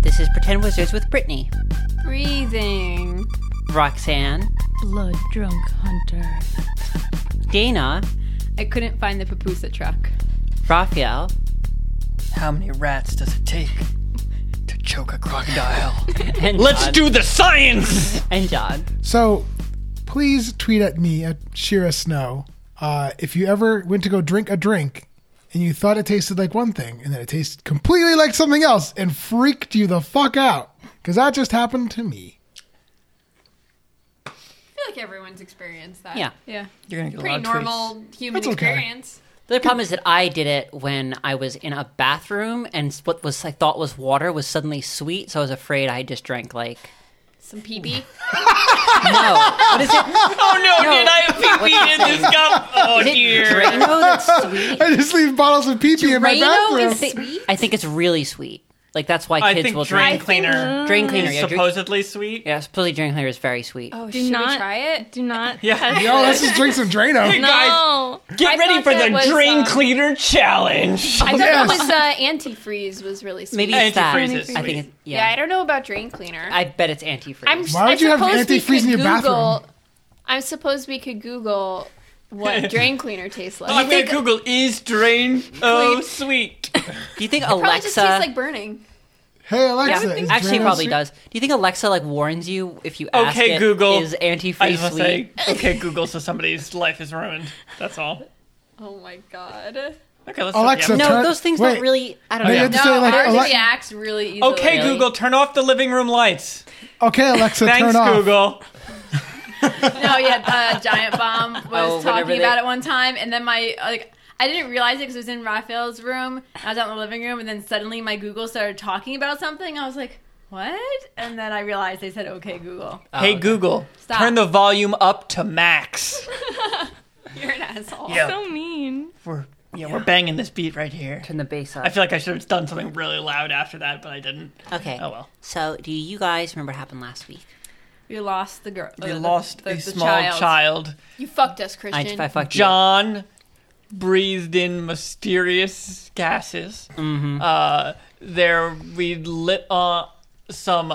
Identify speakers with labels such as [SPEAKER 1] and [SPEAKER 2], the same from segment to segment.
[SPEAKER 1] This is Pretend Wizards with Brittany,
[SPEAKER 2] Breathing.
[SPEAKER 1] Roxanne,
[SPEAKER 3] Blood drunk hunter.
[SPEAKER 1] Dana,
[SPEAKER 2] I couldn't find the pupusa truck.
[SPEAKER 1] Raphael,
[SPEAKER 4] How many rats does it take to choke a crocodile?
[SPEAKER 1] and
[SPEAKER 5] Let's
[SPEAKER 1] John,
[SPEAKER 5] do the science!
[SPEAKER 1] and John.
[SPEAKER 6] So please tweet at me at Shira Snow uh, if you ever went to go drink a drink and you thought it tasted like one thing and then it tasted completely like something else and freaked you the fuck out because that just happened to me.
[SPEAKER 2] I feel like everyone's experienced that.
[SPEAKER 1] Yeah.
[SPEAKER 2] Yeah.
[SPEAKER 4] You're gonna get a
[SPEAKER 2] Pretty
[SPEAKER 4] lot of
[SPEAKER 2] normal human
[SPEAKER 6] That's okay.
[SPEAKER 2] experience.
[SPEAKER 1] The problem is that I did it when I was in a bathroom, and what was I thought was water was suddenly sweet, so I was afraid I just drank like
[SPEAKER 2] Some PB.
[SPEAKER 1] no, what is it?
[SPEAKER 5] Oh no,
[SPEAKER 1] No.
[SPEAKER 5] did I have pee pee in this cup? Oh
[SPEAKER 1] Is it
[SPEAKER 5] dear.
[SPEAKER 1] Drano that's sweet?
[SPEAKER 6] I just leave bottles of pee pee in my
[SPEAKER 2] Drano
[SPEAKER 6] bathroom.
[SPEAKER 2] is sweet.
[SPEAKER 1] I think it's really sweet. Like that's why
[SPEAKER 5] Oh, I
[SPEAKER 1] kids
[SPEAKER 5] think
[SPEAKER 1] will
[SPEAKER 5] drain
[SPEAKER 1] drink.
[SPEAKER 5] cleaner
[SPEAKER 1] Drain cleaner,
[SPEAKER 5] is
[SPEAKER 1] yeah. Drain,
[SPEAKER 5] supposedly sweet.
[SPEAKER 1] yeah, supposedly drain cleaner is very sweet.
[SPEAKER 2] Oh,
[SPEAKER 3] Do
[SPEAKER 2] should we
[SPEAKER 3] not-
[SPEAKER 2] try it?
[SPEAKER 3] Do not.
[SPEAKER 5] Yeah.
[SPEAKER 6] Yo, Oh, let's just drink some Drano.
[SPEAKER 3] No.
[SPEAKER 5] Get
[SPEAKER 2] I
[SPEAKER 5] ready
[SPEAKER 2] thought
[SPEAKER 5] for
[SPEAKER 2] that
[SPEAKER 5] the
[SPEAKER 2] was,
[SPEAKER 5] drain
[SPEAKER 2] um,
[SPEAKER 5] cleaner challenge.
[SPEAKER 2] I thought
[SPEAKER 6] Oh, yes.
[SPEAKER 2] it was uh, antifreeze was really sweet.
[SPEAKER 1] Maybe
[SPEAKER 5] Antifreeze
[SPEAKER 1] it's that.
[SPEAKER 5] is
[SPEAKER 1] I
[SPEAKER 5] sweet.
[SPEAKER 1] think it's,
[SPEAKER 2] Yeah, I
[SPEAKER 1] yeah.
[SPEAKER 2] don't know about drain cleaner.
[SPEAKER 1] I, bet it's antifreeze.
[SPEAKER 2] I'm.
[SPEAKER 6] Why would
[SPEAKER 2] I
[SPEAKER 6] you have
[SPEAKER 2] suppose we
[SPEAKER 6] antifreeze
[SPEAKER 2] could
[SPEAKER 6] in your bathroom?
[SPEAKER 2] Google, I suppose we could Google what drain cleaner tastes
[SPEAKER 6] Oh,
[SPEAKER 2] like.
[SPEAKER 5] I'm
[SPEAKER 2] It
[SPEAKER 5] gonna Google is drain oh sweet.
[SPEAKER 1] Do you think
[SPEAKER 2] probably
[SPEAKER 1] Alexa?
[SPEAKER 2] just tastes like burning.
[SPEAKER 6] Hey, Alexa.
[SPEAKER 1] Yeah,
[SPEAKER 6] is
[SPEAKER 1] actually,
[SPEAKER 6] Drano
[SPEAKER 1] probably
[SPEAKER 6] sweet?
[SPEAKER 1] does. Do you think Alexa like warns you if you ask
[SPEAKER 5] Okay,
[SPEAKER 1] it,
[SPEAKER 5] Google.
[SPEAKER 1] is
[SPEAKER 5] I
[SPEAKER 1] antifreeze
[SPEAKER 5] was
[SPEAKER 1] sweet?
[SPEAKER 5] say, okay, Google, so somebody's life is ruined. That's all.
[SPEAKER 2] Oh my god.
[SPEAKER 5] Okay, let's
[SPEAKER 6] Alexa,
[SPEAKER 5] Yeah.
[SPEAKER 1] no,
[SPEAKER 6] Turn-
[SPEAKER 1] those things
[SPEAKER 6] wait.
[SPEAKER 1] don't really. I don't
[SPEAKER 6] Oh,
[SPEAKER 1] know.
[SPEAKER 6] yeah,
[SPEAKER 1] Yeah.
[SPEAKER 6] just- So, like,
[SPEAKER 2] ours
[SPEAKER 6] a lot-
[SPEAKER 2] reacts really easily.
[SPEAKER 5] Okay,
[SPEAKER 1] Really?
[SPEAKER 5] Google, turn off the living room lights.
[SPEAKER 6] Okay, Alexa,
[SPEAKER 5] Thanks,
[SPEAKER 6] turn off.
[SPEAKER 5] Google.
[SPEAKER 2] No, yeah, uh, Giant Bomb was
[SPEAKER 1] Oh, whenever
[SPEAKER 2] talking
[SPEAKER 1] they-
[SPEAKER 2] about it one time, and then my like. I didn't realize it because it was in Raphael's room. I was out in the living room, and then suddenly my Google started talking about something. I was like, "What?" And then I realized they said, "Okay, Google,
[SPEAKER 5] hey, Google,
[SPEAKER 2] Stop.
[SPEAKER 5] turn the volume up to max.
[SPEAKER 2] you're an asshole."
[SPEAKER 5] yeah,
[SPEAKER 3] So mean.
[SPEAKER 5] we're yeah, we're banging this beat right here.
[SPEAKER 1] Turn the bass up.
[SPEAKER 5] I feel like I should have done something really loud after that, but I didn't.
[SPEAKER 1] okay.
[SPEAKER 5] Oh well.
[SPEAKER 1] So, do you guys remember what happened last week?
[SPEAKER 2] We lost the girl.
[SPEAKER 5] We
[SPEAKER 2] uh, the-
[SPEAKER 5] lost
[SPEAKER 2] the-
[SPEAKER 5] a
[SPEAKER 2] the
[SPEAKER 5] small child.
[SPEAKER 2] You fucked us,
[SPEAKER 1] I,
[SPEAKER 2] Christian.
[SPEAKER 1] I fucked
[SPEAKER 5] John breathed in mysterious gases.
[SPEAKER 1] Mm-hmm.
[SPEAKER 5] Uh, there, we lit uh, some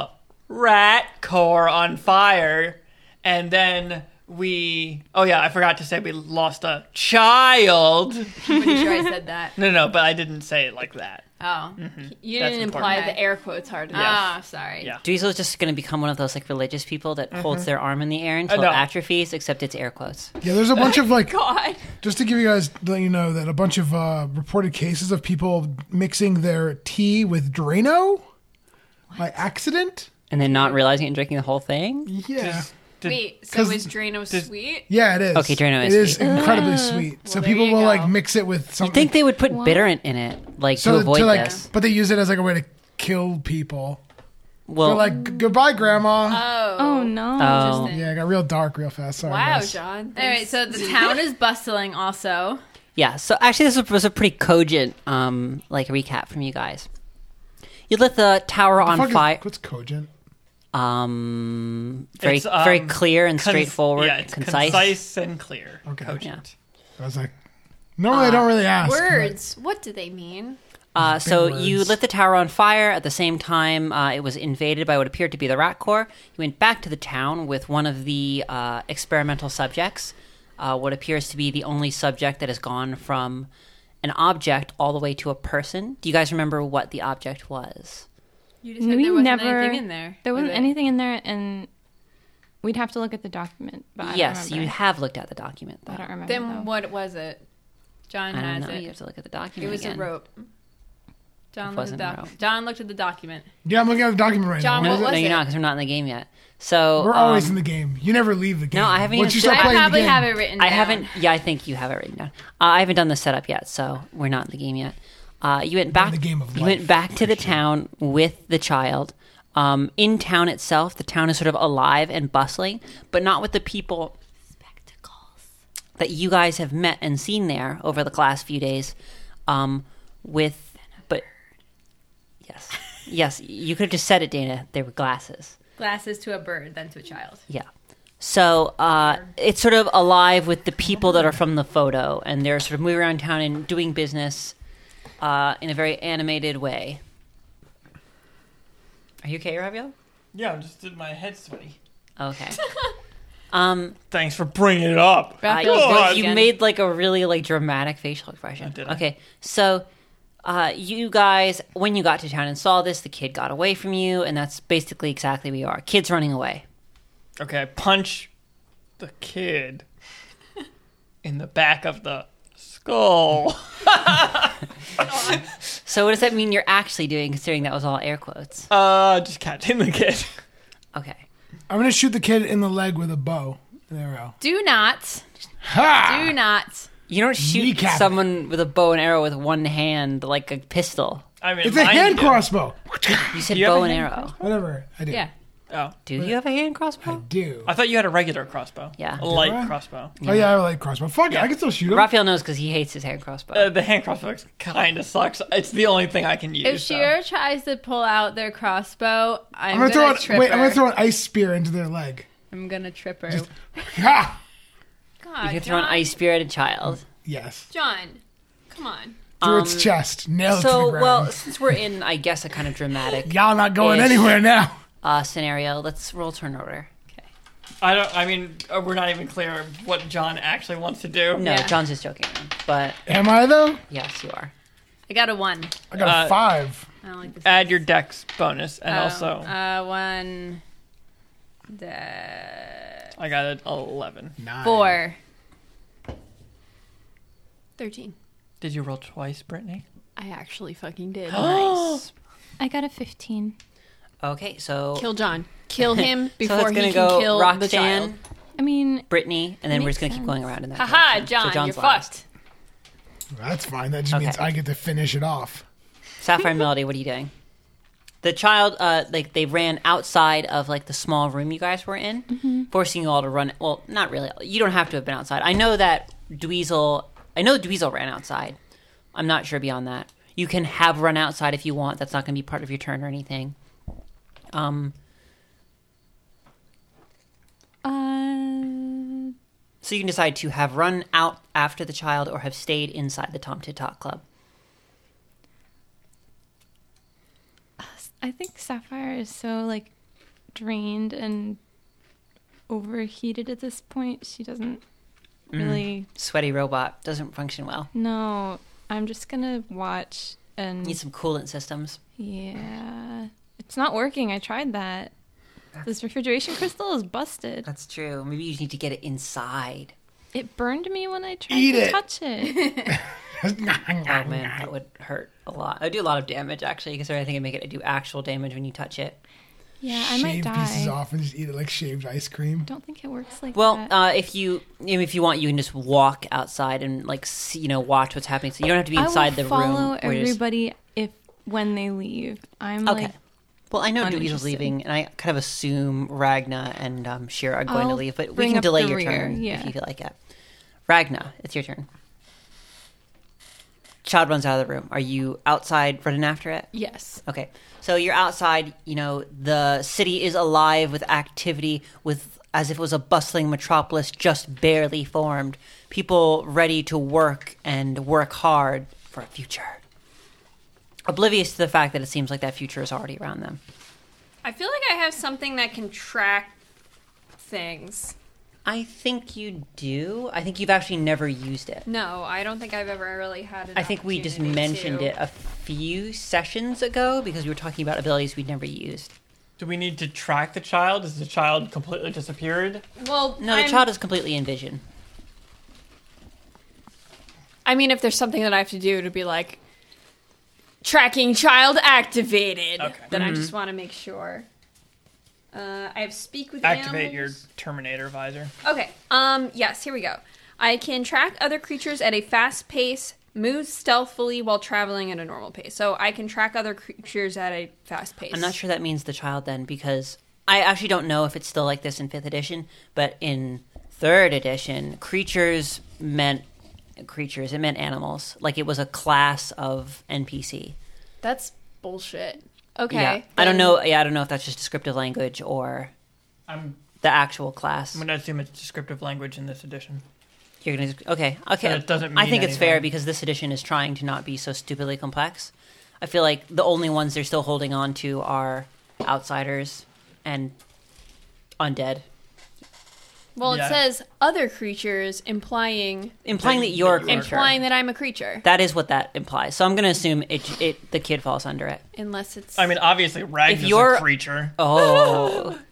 [SPEAKER 5] rat core on fire, and then we. Oh yeah, I forgot to say we lost a child.
[SPEAKER 2] I'm pretty sure I said that.
[SPEAKER 5] No, no, but I didn't say it like that.
[SPEAKER 2] Oh, you
[SPEAKER 5] Mm-hmm. That's
[SPEAKER 2] didn't
[SPEAKER 5] important.
[SPEAKER 2] imply the air quotes hard enough. Ah, sorry.
[SPEAKER 5] Yeah.
[SPEAKER 1] you. Dweezil's just going to become one of those like religious people that holds their arm in the air until
[SPEAKER 5] Uh, no.
[SPEAKER 1] it atrophies, except it's air quotes.
[SPEAKER 6] Yeah, there's a bunch of like
[SPEAKER 2] God.
[SPEAKER 6] Just to give you guys, let you know that a bunch of uh, reported cases of people mixing their tea with Drano by accident.
[SPEAKER 1] And then not realizing it and drinking the whole thing.
[SPEAKER 6] Yeah,
[SPEAKER 2] Wait. So
[SPEAKER 6] 'Cause
[SPEAKER 2] is Drano sweet?
[SPEAKER 6] yeah, it is.
[SPEAKER 1] Okay, Drano is
[SPEAKER 6] It is
[SPEAKER 1] sweet.
[SPEAKER 6] incredibly sweet. so
[SPEAKER 2] there
[SPEAKER 6] people
[SPEAKER 2] you
[SPEAKER 6] will
[SPEAKER 2] go.
[SPEAKER 6] like mix it with something.
[SPEAKER 1] I think they would put bitterant in it, like
[SPEAKER 6] so
[SPEAKER 1] to avoid
[SPEAKER 6] to, like,
[SPEAKER 1] this.
[SPEAKER 6] but they use it as like a way to kill people.
[SPEAKER 1] Well,
[SPEAKER 6] They're like, goodbye, grandma.
[SPEAKER 2] Oh.
[SPEAKER 3] Oh no.
[SPEAKER 1] oh,
[SPEAKER 6] yeah, it got real dark real fast. Sorry,
[SPEAKER 2] Wow,
[SPEAKER 6] guys.
[SPEAKER 2] John. All right. So the town is bustling. Also.
[SPEAKER 1] Yeah, so actually, this was a pretty cogent um, like recap from you guys. You lit the tower
[SPEAKER 6] Fuck
[SPEAKER 1] on
[SPEAKER 6] is-
[SPEAKER 1] fire.
[SPEAKER 6] What's cogent?
[SPEAKER 1] Um, very
[SPEAKER 5] It's, um,
[SPEAKER 1] very clear and
[SPEAKER 5] Cons-
[SPEAKER 1] straightforward,
[SPEAKER 5] yeah, it's
[SPEAKER 1] concise.
[SPEAKER 5] and clear. Cogent.
[SPEAKER 6] I was like, normally I don't really ask. but-
[SPEAKER 2] Words. What do they mean?
[SPEAKER 1] Uh, so
[SPEAKER 6] big
[SPEAKER 1] you
[SPEAKER 6] words.
[SPEAKER 1] lit the tower on fire. At the same time, uh, it was invaded by what appeared to be the Rat Corps. You went back to the town with one of the uh, experimental subjects, uh, what appears to be the only subject that has gone from an object all the way to a person. Do you guys remember what the object was?
[SPEAKER 2] You just
[SPEAKER 3] We
[SPEAKER 2] said there wasn't
[SPEAKER 3] never.
[SPEAKER 2] anything in there.
[SPEAKER 3] There wasn't
[SPEAKER 2] Okay.
[SPEAKER 3] anything in there, and we'd have to look at the document. But I
[SPEAKER 1] yes,
[SPEAKER 3] don't
[SPEAKER 1] you
[SPEAKER 3] remember.
[SPEAKER 1] have looked at the document. Though.
[SPEAKER 3] I don't remember.
[SPEAKER 2] Then
[SPEAKER 3] though.
[SPEAKER 2] what was it? John
[SPEAKER 1] I don't
[SPEAKER 2] has
[SPEAKER 1] know. You have
[SPEAKER 2] it.
[SPEAKER 1] to look at the
[SPEAKER 2] It
[SPEAKER 1] document.
[SPEAKER 2] was
[SPEAKER 1] again.
[SPEAKER 2] a rope. John looked at
[SPEAKER 1] wasn't
[SPEAKER 2] the
[SPEAKER 1] a
[SPEAKER 2] doc-
[SPEAKER 1] rope.
[SPEAKER 2] John looked at the document.
[SPEAKER 6] Yeah, I'm looking at the document right
[SPEAKER 2] John,
[SPEAKER 6] now.
[SPEAKER 1] No,
[SPEAKER 2] What
[SPEAKER 6] What is
[SPEAKER 1] no,
[SPEAKER 2] was
[SPEAKER 6] it?
[SPEAKER 1] you're
[SPEAKER 2] it?
[SPEAKER 1] not because we're not in the game yet. So
[SPEAKER 6] We're always
[SPEAKER 1] um,
[SPEAKER 6] in the game. You never leave the game.
[SPEAKER 1] I haven't
[SPEAKER 6] Once
[SPEAKER 1] even
[SPEAKER 6] you
[SPEAKER 1] said-
[SPEAKER 6] start
[SPEAKER 1] I
[SPEAKER 2] I
[SPEAKER 6] playing the
[SPEAKER 2] probably
[SPEAKER 6] game-
[SPEAKER 2] have it written.
[SPEAKER 1] I
[SPEAKER 2] down.
[SPEAKER 1] haven't. Yeah, I think you have it written down. Uh, I haven't done the setup yet, so we're not in the game yet. Uh, you went back.
[SPEAKER 6] the game of
[SPEAKER 1] you went
[SPEAKER 6] life,
[SPEAKER 1] back to the town with the child. Um, in town itself, the town is sort of alive and bustling, but not with the people that you guys have met and seen there over the last few days. Um, with but yes, yes, you could have just said it, Dana. They were glasses.
[SPEAKER 2] Glasses to a bird, then to a child.
[SPEAKER 1] Yeah. So uh, it's sort of alive with the people that are from the photo, and they're sort of moving around town and doing business uh, in a very animated way. Are you okay, Raviel?
[SPEAKER 5] Yeah, I just did my head sweaty.
[SPEAKER 1] Okay. um,
[SPEAKER 5] Thanks for bringing it up.
[SPEAKER 1] I-
[SPEAKER 3] Raphael's
[SPEAKER 5] God.
[SPEAKER 3] voice
[SPEAKER 1] you
[SPEAKER 3] again.
[SPEAKER 1] made like a really like dramatic facial expression.
[SPEAKER 5] Oh, did I?
[SPEAKER 1] Okay, so uh, you guys, when you got to town and saw this, the kid got away from you, and that's basically exactly where you are. Kids running away.
[SPEAKER 5] Okay, I punch the kid in the back of the skull.
[SPEAKER 1] So what does that mean you're actually doing, considering that was all air quotes?
[SPEAKER 5] Uh, just catching the kid.
[SPEAKER 1] Okay.
[SPEAKER 6] I'm gonna shoot the kid in the leg with a bow and arrow.
[SPEAKER 2] Do not.
[SPEAKER 6] Ha!
[SPEAKER 2] Do not.
[SPEAKER 1] You don't shoot
[SPEAKER 6] Kneecap it.
[SPEAKER 1] someone with a bow and arrow with one hand like a pistol.
[SPEAKER 5] I mean,
[SPEAKER 6] It's a
[SPEAKER 5] mine
[SPEAKER 6] hand
[SPEAKER 5] did.
[SPEAKER 6] crossbow.
[SPEAKER 1] You said
[SPEAKER 5] You have
[SPEAKER 1] bow
[SPEAKER 5] a
[SPEAKER 1] and
[SPEAKER 5] hand
[SPEAKER 1] arrow.
[SPEAKER 6] Whatever. I do.
[SPEAKER 2] Yeah.
[SPEAKER 5] Oh,
[SPEAKER 1] Do you have a hand crossbow?
[SPEAKER 6] Do.
[SPEAKER 5] I thought you had a regular crossbow.
[SPEAKER 1] Yeah.
[SPEAKER 5] a light
[SPEAKER 6] Do I?
[SPEAKER 5] crossbow.
[SPEAKER 6] Oh yeah, I like crossbow. Fuck it, I can still shoot him.
[SPEAKER 1] Raphael knows because he hates his hand crossbow.
[SPEAKER 5] Uh, the hand crossbow kind of sucks. It's the only thing I can use.
[SPEAKER 2] If
[SPEAKER 5] so.
[SPEAKER 2] Shira tries to pull out their crossbow, I'm,
[SPEAKER 6] I'm gonna throw an,
[SPEAKER 2] trip
[SPEAKER 6] wait. I'm
[SPEAKER 2] her.
[SPEAKER 6] gonna throw an ice spear into their leg.
[SPEAKER 2] I'm gonna trip her.
[SPEAKER 6] Ha!
[SPEAKER 2] God,
[SPEAKER 1] you can throw an
[SPEAKER 2] John.
[SPEAKER 1] ice spear at a child.
[SPEAKER 6] Yes.
[SPEAKER 2] John, come on.
[SPEAKER 6] Through its chest, nailed it to the
[SPEAKER 1] So,
[SPEAKER 6] ground.
[SPEAKER 1] well, since we're in, I guess, a kind of dramatic
[SPEAKER 6] Y'all not going
[SPEAKER 1] ish.
[SPEAKER 6] anywhere now.
[SPEAKER 1] uh, scenario, let's roll turn order.
[SPEAKER 5] I don't. I mean, uh, we're not even clear what John actually wants to do.
[SPEAKER 1] No,
[SPEAKER 2] Yeah.
[SPEAKER 1] John's just joking, but
[SPEAKER 6] Am I though?
[SPEAKER 1] yes, you are.
[SPEAKER 2] I got a one.
[SPEAKER 6] I got
[SPEAKER 5] Uh,
[SPEAKER 6] a five.
[SPEAKER 2] I don't like this.
[SPEAKER 5] Add your dex bonus, and
[SPEAKER 2] Oh,
[SPEAKER 5] also
[SPEAKER 2] uh, one, the,
[SPEAKER 5] I got an eleven.
[SPEAKER 6] Nine.
[SPEAKER 2] four, thirteen.
[SPEAKER 5] Did you roll twice, Brittany?
[SPEAKER 2] I actually fucking did.
[SPEAKER 5] Nice.
[SPEAKER 3] I got a 15.
[SPEAKER 1] Okay, so
[SPEAKER 2] kill John. Kill him
[SPEAKER 1] so
[SPEAKER 2] before
[SPEAKER 1] it's gonna
[SPEAKER 2] he
[SPEAKER 1] go
[SPEAKER 2] can kill
[SPEAKER 1] Roxanne,
[SPEAKER 2] the child.
[SPEAKER 3] I mean,
[SPEAKER 1] Brittany, and then we're
[SPEAKER 3] Makes
[SPEAKER 1] just gonna keep
[SPEAKER 3] sense.
[SPEAKER 1] going around in that.
[SPEAKER 2] Haha,
[SPEAKER 1] direction. So
[SPEAKER 2] John,
[SPEAKER 1] John's
[SPEAKER 2] you're
[SPEAKER 1] last.
[SPEAKER 2] fucked.
[SPEAKER 6] That's fine. That just means
[SPEAKER 1] Okay.
[SPEAKER 6] I get to finish it off.
[SPEAKER 1] Sapphire Melody, what are you doing? The child, uh, like they ran outside of like the small room you guys were in, forcing you all to run. Well, not really. You don't have to have been outside. I know that Dweezil. I know Dweezil ran outside. I'm not sure beyond that. You can have run outside if you want. That's not going to be part of your turn or anything. Um.
[SPEAKER 3] uh,
[SPEAKER 1] So you can decide to have run out after the child or have stayed inside the Tom Tit Tot Club.
[SPEAKER 3] I think Sapphire is so like drained and overheated at this point. She doesn't
[SPEAKER 1] Mm.
[SPEAKER 3] really
[SPEAKER 1] Sweaty robot doesn't function well.
[SPEAKER 2] Mm.
[SPEAKER 3] know. I'm just gonna watch and
[SPEAKER 1] Need some coolant systems.
[SPEAKER 3] yeah, it's not working. I tried that. This refrigeration crystal is busted.
[SPEAKER 1] That's true. Maybe you just need to get it inside.
[SPEAKER 3] It burned me when I tried
[SPEAKER 6] Eat
[SPEAKER 3] to
[SPEAKER 6] it.
[SPEAKER 3] touch it.
[SPEAKER 1] Oh man, that would hurt a lot. I do a lot of damage actually, because I think I make it. I do actual damage when you touch it.
[SPEAKER 3] Yeah, I
[SPEAKER 6] Shave
[SPEAKER 3] might
[SPEAKER 6] pieces
[SPEAKER 3] die.
[SPEAKER 6] off and just eat it like shaved ice cream.
[SPEAKER 3] Don't think it works like
[SPEAKER 1] Well,
[SPEAKER 3] that.
[SPEAKER 1] uh, if you if you want, you can just walk outside and like see, you know watch what's happening. So you don't have to be inside
[SPEAKER 3] I
[SPEAKER 1] the
[SPEAKER 3] will
[SPEAKER 1] room.
[SPEAKER 3] follow
[SPEAKER 1] where you're just-
[SPEAKER 3] everybody if when they leave. I'm
[SPEAKER 1] Okay.
[SPEAKER 3] like
[SPEAKER 1] well, I know Dewey's
[SPEAKER 3] uninterested.
[SPEAKER 1] leaving, and I kind of assume Ragna and um, Shira are going to
[SPEAKER 3] I'll
[SPEAKER 1] leave, but we
[SPEAKER 3] bring
[SPEAKER 1] can
[SPEAKER 3] up
[SPEAKER 1] delay
[SPEAKER 3] the
[SPEAKER 1] your
[SPEAKER 3] rear,
[SPEAKER 1] turn if
[SPEAKER 3] yeah.
[SPEAKER 1] you feel like it. Ragna, it's your turn. Child runs out of the room. Are you outside running after it?
[SPEAKER 2] Yes.
[SPEAKER 1] Okay. So you're outside, you know, the city is alive with activity with as if it was a bustling metropolis just barely formed. People ready to work and work hard for a future. Oblivious to the fact that it seems like that future is already around them.
[SPEAKER 7] I feel like I have something that can track things.
[SPEAKER 1] I think you do. I think you've actually never used it.
[SPEAKER 7] No, I don't think I've ever really had an
[SPEAKER 1] I think we just
[SPEAKER 7] opportunity
[SPEAKER 1] mentioned
[SPEAKER 7] to-
[SPEAKER 1] it a few sessions ago because we were talking about abilities we'd never used.
[SPEAKER 5] Do we need to track the child? Has the child completely disappeared?
[SPEAKER 7] Well,
[SPEAKER 1] No, the child is completely in vision.
[SPEAKER 7] I mean, if there's something that I have to do to be like tracking child activated,
[SPEAKER 5] Okay.
[SPEAKER 7] then
[SPEAKER 1] Mm-hmm.
[SPEAKER 7] I just want to make sure. Uh, I have speak with
[SPEAKER 5] Activate your
[SPEAKER 7] animals.
[SPEAKER 5] Terminator visor.
[SPEAKER 7] Okay. Um. Yes. Here we go. I can track other creatures at a fast pace, move stealthily while traveling at a normal pace. So I can track other creatures at a fast pace.
[SPEAKER 1] I'm not sure that means the child then because I actually don't know if it's still like this in fifth edition, but in third edition, creatures meant creatures, it meant animals. Like it was a class of NPC.
[SPEAKER 2] That's bullshit. Okay.
[SPEAKER 1] Yeah. I don't know yeah, I don't know if that's just descriptive language or
[SPEAKER 5] I'm
[SPEAKER 1] the actual class.
[SPEAKER 5] I'm gonna assume it's descriptive language in this edition.
[SPEAKER 1] You're gonna okay, okay.
[SPEAKER 5] So it doesn't
[SPEAKER 1] I
[SPEAKER 5] mean
[SPEAKER 1] think it's fair
[SPEAKER 5] anything.
[SPEAKER 1] because this edition is trying to not be so stupidly complex. I feel like the only ones they're still holding on to are outsiders, and undead,
[SPEAKER 7] Well,
[SPEAKER 5] Yeah.
[SPEAKER 7] it says other creatures, implying
[SPEAKER 1] implying that you're a creature.
[SPEAKER 7] implying that I'm a creature,
[SPEAKER 1] that is what that implies. So I'm going to assume it, it the kid falls under it.
[SPEAKER 7] unless it's.
[SPEAKER 5] I mean, obviously, Ragnus is
[SPEAKER 1] you're-
[SPEAKER 5] a creature.
[SPEAKER 1] Oh,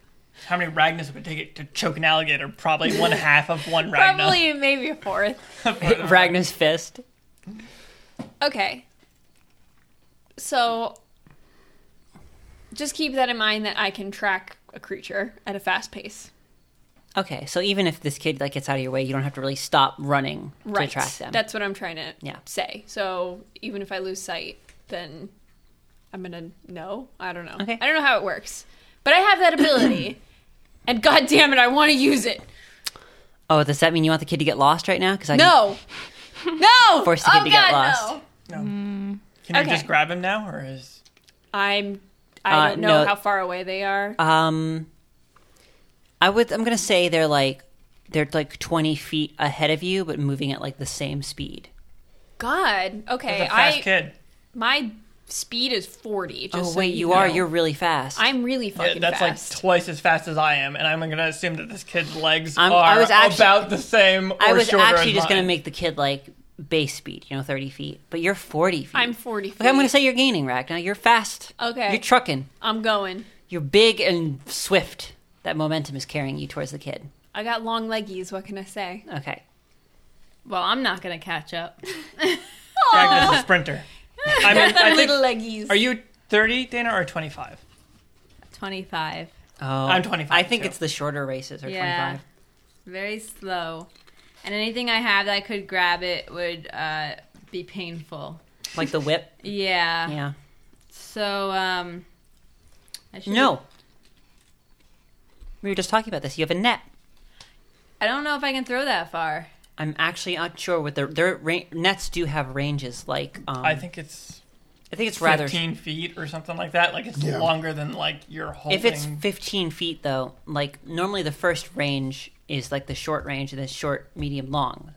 [SPEAKER 5] How many Ragnus would take it to choke an alligator? Probably one half of one Ragna.
[SPEAKER 7] probably maybe a fourth.
[SPEAKER 1] Ragnar's fist.
[SPEAKER 7] Okay. So just keep that in mind that I can track a creature at a fast pace.
[SPEAKER 1] Okay, so even if this kid like gets out of your way, you don't have to really stop running
[SPEAKER 7] Right.
[SPEAKER 1] to track them.
[SPEAKER 7] That's what I'm trying to
[SPEAKER 1] Yeah.
[SPEAKER 7] say. So even if I lose sight, then I'm gonna know. I don't know.
[SPEAKER 1] Okay.
[SPEAKER 7] I don't know how it works. But I have that ability. and god damn it, I wanna use it.
[SPEAKER 1] oh, does that mean you want the kid to get lost right now? Because I
[SPEAKER 7] No. No
[SPEAKER 1] Force the kid
[SPEAKER 7] oh,
[SPEAKER 1] to get
[SPEAKER 7] God,
[SPEAKER 1] lost.
[SPEAKER 7] No.
[SPEAKER 5] Can you
[SPEAKER 7] okay.
[SPEAKER 5] just grab him now, or is
[SPEAKER 7] I'm I
[SPEAKER 1] Uh,
[SPEAKER 7] don't know
[SPEAKER 1] no.
[SPEAKER 7] how far away they are.
[SPEAKER 1] Um, I would. I'm gonna say they're like they're like 20 feet ahead of you, but moving at like the same speed.
[SPEAKER 7] God. Okay.
[SPEAKER 5] a fast
[SPEAKER 7] I
[SPEAKER 5] kid?
[SPEAKER 7] my speed is 40 just
[SPEAKER 1] Oh
[SPEAKER 7] so
[SPEAKER 1] wait, you
[SPEAKER 7] know.
[SPEAKER 1] are. You're really fast.
[SPEAKER 7] i'm really
[SPEAKER 5] Yeah,
[SPEAKER 7] fucking
[SPEAKER 5] that's
[SPEAKER 7] fast
[SPEAKER 5] like twice as fast as I am, and I'm gonna assume that this kid's legs
[SPEAKER 1] I'm-
[SPEAKER 5] are
[SPEAKER 1] I was actu-
[SPEAKER 5] about the same. Or
[SPEAKER 1] I was
[SPEAKER 5] shorter
[SPEAKER 1] actually
[SPEAKER 5] as
[SPEAKER 1] just gonna
[SPEAKER 5] mine.
[SPEAKER 1] make the kid like base speed, you know, 30 feet. But you're 40 feet.
[SPEAKER 7] i'm 40 feet
[SPEAKER 1] Okay, I'm gonna say you're gaining, Rack. Now you're fast.
[SPEAKER 7] Okay.
[SPEAKER 1] You're trucking.
[SPEAKER 7] i'm going
[SPEAKER 1] You're big and swift. That momentum is carrying you towards the kid.
[SPEAKER 7] i got long leggies what can i say
[SPEAKER 1] Okay.
[SPEAKER 2] Well, I'm not gonna catch up.
[SPEAKER 5] Ragnus is a sprinter. I mean, I think,
[SPEAKER 7] little leggies
[SPEAKER 5] are you 30, Dana, or 25?
[SPEAKER 2] Twenty-five.
[SPEAKER 1] Oh,
[SPEAKER 5] I'm 25,
[SPEAKER 1] I think
[SPEAKER 5] too.
[SPEAKER 1] it's the shorter races are
[SPEAKER 2] Yeah.
[SPEAKER 1] 25.
[SPEAKER 2] Very slow. And anything I have that I could grab it would uh, be painful.
[SPEAKER 1] Like the whip.
[SPEAKER 2] Yeah.
[SPEAKER 1] yeah.
[SPEAKER 2] So um I should
[SPEAKER 1] No. We were just talking about this. You have a net.
[SPEAKER 2] I don't know if I can throw that far.
[SPEAKER 1] I'm actually not sure what their their ra- nets do have ranges. Like um,
[SPEAKER 5] I think it's
[SPEAKER 1] I think it's rather
[SPEAKER 5] 15 feet or something like that. Like it's
[SPEAKER 6] Yeah.
[SPEAKER 5] longer than like your whole.
[SPEAKER 1] if it's 15 feet though. Like normally the first range is like the short range and then short, medium, long.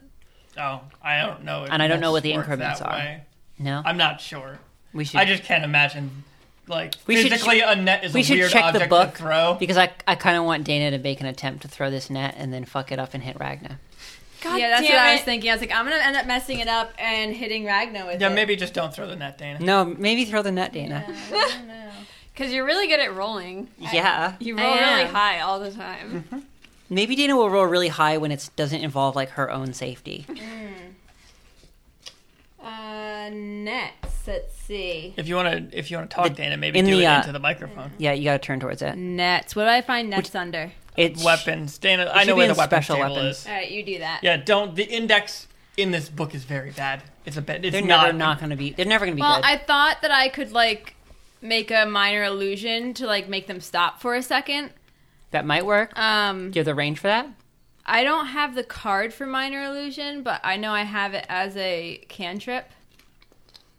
[SPEAKER 5] oh, I don't know. If
[SPEAKER 1] And I don't know
[SPEAKER 5] nets
[SPEAKER 1] what the
[SPEAKER 5] work that
[SPEAKER 1] increments are.
[SPEAKER 5] way.
[SPEAKER 1] No,
[SPEAKER 5] I'm not sure.
[SPEAKER 1] we should
[SPEAKER 5] I just can't imagine. Like
[SPEAKER 1] We should
[SPEAKER 5] physically, a net is
[SPEAKER 1] we
[SPEAKER 5] a
[SPEAKER 1] should
[SPEAKER 5] weird
[SPEAKER 1] check
[SPEAKER 5] object
[SPEAKER 1] the book
[SPEAKER 5] to throw.
[SPEAKER 1] because I I kind of want Dana to make an attempt to throw this net and then fuck it up and hit Ragna.
[SPEAKER 7] god
[SPEAKER 2] yeah, that's
[SPEAKER 7] damn
[SPEAKER 2] what I
[SPEAKER 7] it.
[SPEAKER 2] was thinking. I was like, I'm gonna end up messing it up and hitting Ragna with
[SPEAKER 5] Yeah,
[SPEAKER 2] it.
[SPEAKER 5] maybe just don't throw the net, Dana.
[SPEAKER 1] No, maybe throw the net, Dana.
[SPEAKER 7] because you're really good at rolling
[SPEAKER 1] Yeah.
[SPEAKER 7] you
[SPEAKER 2] I
[SPEAKER 7] roll really
[SPEAKER 2] am.
[SPEAKER 7] high all the time
[SPEAKER 1] Maybe Dana will roll really high when it doesn't involve like her own safety.
[SPEAKER 5] Hmm.
[SPEAKER 2] Uh, nets. Let's see.
[SPEAKER 5] If you want to, if you want to talk,
[SPEAKER 1] The-
[SPEAKER 5] Dana, maybe
[SPEAKER 1] in
[SPEAKER 5] do
[SPEAKER 1] the,
[SPEAKER 5] it
[SPEAKER 1] uh,
[SPEAKER 5] into the microphone.
[SPEAKER 1] Yeah, you got to turn towards it.
[SPEAKER 2] Nets. What do I find nets under?
[SPEAKER 1] It's
[SPEAKER 5] Weapons, Dana. I
[SPEAKER 1] should
[SPEAKER 5] know
[SPEAKER 1] be
[SPEAKER 5] where
[SPEAKER 1] in
[SPEAKER 5] the weapons
[SPEAKER 1] special
[SPEAKER 5] table
[SPEAKER 1] weapons.
[SPEAKER 5] is.
[SPEAKER 2] All right, you do that.
[SPEAKER 5] Yeah, don't. The index in this book is very bad. It's a bad. It's
[SPEAKER 1] They're
[SPEAKER 5] not,
[SPEAKER 1] never not going to be. They're never going to be
[SPEAKER 2] Well,
[SPEAKER 1] good.
[SPEAKER 2] I thought that I could like make a minor illusion to like make them stop for a second.
[SPEAKER 1] that might work.
[SPEAKER 2] Um,
[SPEAKER 1] Do you have the range for that?
[SPEAKER 2] I don't have the card for minor illusion, but I know I have it as a cantrip.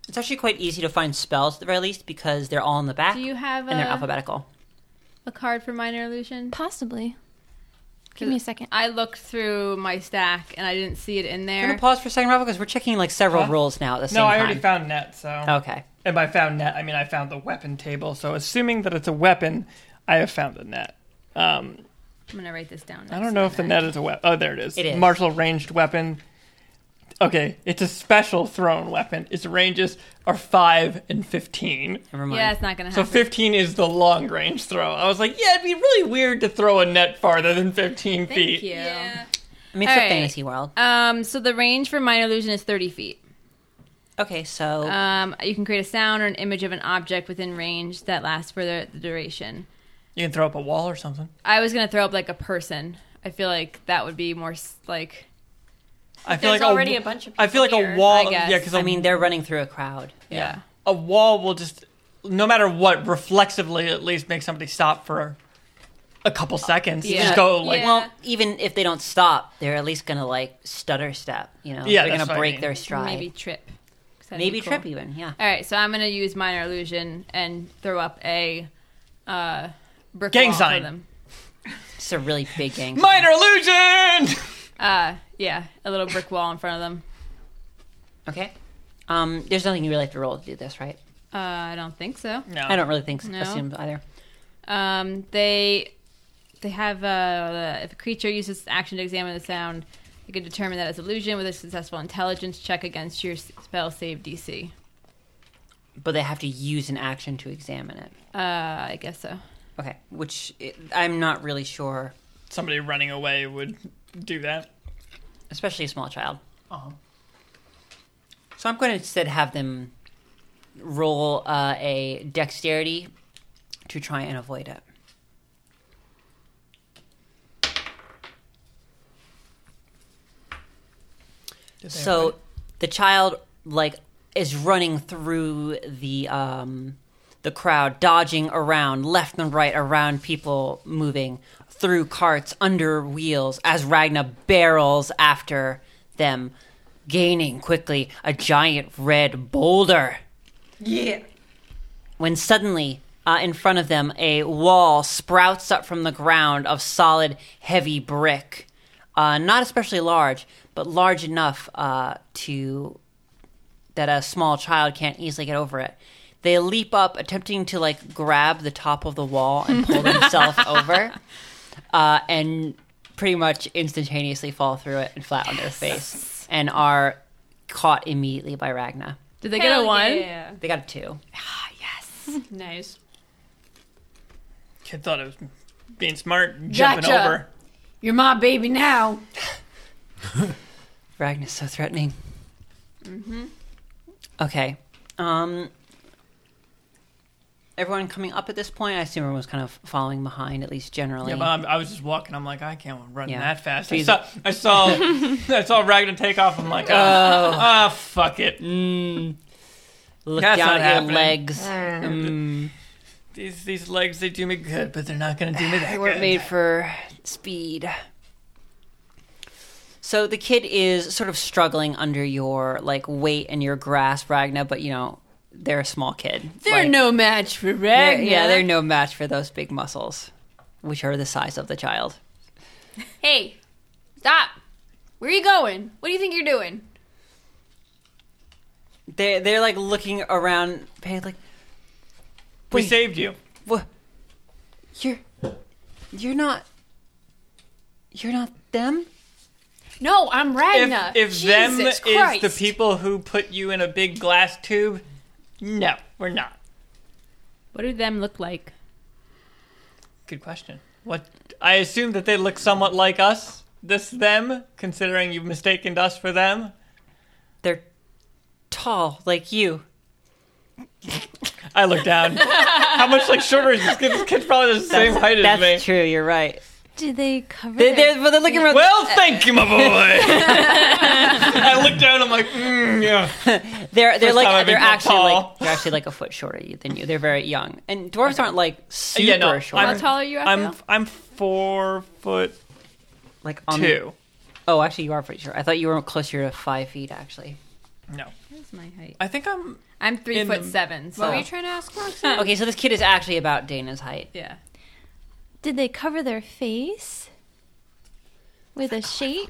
[SPEAKER 1] It's actually quite easy to find spells at the very least because they're all in the back
[SPEAKER 2] Do you have
[SPEAKER 1] and they're
[SPEAKER 2] a,
[SPEAKER 1] alphabetical.
[SPEAKER 2] a card for minor illusion?
[SPEAKER 3] Possibly. Give me a second.
[SPEAKER 2] I looked through my stack and I didn't see it in
[SPEAKER 1] I'm
[SPEAKER 2] there.
[SPEAKER 1] gonna pause for a second, Ravel, because we're checking like several
[SPEAKER 5] Huh?
[SPEAKER 1] rules now at the same
[SPEAKER 5] No,
[SPEAKER 1] time.
[SPEAKER 5] I already found net. So
[SPEAKER 1] Okay,
[SPEAKER 5] and by found net, I mean I found the weapon table. So assuming that it's a weapon, I have found the net. Um,
[SPEAKER 2] I'm gonna write this down.
[SPEAKER 5] I
[SPEAKER 2] next
[SPEAKER 5] don't know
[SPEAKER 2] to
[SPEAKER 5] if the
[SPEAKER 2] that.
[SPEAKER 5] net is a weapon. Oh, there it is.
[SPEAKER 1] It is.
[SPEAKER 5] Martial ranged weapon. Okay, it's a special thrown weapon. Its ranges are 5 and 15.
[SPEAKER 1] never mind.
[SPEAKER 2] Yeah, it's not gonna
[SPEAKER 5] So
[SPEAKER 2] happen.
[SPEAKER 5] 15 is the long range throw. I was like, yeah, it'd be really weird to throw a net farther than 15 feet.
[SPEAKER 2] Thank you.
[SPEAKER 1] I mean, it's a
[SPEAKER 2] Alright.
[SPEAKER 1] fantasy world.
[SPEAKER 2] Um, so the range for minor illusion is 30 feet.
[SPEAKER 1] Okay, so
[SPEAKER 2] Um, you can create a sound or an image of an object within range that lasts for the, the duration.
[SPEAKER 5] You can throw up a wall or something.
[SPEAKER 2] I was gonna throw up like a person. I feel like that would be more s- like
[SPEAKER 5] I feel
[SPEAKER 7] there's
[SPEAKER 5] like
[SPEAKER 7] already
[SPEAKER 5] a,
[SPEAKER 7] a bunch of
[SPEAKER 5] I feel like
[SPEAKER 7] people
[SPEAKER 5] a
[SPEAKER 7] here,
[SPEAKER 5] wall.
[SPEAKER 2] I guess.
[SPEAKER 5] Yeah, because
[SPEAKER 1] I mean, they're running through a crowd.
[SPEAKER 5] yeah, a wall will just, no matter what, reflexively at least make somebody stop for a couple seconds.
[SPEAKER 2] Yeah.
[SPEAKER 5] Just go like,
[SPEAKER 2] Yeah.
[SPEAKER 1] Well, even if they don't stop, they're at least gonna like stutter step. You know,
[SPEAKER 5] Yeah,
[SPEAKER 1] they're
[SPEAKER 5] that's
[SPEAKER 1] gonna
[SPEAKER 5] what I
[SPEAKER 1] break
[SPEAKER 5] mean.
[SPEAKER 1] their stride.
[SPEAKER 2] maybe trip. 'Cause that'd
[SPEAKER 1] Maybe
[SPEAKER 2] be cool.
[SPEAKER 1] trip even. Yeah.
[SPEAKER 2] All right, so I'm gonna use minor illusion and throw up a uh, brick
[SPEAKER 5] Gang
[SPEAKER 2] wall
[SPEAKER 5] sign.
[SPEAKER 2] for them.
[SPEAKER 1] It's a really big gang.
[SPEAKER 5] minor illusion.
[SPEAKER 2] Uh, yeah, a little brick wall in front of them.
[SPEAKER 1] Okay. Um, there's nothing you really have to roll to do this, right?
[SPEAKER 2] Uh, I don't think so.
[SPEAKER 5] No,
[SPEAKER 1] I don't really think so.
[SPEAKER 2] No.
[SPEAKER 1] Assume either.
[SPEAKER 2] Um, they they have uh, if a creature uses its action to examine the sound, you can determine that it's illusion with a successful intelligence check against your spell save DC.
[SPEAKER 1] But they have to use an action to examine it.
[SPEAKER 2] Uh, I guess so.
[SPEAKER 1] Okay, which it, I'm not really sure,
[SPEAKER 5] Somebody running away would do that.
[SPEAKER 1] especially a small child. So I'm going to instead have them roll uh, a dexterity to try and avoid it. so the child like is running through the um the crowd dodging around left and right around people moving through carts under wheels as ragna barrels after them gaining quickly a giant red boulder when suddenly uh, in front of them a wall sprouts up from the ground of solid heavy brick uh, not especially large but large enough uh, to that a small child can't easily get over it they leap up attempting to like grab the top of the wall and pull themselves over uh, and pretty much instantaneously fall through it and flat on their face and are caught immediately by ragna
[SPEAKER 2] Did they get a one?
[SPEAKER 1] they got a two
[SPEAKER 2] Nice.
[SPEAKER 5] Kid thought it was being smart, jumping
[SPEAKER 2] Gotcha.
[SPEAKER 5] over.
[SPEAKER 2] You're my baby now.
[SPEAKER 1] Ragna's so threatening. Mm-hmm. Okay. Um, everyone coming up at this point, I assume everyone's kind of following behind, at least generally.
[SPEAKER 5] Yeah, but I'm, I was just walking. I'm like, I can't run
[SPEAKER 1] Yeah.
[SPEAKER 5] that fast. I
[SPEAKER 1] Please.
[SPEAKER 5] saw, I saw, I saw Ragnar take off. I'm like, ah,
[SPEAKER 2] Oh.
[SPEAKER 5] ah, fuck it.
[SPEAKER 1] Look
[SPEAKER 5] That's
[SPEAKER 1] down
[SPEAKER 5] not
[SPEAKER 1] at your
[SPEAKER 5] happening.
[SPEAKER 1] legs. um,
[SPEAKER 5] These these legs, they do me good, but they're not gonna do me that
[SPEAKER 1] They weren't
[SPEAKER 5] good.
[SPEAKER 1] made for speed. So the kid is sort of struggling under your like weight and your grasp, Ragna, but you know, they're a small kid.
[SPEAKER 2] They're
[SPEAKER 1] Like,
[SPEAKER 2] no match for
[SPEAKER 1] they're-
[SPEAKER 2] Ragnar.
[SPEAKER 1] yeah, they're no match for those big muscles, which are the size of the child.
[SPEAKER 7] Hey, stop. Where are you going? What do you think you're doing?
[SPEAKER 1] They they're like looking around, paying like,
[SPEAKER 5] we
[SPEAKER 1] Wait.
[SPEAKER 5] saved you.
[SPEAKER 1] what? You're you're not you're not them.
[SPEAKER 7] No, I'm Ragna.
[SPEAKER 5] If, if them
[SPEAKER 7] Jesus
[SPEAKER 5] is the
[SPEAKER 7] Christ.
[SPEAKER 5] people who put you in a big glass tube, no, we're not.
[SPEAKER 2] What do them look like?
[SPEAKER 5] Good question. What I assume that they look somewhat like us. This them, considering you've mistaken us for them.
[SPEAKER 1] They're tall like you.
[SPEAKER 5] I look down. How much like shorter is this kid? This kid's probably the same height as
[SPEAKER 1] That's
[SPEAKER 5] me.
[SPEAKER 1] true. You're right.
[SPEAKER 3] Do they cover
[SPEAKER 1] They're,
[SPEAKER 3] their
[SPEAKER 1] they're, but they're looking around.
[SPEAKER 5] Well, thank you, my boy. I look down. I'm like, mm, yeah.
[SPEAKER 1] they're they're
[SPEAKER 5] first time
[SPEAKER 1] like
[SPEAKER 5] I've been
[SPEAKER 1] they're
[SPEAKER 5] called
[SPEAKER 1] actually
[SPEAKER 5] tall.
[SPEAKER 1] like they're actually like a foot shorter than you. They're very young, and dwarves aren't like super
[SPEAKER 5] Uh, Yeah, no,
[SPEAKER 1] short.
[SPEAKER 5] I'm-
[SPEAKER 2] How tall are you?
[SPEAKER 5] I'm
[SPEAKER 2] Raphael?
[SPEAKER 5] I'm four foot
[SPEAKER 1] like on the-
[SPEAKER 5] two.
[SPEAKER 1] oh, actually, you are pretty short. I thought you were closer to five feet. Actually.
[SPEAKER 5] No,
[SPEAKER 2] That's my height.
[SPEAKER 5] I think I'm.
[SPEAKER 2] I'm three
[SPEAKER 5] In
[SPEAKER 2] foot
[SPEAKER 5] the-
[SPEAKER 2] seven. So
[SPEAKER 7] what were you trying to ask for?
[SPEAKER 1] Okay, so this kid is actually about Dana's height.
[SPEAKER 2] yeah.
[SPEAKER 3] Did they cover their face with a shape?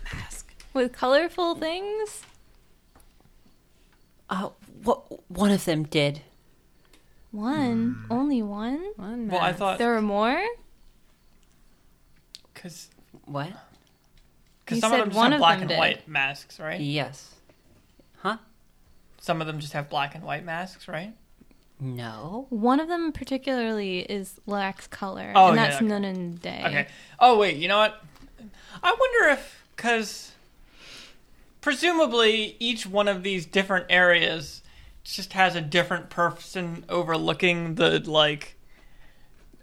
[SPEAKER 3] With colorful things?
[SPEAKER 1] Uh, what one of them did?
[SPEAKER 3] One. Only one?
[SPEAKER 2] One
[SPEAKER 5] Well, I
[SPEAKER 2] mask.
[SPEAKER 5] thought
[SPEAKER 3] There were more?
[SPEAKER 5] because
[SPEAKER 1] What?
[SPEAKER 5] because
[SPEAKER 3] You
[SPEAKER 5] some of
[SPEAKER 3] said
[SPEAKER 5] them just
[SPEAKER 3] one of
[SPEAKER 5] have black
[SPEAKER 3] them
[SPEAKER 5] and
[SPEAKER 3] did.
[SPEAKER 5] white masks, right?
[SPEAKER 1] Yes. Huh?
[SPEAKER 5] Some of them just have black and white masks, right?
[SPEAKER 1] No.
[SPEAKER 3] One of them particularly is lacks color.
[SPEAKER 5] Oh,
[SPEAKER 3] and
[SPEAKER 5] yeah,
[SPEAKER 3] that's
[SPEAKER 5] okay.
[SPEAKER 3] none and day.
[SPEAKER 5] Okay. Oh wait, you know what? I wonder if because presumably each one of these different areas just has a different person overlooking the like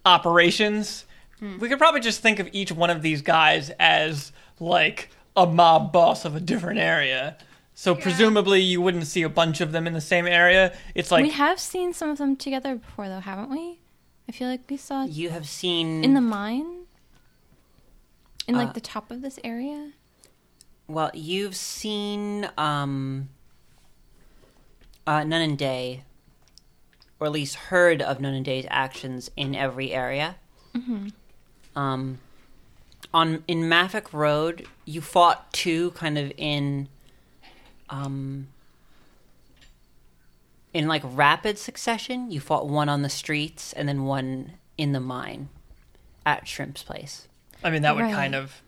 [SPEAKER 5] operations.
[SPEAKER 3] Hmm.
[SPEAKER 5] We could probably just think of each one of these guys as like a mob boss of a different area. So presumably you wouldn't see a bunch of them in the same area. It's like
[SPEAKER 3] we have seen some of them together before, though, haven't we? I feel like we saw
[SPEAKER 1] You have seen
[SPEAKER 3] in the mine, in like
[SPEAKER 1] Uh,
[SPEAKER 3] the top of this area.
[SPEAKER 1] well, you've seen um uh Nun and Day or at least heard of Nun and Day's actions in every area. Mm-hmm. Um on in Maffic Road, you fought two kind of in um in like rapid succession. You fought one on the streets and then one in the mine at Shrimp's place.
[SPEAKER 5] I mean, that would
[SPEAKER 3] Right.
[SPEAKER 5] kind of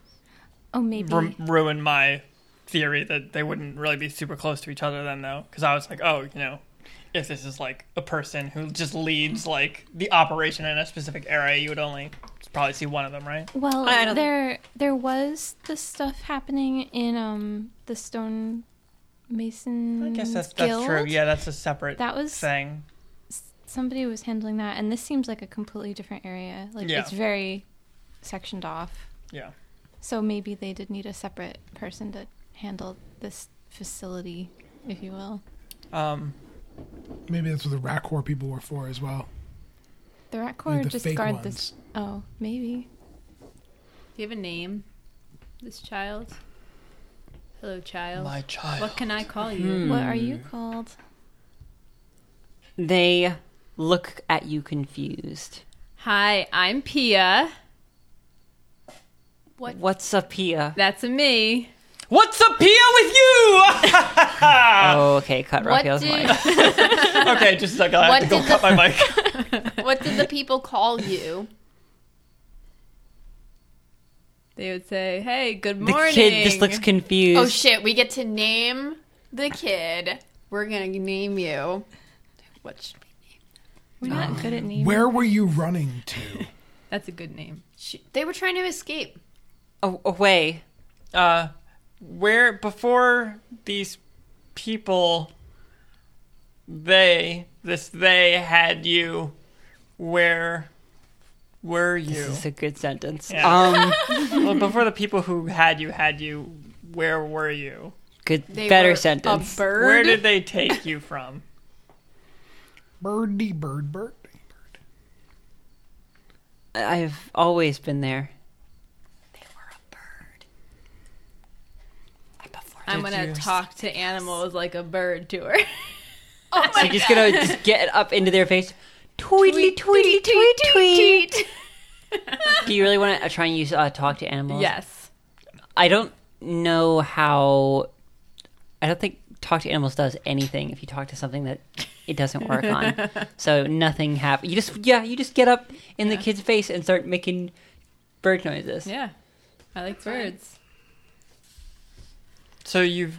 [SPEAKER 3] Oh, maybe.
[SPEAKER 5] ru- ruin my theory that they wouldn't really be super close to each other then, though, because I was like, oh, you know, if this is like a person who just leads like the operation in a specific area, you would only probably see one of them, right?
[SPEAKER 3] well,
[SPEAKER 1] I don't-
[SPEAKER 3] there there was the stuff happening in um the stone mason.
[SPEAKER 5] I guess that's that's true.
[SPEAKER 3] Guild.
[SPEAKER 5] Yeah, that's a separate
[SPEAKER 3] That was-
[SPEAKER 5] thing.
[SPEAKER 3] Somebody was handling that, and this seems like a completely different area. Like
[SPEAKER 5] Yeah.
[SPEAKER 3] it's very sectioned off.
[SPEAKER 5] Yeah.
[SPEAKER 3] So maybe they did need a separate person to handle this facility, if you will.
[SPEAKER 5] Um,
[SPEAKER 6] Maybe that's what the Rackor people were for as well.
[SPEAKER 3] The rat corps
[SPEAKER 6] the
[SPEAKER 3] just
[SPEAKER 6] fake
[SPEAKER 3] guard
[SPEAKER 6] ones.
[SPEAKER 3] this. Oh, maybe.
[SPEAKER 2] Do you have a name? This child? Hello, child.
[SPEAKER 5] my Hmm. child.
[SPEAKER 2] what can I call you?
[SPEAKER 3] What are you called?
[SPEAKER 1] They look at you confused.
[SPEAKER 2] Hi, I'm Pia. What?
[SPEAKER 1] What's up, Pia?
[SPEAKER 2] That's a me.
[SPEAKER 5] What's up here with you?
[SPEAKER 1] oh, okay, cut
[SPEAKER 7] What
[SPEAKER 1] Raphael's
[SPEAKER 7] did-
[SPEAKER 1] mic.
[SPEAKER 5] okay, just a second. I
[SPEAKER 7] What
[SPEAKER 5] have to go
[SPEAKER 7] did
[SPEAKER 5] cut my mic.
[SPEAKER 7] What did the people call you?
[SPEAKER 2] They would say, "Hey, good
[SPEAKER 1] The
[SPEAKER 2] morning."
[SPEAKER 1] kid just looks confused.
[SPEAKER 7] Oh shit, we get to name the kid. We're gonna name you. What should we?
[SPEAKER 3] We're not good at names.
[SPEAKER 6] Where were you running to?
[SPEAKER 2] That's a good name.
[SPEAKER 7] Sh- They were trying to escape.
[SPEAKER 1] A- away.
[SPEAKER 5] uh, where before these people, they this they had you. Where were
[SPEAKER 1] This
[SPEAKER 5] you?
[SPEAKER 1] is a good sentence.
[SPEAKER 5] Yeah.
[SPEAKER 1] Um,
[SPEAKER 5] well, before the people who had you had you. Where were you?
[SPEAKER 1] good,
[SPEAKER 7] They were
[SPEAKER 1] better sentence.
[SPEAKER 7] A bird.
[SPEAKER 5] Where did they take you from?
[SPEAKER 6] Birdie, bird, bird.
[SPEAKER 1] I've always been there.
[SPEAKER 2] I'm
[SPEAKER 5] Did
[SPEAKER 2] gonna
[SPEAKER 5] you-
[SPEAKER 2] talk to animals like a bird to her.
[SPEAKER 1] so you're just gonna just get up into their face. Tweedly, tweedly, tweet, tweet. Do you really want to try and use uh, talk to animals?
[SPEAKER 2] yes.
[SPEAKER 1] I don't know how. I don't think talk to animals does anything if you talk to something that it doesn't work on. So nothing happens. You just yeah, you just get up in the kid's face and start making bird noises.
[SPEAKER 2] Yeah. I like birds.
[SPEAKER 5] So you've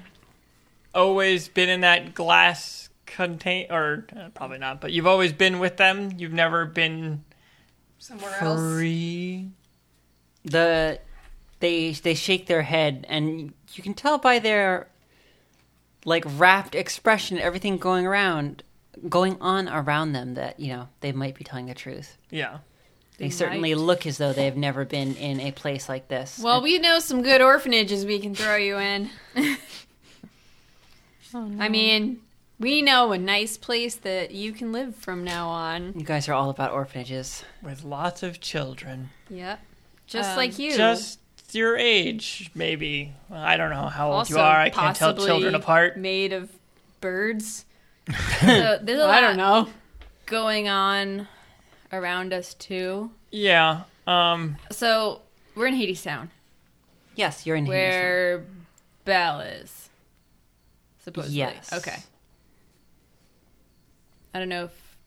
[SPEAKER 5] always been in that glass contain, or uh, probably not, but you've always been with them. You've never been
[SPEAKER 7] Somewhere else.
[SPEAKER 5] free.
[SPEAKER 1] The they they shake their head and you can tell by their like rapt expression, everything going around, going on around them that you know they might be telling the truth.
[SPEAKER 5] Yeah.
[SPEAKER 1] They, certainly look as though they have never been in a place like this.
[SPEAKER 7] Well, we know some good orphanages we can throw you in.
[SPEAKER 3] Oh, no.
[SPEAKER 7] I mean, we know a nice place that you can live from now on.
[SPEAKER 1] you guys are all about orphanages.
[SPEAKER 5] With lots of children.
[SPEAKER 7] Yep. Just
[SPEAKER 2] Um,
[SPEAKER 7] like you.
[SPEAKER 5] Just your age, maybe. Well, I don't know how old
[SPEAKER 7] also
[SPEAKER 5] you are. I can't tell
[SPEAKER 7] possibly
[SPEAKER 5] children apart.
[SPEAKER 7] Made of birds.
[SPEAKER 2] So there's a lot
[SPEAKER 7] I don't know.
[SPEAKER 2] going on around us too.
[SPEAKER 5] Yeah. Um.
[SPEAKER 2] So we're in Hades Town,
[SPEAKER 1] Yes, you're in Hades.
[SPEAKER 2] where Belle is. Supposedly.
[SPEAKER 1] Yes.
[SPEAKER 2] Okay. I don't know if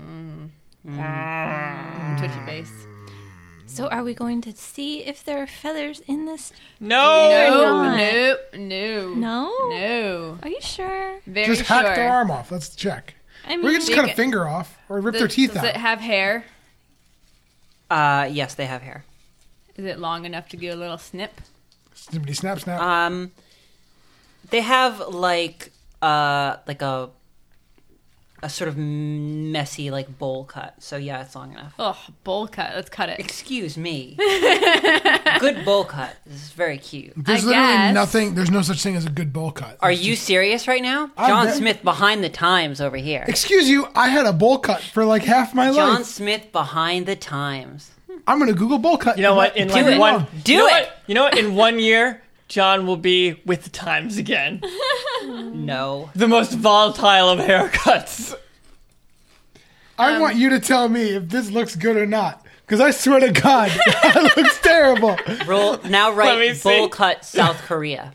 [SPEAKER 2] mm,
[SPEAKER 1] Mm.
[SPEAKER 2] twitchy face.
[SPEAKER 3] so are we going to see if there are feathers in this?
[SPEAKER 5] No.
[SPEAKER 3] not.
[SPEAKER 2] no, no,
[SPEAKER 3] No.
[SPEAKER 2] no.
[SPEAKER 3] Are you sure?
[SPEAKER 2] Very
[SPEAKER 6] Just
[SPEAKER 2] sure.
[SPEAKER 6] hack their arm off. That's the check.
[SPEAKER 3] I
[SPEAKER 6] We
[SPEAKER 3] mean,
[SPEAKER 6] could just cut a
[SPEAKER 2] can-
[SPEAKER 6] finger off or rip
[SPEAKER 2] Does-
[SPEAKER 6] their teeth
[SPEAKER 2] does
[SPEAKER 6] out.
[SPEAKER 2] it have hair?
[SPEAKER 1] Uh, yes, they have hair.
[SPEAKER 2] Is it long enough to do a little snip?
[SPEAKER 6] Snippity snap
[SPEAKER 2] Uh,
[SPEAKER 6] snap.
[SPEAKER 1] Um, they have like uh like a a sort of messy like bowl cut. So yeah, it's long enough.
[SPEAKER 2] Oh, bowl cut. Let's cut it.
[SPEAKER 1] Excuse me. Good bowl cut. This is very cute.
[SPEAKER 6] there's
[SPEAKER 2] I
[SPEAKER 6] literally
[SPEAKER 2] guess.
[SPEAKER 6] nothing. There's no such thing as a good bowl cut.
[SPEAKER 1] Are you serious right now?
[SPEAKER 6] I'm
[SPEAKER 1] John
[SPEAKER 6] very-
[SPEAKER 1] Smith behind the times over here.
[SPEAKER 6] Excuse you. I had a bowl cut for like half my
[SPEAKER 1] John
[SPEAKER 6] life.
[SPEAKER 1] Smith behind the times.
[SPEAKER 6] I'm gonna Google bowl cut.
[SPEAKER 5] You know what? In
[SPEAKER 1] Do
[SPEAKER 5] like
[SPEAKER 1] it.
[SPEAKER 5] one.
[SPEAKER 1] Do
[SPEAKER 5] you know
[SPEAKER 1] it.
[SPEAKER 5] what? You know what? In one year, John will be with the times again.
[SPEAKER 1] No.
[SPEAKER 5] The most volatile of haircuts.
[SPEAKER 2] Um,
[SPEAKER 6] I want you to tell me if this looks good or not, because I swear to God, it looks terrible.
[SPEAKER 1] Roll now
[SPEAKER 5] me
[SPEAKER 1] write
[SPEAKER 5] see.
[SPEAKER 1] bowl cut South Korea.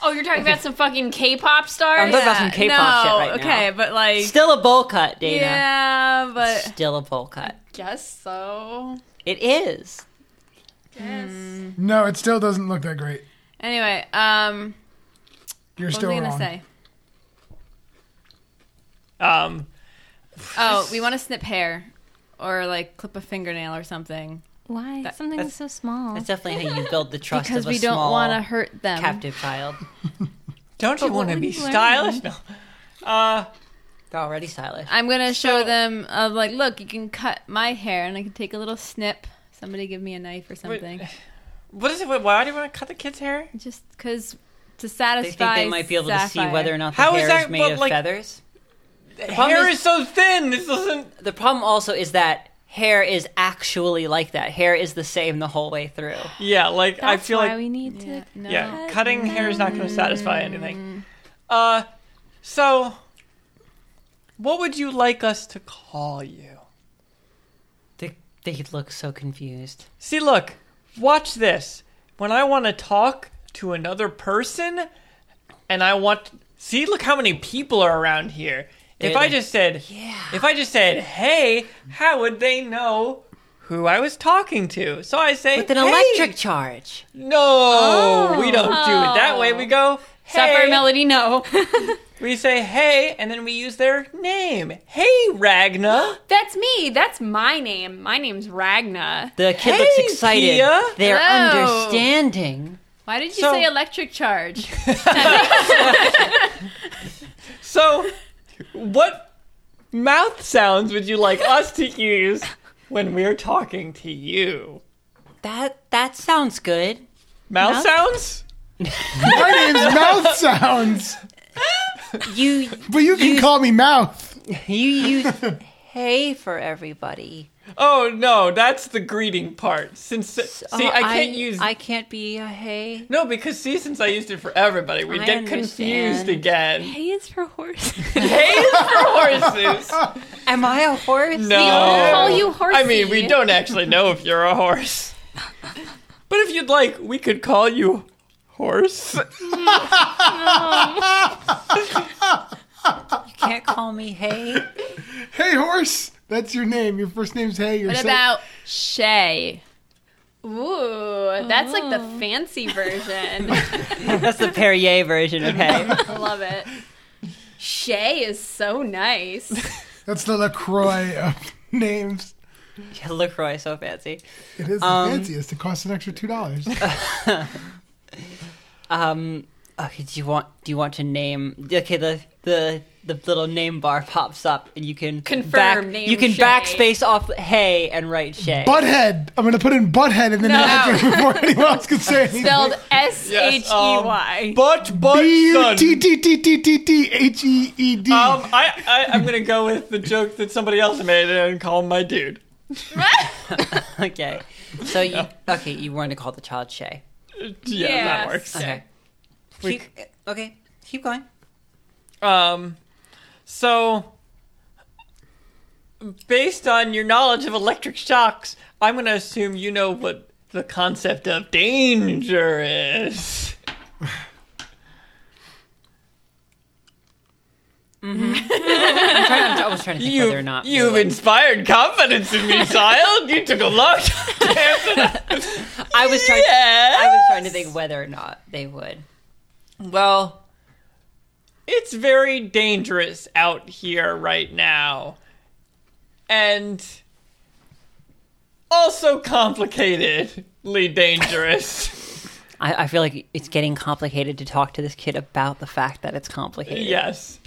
[SPEAKER 7] Oh, you're talking about some fucking K-pop stars.
[SPEAKER 1] I'm talking about some K-pop
[SPEAKER 2] no,
[SPEAKER 1] shit right now.
[SPEAKER 2] okay, but like,
[SPEAKER 1] Still a bowl cut, Dana.
[SPEAKER 2] yeah, but it.
[SPEAKER 1] still a bowl cut.
[SPEAKER 2] Guess so.
[SPEAKER 1] It is.
[SPEAKER 7] Yes.
[SPEAKER 6] No, it still doesn't look that great.
[SPEAKER 2] Mm. Anyway, um,
[SPEAKER 6] You're
[SPEAKER 2] what
[SPEAKER 6] still
[SPEAKER 2] was I gonna
[SPEAKER 6] wrong.
[SPEAKER 2] say?
[SPEAKER 5] Um,
[SPEAKER 2] Oh, we want to snip hair, or like clip a fingernail or something,
[SPEAKER 3] Why?
[SPEAKER 2] That-
[SPEAKER 3] Something
[SPEAKER 1] that's-
[SPEAKER 3] so small.
[SPEAKER 1] That's definitely how you build the trust
[SPEAKER 2] because
[SPEAKER 1] of a
[SPEAKER 2] we don't
[SPEAKER 1] small
[SPEAKER 2] want to hurt them.
[SPEAKER 1] captive child.
[SPEAKER 5] don't you
[SPEAKER 3] what
[SPEAKER 5] want to
[SPEAKER 3] would
[SPEAKER 5] be
[SPEAKER 3] you learn?
[SPEAKER 5] stylish? No. Uh,
[SPEAKER 1] They're already stylish.
[SPEAKER 2] I'm gonna show them of like, look, you can cut my hair, and I can take a little snip. Somebody give me a knife or something,
[SPEAKER 5] what is it? Wait, Why do you want to cut the kid's hair?
[SPEAKER 2] just because to
[SPEAKER 1] They
[SPEAKER 2] satisfy.
[SPEAKER 1] think they might be able to see
[SPEAKER 2] Sapphire.
[SPEAKER 1] whether or not the
[SPEAKER 5] How is
[SPEAKER 1] hair
[SPEAKER 5] that-
[SPEAKER 1] is made
[SPEAKER 5] but,
[SPEAKER 1] of
[SPEAKER 5] like-
[SPEAKER 1] feathers. problem
[SPEAKER 5] hair
[SPEAKER 1] is-
[SPEAKER 5] is, so thin. This doesn't.
[SPEAKER 1] The problem also is that hair is actually like that. Hair is the same the whole way through.
[SPEAKER 5] Yeah, like I
[SPEAKER 3] That's
[SPEAKER 5] feel
[SPEAKER 3] why
[SPEAKER 5] like
[SPEAKER 3] we need to.
[SPEAKER 2] No.
[SPEAKER 5] yeah,
[SPEAKER 3] cut Mm.
[SPEAKER 5] cutting hair is not going to satisfy anything. Uh, so what would you like us to call you?
[SPEAKER 1] They, they look so confused.
[SPEAKER 5] See, look, watch this. When I want to talk to another person, and I want see, look how many people are around here. If
[SPEAKER 1] They're
[SPEAKER 5] I
[SPEAKER 1] like,
[SPEAKER 5] just said, yeah. if I just said, hey, how would they know who I was talking to? So I say,
[SPEAKER 1] With an
[SPEAKER 5] "Hey."
[SPEAKER 1] electric Oh. charge.
[SPEAKER 5] No, we don't do it that way. We go,
[SPEAKER 2] Sapphire
[SPEAKER 5] hey.
[SPEAKER 2] Melody, no.
[SPEAKER 5] We say, hey, and then we use their name. Hey, Ragna.
[SPEAKER 7] That's me. That's my name. My name's Ragna.
[SPEAKER 1] The kid
[SPEAKER 5] Hey,
[SPEAKER 1] looks excited.
[SPEAKER 5] Kia.
[SPEAKER 1] They're
[SPEAKER 2] Hello.
[SPEAKER 1] understanding.
[SPEAKER 2] Why did you
[SPEAKER 5] So-
[SPEAKER 2] say electric charge?
[SPEAKER 5] So, what mouth sounds would you like us to use when we're talking to you?
[SPEAKER 1] That that sounds good.
[SPEAKER 5] Mouth, sounds?
[SPEAKER 6] My name's Mouth Sounds,
[SPEAKER 1] You
[SPEAKER 6] but you can call me Mouth.
[SPEAKER 1] you use hey for everybody.
[SPEAKER 5] Oh no, that's the greeting part. Since see,
[SPEAKER 1] Oh,
[SPEAKER 5] I can't use
[SPEAKER 1] I can't be a hey.
[SPEAKER 5] no because see, since I used it for everybody, we
[SPEAKER 1] I
[SPEAKER 5] get
[SPEAKER 1] understand.
[SPEAKER 5] confused again.
[SPEAKER 3] Hay is for horse.
[SPEAKER 5] Hey is for horses.
[SPEAKER 1] Am I a horse?
[SPEAKER 5] No,
[SPEAKER 7] call you horsey.
[SPEAKER 5] I mean, we don't actually know if you're a horse, but if you'd like, we could call you horse.
[SPEAKER 1] You can't call me hey.
[SPEAKER 6] Hey, horse. That's your name. Your first name's Hey. Your
[SPEAKER 2] What
[SPEAKER 6] sec-
[SPEAKER 2] about Shay?
[SPEAKER 7] Ooh, that's like the
[SPEAKER 2] Oh.
[SPEAKER 7] fancy version.
[SPEAKER 1] That's the Perrier version of hey.
[SPEAKER 7] I love it. Shay is so nice.
[SPEAKER 6] That's the Lacroix of names.
[SPEAKER 1] Yeah, LaCroix is so fancy.
[SPEAKER 6] It is the
[SPEAKER 1] Um,
[SPEAKER 6] fanciest. It costs an extra two dollars.
[SPEAKER 1] Um okay, do you want do you want to name okay the the the little name bar pops up and you can
[SPEAKER 7] Confirm
[SPEAKER 1] back,
[SPEAKER 7] name
[SPEAKER 1] you can
[SPEAKER 7] Shay.
[SPEAKER 1] backspace off hey and write Shay.
[SPEAKER 6] Butthead. I'm gonna put in Butthead in the name before anyone else can say anything.
[SPEAKER 7] Spelled S H E Y.
[SPEAKER 5] um, But but son.
[SPEAKER 6] T T T T T T H E E D.
[SPEAKER 5] Um, I, I I'm gonna go with the joke that somebody else made and call him my dude.
[SPEAKER 1] okay. So you okay, you want to call the child Shay.
[SPEAKER 5] Yeah,
[SPEAKER 7] Yes.
[SPEAKER 5] that works.
[SPEAKER 1] Okay.
[SPEAKER 5] We-
[SPEAKER 1] Keep- okay. Keep going.
[SPEAKER 5] Um, so based on your knowledge of electric shocks, I'm gonna assume you know what the concept of danger is.
[SPEAKER 1] I'm trying, I'm, I was trying to think
[SPEAKER 5] You,
[SPEAKER 1] whether or not
[SPEAKER 5] you've inspired confidence in me, child. You took a long time to answer that.
[SPEAKER 1] I was trying. I was trying to think whether or not they would.
[SPEAKER 5] Well, it's very dangerous out here right now. And also complicatedly dangerous.
[SPEAKER 1] I, I feel like it's getting complicated to talk to this kid about the fact that it's complicated.
[SPEAKER 5] yes.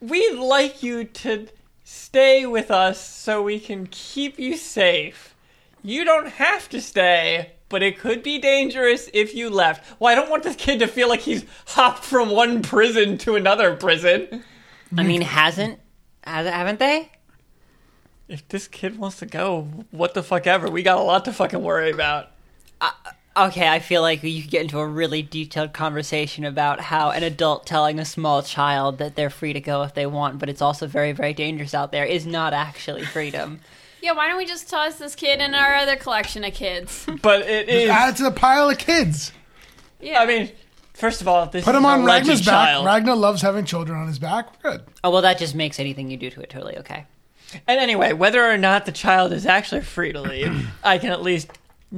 [SPEAKER 5] We'd like you to stay with us so we can keep you safe. You don't have to stay, but it could be dangerous if you left. Well, I don't want this kid to feel like he's hopped from one prison to another prison.
[SPEAKER 1] I mean, hasn't has, haven't they?
[SPEAKER 5] If this kid wants to go, what the fuck ever. We got a lot to fucking worry about.
[SPEAKER 1] Okay, I feel like you could get into a really detailed conversation about how an adult telling a small child that they're free to go if they want, but it's also very, very dangerous out there, is not actually freedom.
[SPEAKER 7] Yeah, why don't we just toss this kid in our other collection of kids?
[SPEAKER 5] But it is.
[SPEAKER 6] Add it to the pile of kids.
[SPEAKER 7] Yeah.
[SPEAKER 5] I mean, First of all, this
[SPEAKER 6] Put
[SPEAKER 5] is
[SPEAKER 6] him
[SPEAKER 5] a
[SPEAKER 6] on
[SPEAKER 5] legend
[SPEAKER 6] Ragnar's
[SPEAKER 5] child.
[SPEAKER 6] back. Ragnar loves having children on his back. Good.
[SPEAKER 1] Oh well, that just makes anything you do to it totally okay.
[SPEAKER 5] And anyway, whether or not the child is actually free to leave, I can at least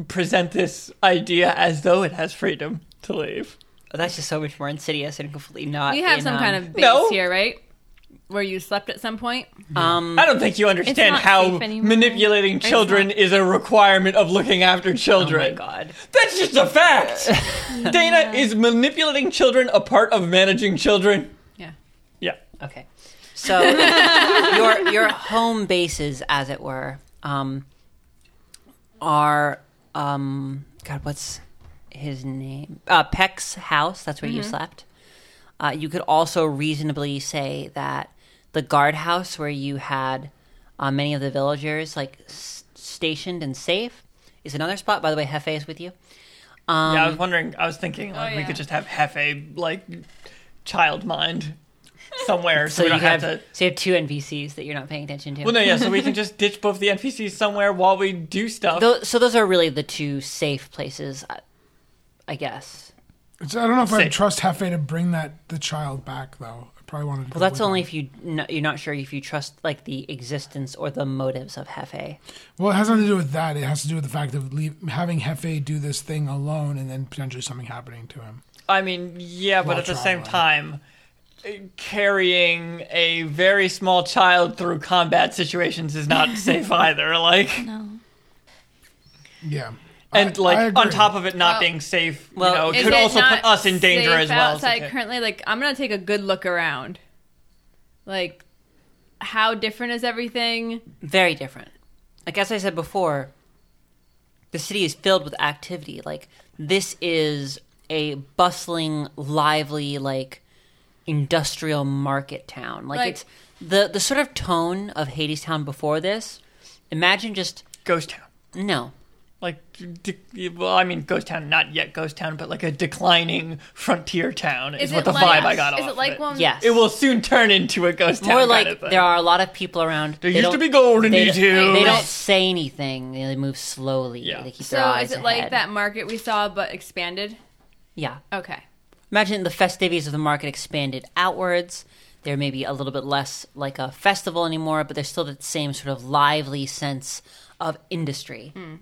[SPEAKER 5] present this idea as though it has freedom to leave.
[SPEAKER 1] Oh, that's just so much more insidious and completely not.
[SPEAKER 2] We have
[SPEAKER 1] in,
[SPEAKER 2] some
[SPEAKER 1] um,
[SPEAKER 2] kind of base
[SPEAKER 5] No.
[SPEAKER 2] here, right? Where you slept at some point.
[SPEAKER 1] Um,
[SPEAKER 5] I don't think you understand
[SPEAKER 3] not
[SPEAKER 5] how
[SPEAKER 3] safe anymore.
[SPEAKER 5] manipulating children is a requirement of looking after
[SPEAKER 1] oh my
[SPEAKER 5] children.
[SPEAKER 1] god.
[SPEAKER 5] That's just a fact. Dana is manipulating children a part of managing children.
[SPEAKER 2] Yeah.
[SPEAKER 5] Yeah.
[SPEAKER 1] Okay. So your your home bases, as it were, um, are um, God, what's his name? Uh, Peck's house. That's where you slept. Uh, you could also reasonably say that the guardhouse where you had uh, many of the villagers like s- stationed and safe is another spot. By the way, Hefe is with you. Um,
[SPEAKER 5] yeah, I was wondering, I was thinking like, we
[SPEAKER 2] Oh, yeah.
[SPEAKER 5] could just have Hefe, like, child mind somewhere
[SPEAKER 1] so
[SPEAKER 5] so, we
[SPEAKER 1] you
[SPEAKER 5] don't
[SPEAKER 1] could have,
[SPEAKER 5] have to.
[SPEAKER 1] so you have two NPCs that you're not paying attention to.
[SPEAKER 5] Well, no, yeah, so we can just ditch both the NPCs somewhere while we do stuff.
[SPEAKER 1] Tho- so those are really the two safe places, I, I guess.
[SPEAKER 6] It's, I don't know if I
[SPEAKER 5] Sick.
[SPEAKER 6] would trust Hefe to bring that the child back though. I probably wanted. To
[SPEAKER 1] Well,
[SPEAKER 6] go
[SPEAKER 1] that's
[SPEAKER 6] with
[SPEAKER 1] only
[SPEAKER 6] him.
[SPEAKER 1] if you no, you're not sure if you trust like the existence or the motives of Hefe.
[SPEAKER 6] Well, it has nothing to do with that. It has to do with the fact of leave, having Hefe do this thing alone and then potentially something happening to him.
[SPEAKER 5] I mean, yeah, but
[SPEAKER 6] While
[SPEAKER 5] at the same time,
[SPEAKER 6] traveling.
[SPEAKER 5] uh, carrying a very small child through combat situations is not safe either. Like,
[SPEAKER 3] No.
[SPEAKER 6] Yeah.
[SPEAKER 5] and
[SPEAKER 6] I- I
[SPEAKER 5] like on
[SPEAKER 6] agree.
[SPEAKER 5] top of it not
[SPEAKER 2] Well-
[SPEAKER 5] being safe,
[SPEAKER 1] Well,
[SPEAKER 5] you know,
[SPEAKER 2] Is
[SPEAKER 5] it could
[SPEAKER 2] it
[SPEAKER 5] also
[SPEAKER 2] not
[SPEAKER 5] put us in danger
[SPEAKER 2] safe
[SPEAKER 5] as well. so
[SPEAKER 2] Outside
[SPEAKER 5] okay.
[SPEAKER 2] currently, like I'm gonna take a good look around. Like, how different is everything?
[SPEAKER 1] Very different. Like as I said before, the city is filled with activity. Like this is a bustling, lively, like industrial market town. Like
[SPEAKER 2] Like-
[SPEAKER 1] it's the the sort of tone of Hadestown before this. Imagine just
[SPEAKER 5] Ghost Town.
[SPEAKER 1] no.
[SPEAKER 5] Like, de- well, I mean, Ghost Town, not yet Ghost Town, but like a declining frontier town is, what the
[SPEAKER 2] like,
[SPEAKER 5] vibe I got
[SPEAKER 2] Is
[SPEAKER 5] off
[SPEAKER 2] it
[SPEAKER 5] of
[SPEAKER 2] like
[SPEAKER 5] it.
[SPEAKER 2] one?
[SPEAKER 1] Yes.
[SPEAKER 5] It will soon turn into a Ghost Town.
[SPEAKER 1] more
[SPEAKER 5] kind
[SPEAKER 1] like
[SPEAKER 5] of thing.
[SPEAKER 1] there are a lot of people around.
[SPEAKER 5] There
[SPEAKER 1] They
[SPEAKER 5] used to
[SPEAKER 1] don't-
[SPEAKER 5] be gold in
[SPEAKER 1] they
[SPEAKER 5] these
[SPEAKER 1] don't-
[SPEAKER 5] hills.
[SPEAKER 1] They don't say anything. They move slowly.
[SPEAKER 5] Yeah.
[SPEAKER 1] They keep their
[SPEAKER 2] So
[SPEAKER 1] eyes
[SPEAKER 2] is it
[SPEAKER 1] ahead.
[SPEAKER 2] like that market we saw but expanded?
[SPEAKER 1] Yeah.
[SPEAKER 2] Okay.
[SPEAKER 1] Imagine the festivities of the market expanded outwards. There may be a little bit less like a festival anymore, but there's still that same sort of lively sense of industry.
[SPEAKER 5] Hmm.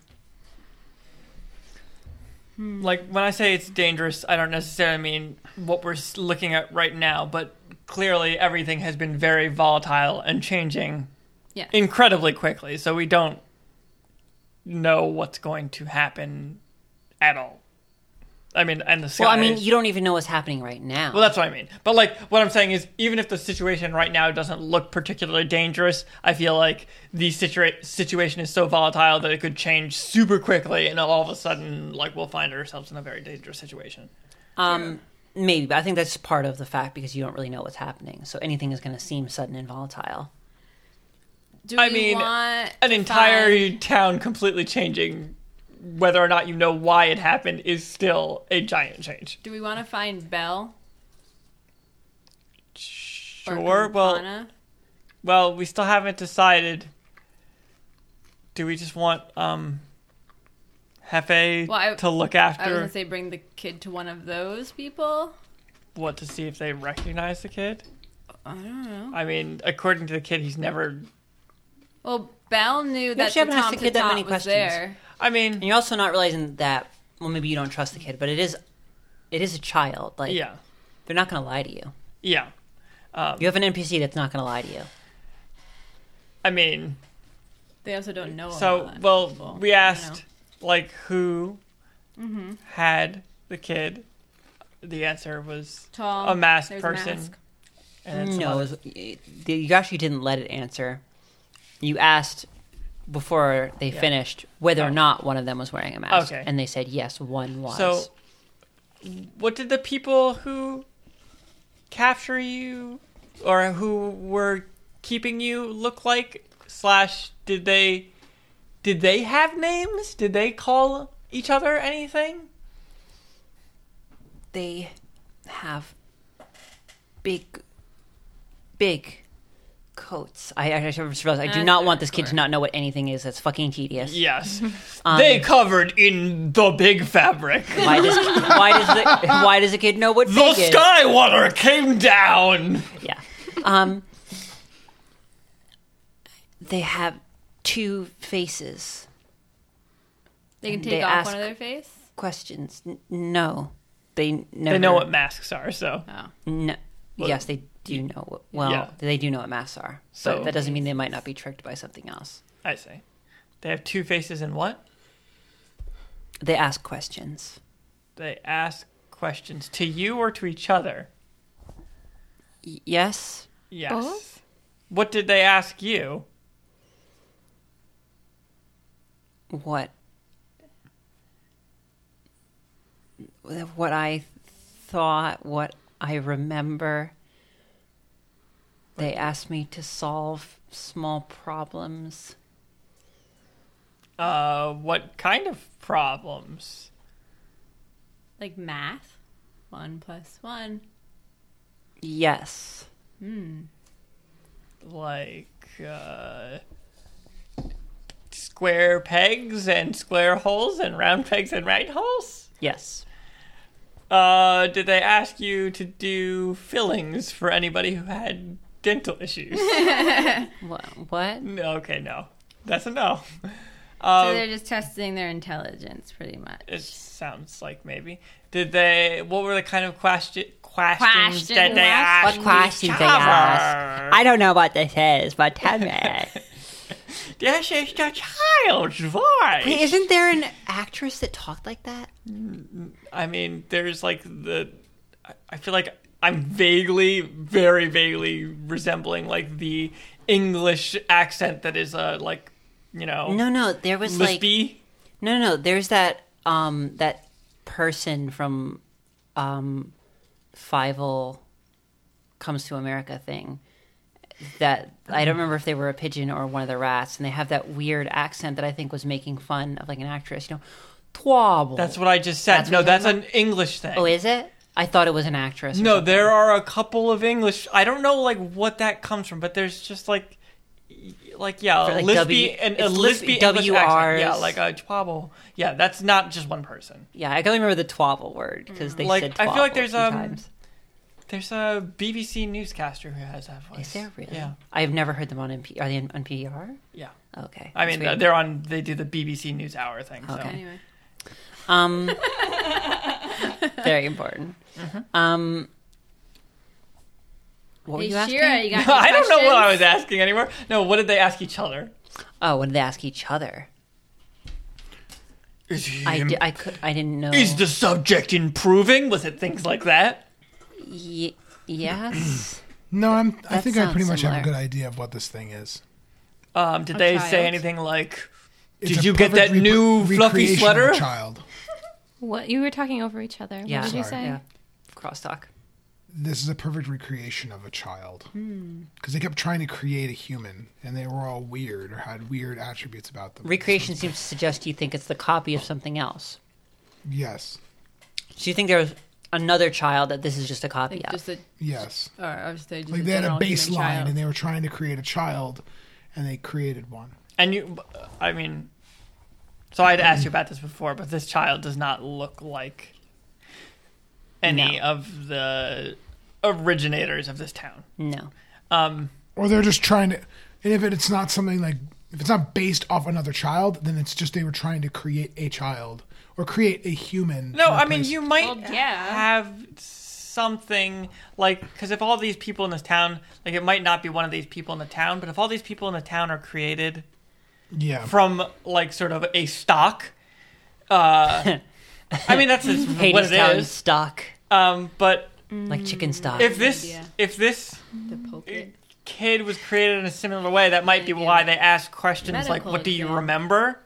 [SPEAKER 5] Like when I say it's dangerous, I don't necessarily mean what we're s- looking at right now, but clearly everything has been very volatile and changing
[SPEAKER 2] Yeah.
[SPEAKER 5] incredibly quickly. So we don't know what's going to happen at all. I mean, and the sky.
[SPEAKER 1] Well, I mean,
[SPEAKER 5] is-
[SPEAKER 1] you don't even know what's happening right now.
[SPEAKER 5] well, that's what I mean. But like, what I'm saying is, even if the situation right now doesn't look particularly dangerous, I feel like the situa- situation is so volatile that it could change super quickly, and all of a sudden, like, we'll find ourselves in a very dangerous situation.
[SPEAKER 1] um, maybe, but I think that's part of the fact because you don't really know what's happening. So anything is going to seem sudden and volatile.
[SPEAKER 2] Do
[SPEAKER 5] I
[SPEAKER 2] we
[SPEAKER 5] mean,
[SPEAKER 2] want
[SPEAKER 5] An entire
[SPEAKER 2] fun?
[SPEAKER 5] town completely changing, whether or not you know why it happened, is still a giant change.
[SPEAKER 2] Do we want to find Belle? or
[SPEAKER 5] Sure. Well,
[SPEAKER 2] Campana?
[SPEAKER 5] well, we still haven't decided. Do we just want um, Hefe
[SPEAKER 2] Well, I-
[SPEAKER 5] to look
[SPEAKER 2] I was
[SPEAKER 5] after?
[SPEAKER 2] gonna say bring the kid to one of those people.
[SPEAKER 5] What to see if they recognize the kid?
[SPEAKER 2] I don't know.
[SPEAKER 5] I mean, according to the kid, he's never.
[SPEAKER 2] Well, Belle knew that
[SPEAKER 1] actually
[SPEAKER 2] the
[SPEAKER 1] haven't asked
[SPEAKER 2] Tom
[SPEAKER 1] the kid that
[SPEAKER 2] Tom
[SPEAKER 1] many
[SPEAKER 2] was
[SPEAKER 1] questions.
[SPEAKER 2] there.
[SPEAKER 5] I mean,
[SPEAKER 1] And you're also not realizing that. Well, maybe you don't trust the kid, but it is, it is a child. Like,
[SPEAKER 5] yeah, Um,
[SPEAKER 1] they're not going to lie to you.
[SPEAKER 5] yeah.
[SPEAKER 1] You have an NPC that's not going to lie to you.
[SPEAKER 5] I mean,
[SPEAKER 2] They also don't know. all
[SPEAKER 5] so
[SPEAKER 2] that.
[SPEAKER 5] well, we
[SPEAKER 2] you know. Mm-hmm.
[SPEAKER 5] asked like who had the kid. The answer was
[SPEAKER 2] tall,
[SPEAKER 5] a masked
[SPEAKER 2] there's
[SPEAKER 5] person,
[SPEAKER 2] mask.
[SPEAKER 5] and then some
[SPEAKER 1] No,
[SPEAKER 5] other-
[SPEAKER 1] it was- it- you actually didn't let it answer. You asked before they finished whether
[SPEAKER 5] Oh.
[SPEAKER 1] or not one of them was wearing a mask,
[SPEAKER 5] Okay.
[SPEAKER 1] and they said yes, one was.
[SPEAKER 5] So, what did the people who capture you or who were keeping you look like? Slash, did they did they have names? Did they call each other anything?
[SPEAKER 1] they have big, big coats. I, I, I just realized I do
[SPEAKER 2] That's
[SPEAKER 1] not
[SPEAKER 2] the
[SPEAKER 1] want this kid to
[SPEAKER 2] core.
[SPEAKER 1] not know what anything is. That's fucking tedious.
[SPEAKER 5] Yes. they covered in the big fabric.
[SPEAKER 1] Why does why does the why does a kid know what
[SPEAKER 5] The
[SPEAKER 1] big is?
[SPEAKER 5] sky water came down.
[SPEAKER 1] Yeah. Um, they have two faces.
[SPEAKER 2] They can
[SPEAKER 1] They
[SPEAKER 2] take off
[SPEAKER 1] ask-
[SPEAKER 2] one of their face.
[SPEAKER 1] Questions? N- no, they never.
[SPEAKER 5] They know what masks are, so
[SPEAKER 2] Oh.
[SPEAKER 1] No.
[SPEAKER 5] What-
[SPEAKER 1] Yes, they do know. What, well,
[SPEAKER 5] Yeah.
[SPEAKER 1] they do know what masks are. So
[SPEAKER 5] So-
[SPEAKER 1] but that doesn't mean they might not be tricked by something else.
[SPEAKER 5] I say. They have two faces and what?
[SPEAKER 1] They ask questions.
[SPEAKER 5] They ask questions to you or to each other.
[SPEAKER 1] Y- yes.
[SPEAKER 5] Yes.
[SPEAKER 3] Both?
[SPEAKER 5] What did they ask you?
[SPEAKER 1] What? What I thought. What I remember. They asked me to solve small problems.
[SPEAKER 5] Uh, what kind of problems?
[SPEAKER 2] Like math. One plus one.
[SPEAKER 1] Yes.
[SPEAKER 5] Like uh, square pegs and square holes and round pegs and round holes?
[SPEAKER 1] Yes.
[SPEAKER 5] Uh, did they ask you to do fillings for anybody who had dental issues?
[SPEAKER 1] What? What?
[SPEAKER 5] no, okay, no. That's a no.
[SPEAKER 6] Oh.
[SPEAKER 2] So
[SPEAKER 5] Um,
[SPEAKER 2] they're just testing their intelligence, pretty much.
[SPEAKER 5] it sounds like maybe. Did they? What were the kind of question, questions
[SPEAKER 2] Questions.
[SPEAKER 5] that they asked?
[SPEAKER 1] What questions they ask? I don't know what this is, but tell me.
[SPEAKER 5] This is the child's voice.
[SPEAKER 1] Hey, isn't there an actress that talked like that?
[SPEAKER 5] I mean, there's like the. I- I feel like I'm vaguely, very vaguely resembling like the English accent that is uh, like, you know,
[SPEAKER 1] No, no, there was like
[SPEAKER 5] lispy.
[SPEAKER 1] no, no, no. There's that um that person from um Fivel comes to America thing that I don't remember if they were a pigeon or one of the rats, and they have that weird accent that I think was making fun of like an actress. You know, twabble.
[SPEAKER 5] That's what I just said.
[SPEAKER 1] That's
[SPEAKER 5] no,
[SPEAKER 1] what-
[SPEAKER 5] that's an English thing.
[SPEAKER 1] oh, is it? I thought it was an actress. or
[SPEAKER 5] no,
[SPEAKER 1] something.
[SPEAKER 5] there are a couple of English. I don't know like what that comes from, but there's just like, y- like yeah, a
[SPEAKER 1] like
[SPEAKER 5] lispy
[SPEAKER 1] W-
[SPEAKER 5] and a
[SPEAKER 1] it's
[SPEAKER 5] lispy
[SPEAKER 1] lispy-
[SPEAKER 5] English accent.
[SPEAKER 1] WRs.
[SPEAKER 5] Yeah, like a twabble. Yeah, that's not just one person.
[SPEAKER 1] Yeah, I can only remember the twabble word because they
[SPEAKER 5] Mm. Like,
[SPEAKER 1] said.
[SPEAKER 5] I feel like
[SPEAKER 1] twabble
[SPEAKER 5] there's,
[SPEAKER 1] a few
[SPEAKER 5] um,
[SPEAKER 1] times.
[SPEAKER 5] There's a BBC newscaster who has that voice.
[SPEAKER 1] Is there really?
[SPEAKER 5] Yeah,
[SPEAKER 1] I've never heard them on MP. Are they on, on PER?
[SPEAKER 5] yeah.
[SPEAKER 1] Okay.
[SPEAKER 5] I
[SPEAKER 1] that's
[SPEAKER 5] mean,
[SPEAKER 1] weird.
[SPEAKER 5] they're on. They do the BBC News Hour thing. So.
[SPEAKER 1] Okay.
[SPEAKER 2] Anyway.
[SPEAKER 1] um, very important.
[SPEAKER 5] Mm-hmm.
[SPEAKER 1] Um, what were
[SPEAKER 2] Hey,
[SPEAKER 1] you asking?
[SPEAKER 2] Shira, you got
[SPEAKER 5] I don't know what I
[SPEAKER 2] questions?
[SPEAKER 5] was asking anymore. No, what did they ask each other?
[SPEAKER 1] Oh, what did they ask each other?
[SPEAKER 5] Is he?
[SPEAKER 1] I, di- I could. I didn't know.
[SPEAKER 5] is the subject improving? Was it things like that?
[SPEAKER 1] Ye- yes.
[SPEAKER 6] No, I'm, I
[SPEAKER 1] That
[SPEAKER 6] think I pretty
[SPEAKER 1] sounds
[SPEAKER 6] much have a
[SPEAKER 1] similar.
[SPEAKER 6] good idea of what this thing is.
[SPEAKER 5] Um, did they say
[SPEAKER 2] child.
[SPEAKER 5] anything like,
[SPEAKER 6] It's
[SPEAKER 5] Did
[SPEAKER 6] a
[SPEAKER 5] you get
[SPEAKER 6] perfect
[SPEAKER 5] that new
[SPEAKER 6] repre-
[SPEAKER 5] fluffy
[SPEAKER 6] recreation of a
[SPEAKER 5] sweater?
[SPEAKER 6] Child,
[SPEAKER 3] What you were talking over each other.
[SPEAKER 1] Yeah.
[SPEAKER 3] What did you
[SPEAKER 6] Sorry.
[SPEAKER 3] say?
[SPEAKER 1] Yeah. Crosstalk.
[SPEAKER 6] this is a perfect recreation of a child because they kept trying to create a human, and they were all weird or had weird attributes about them.
[SPEAKER 1] Recreation seems to suggest you think it's the copy of something else.
[SPEAKER 6] Yes,
[SPEAKER 1] So you think there was another child that this is just a copy
[SPEAKER 2] Like
[SPEAKER 1] of?
[SPEAKER 2] just a,
[SPEAKER 6] yes.
[SPEAKER 2] or I would say just
[SPEAKER 6] Like they had a
[SPEAKER 2] general human
[SPEAKER 6] baseline,
[SPEAKER 2] child.
[SPEAKER 6] and they were trying to create a child, and they created one.
[SPEAKER 5] and you? I mean, so I'd asked you about this before, but this child does not look like any
[SPEAKER 1] No.
[SPEAKER 5] of the originators of this town.
[SPEAKER 1] no.
[SPEAKER 5] Um,
[SPEAKER 6] or they're just trying to and if it's not something like if it's not based off another child then it's just they were trying to create a child or create a human
[SPEAKER 5] No,
[SPEAKER 6] to
[SPEAKER 5] I mean
[SPEAKER 6] replace-
[SPEAKER 5] you might
[SPEAKER 7] Well, yeah.
[SPEAKER 5] have something like because if all these people in this town, like it might not be one of these people in the town, but if all these people in the town are created
[SPEAKER 6] yeah
[SPEAKER 5] from like sort of a stock, uh, I mean that's is what
[SPEAKER 1] Hades
[SPEAKER 5] it
[SPEAKER 1] Town
[SPEAKER 5] is.
[SPEAKER 1] stock,
[SPEAKER 5] Um, but
[SPEAKER 1] like chicken
[SPEAKER 2] Mm.
[SPEAKER 1] stock.
[SPEAKER 5] if this
[SPEAKER 2] idea.
[SPEAKER 5] if this
[SPEAKER 2] The Pope did.
[SPEAKER 5] kid was created in a similar way, that might be why they ask questions like,
[SPEAKER 2] Medical
[SPEAKER 5] "What do you
[SPEAKER 2] exam.
[SPEAKER 5] remember?"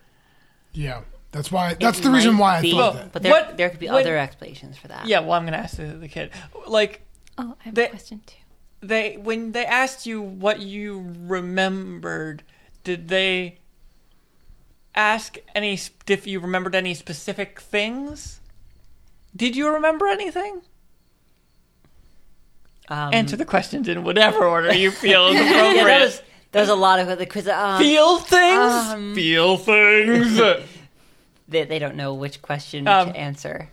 [SPEAKER 6] yeah that's why that's
[SPEAKER 1] It
[SPEAKER 6] the reason
[SPEAKER 1] might
[SPEAKER 6] why i
[SPEAKER 1] be,
[SPEAKER 6] thought
[SPEAKER 5] Well-
[SPEAKER 6] that
[SPEAKER 1] But there,
[SPEAKER 5] What-
[SPEAKER 1] there could be
[SPEAKER 5] what-
[SPEAKER 1] other explanations for that.
[SPEAKER 5] Yeah, well, I'm gonna ask the, the kid like.
[SPEAKER 3] Oh, I have
[SPEAKER 5] They-
[SPEAKER 3] a question too.
[SPEAKER 5] they when they asked you what you remembered, did they ask any sp- if you remembered any specific things? Did you remember anything? Answer the questions in whatever order you feel is appropriate.
[SPEAKER 1] Um, Yeah, that was Um, that was a lot of the quiz. Um,
[SPEAKER 5] feel things. feel things.
[SPEAKER 1] they, they don't know which question
[SPEAKER 5] Um,
[SPEAKER 1] to answer.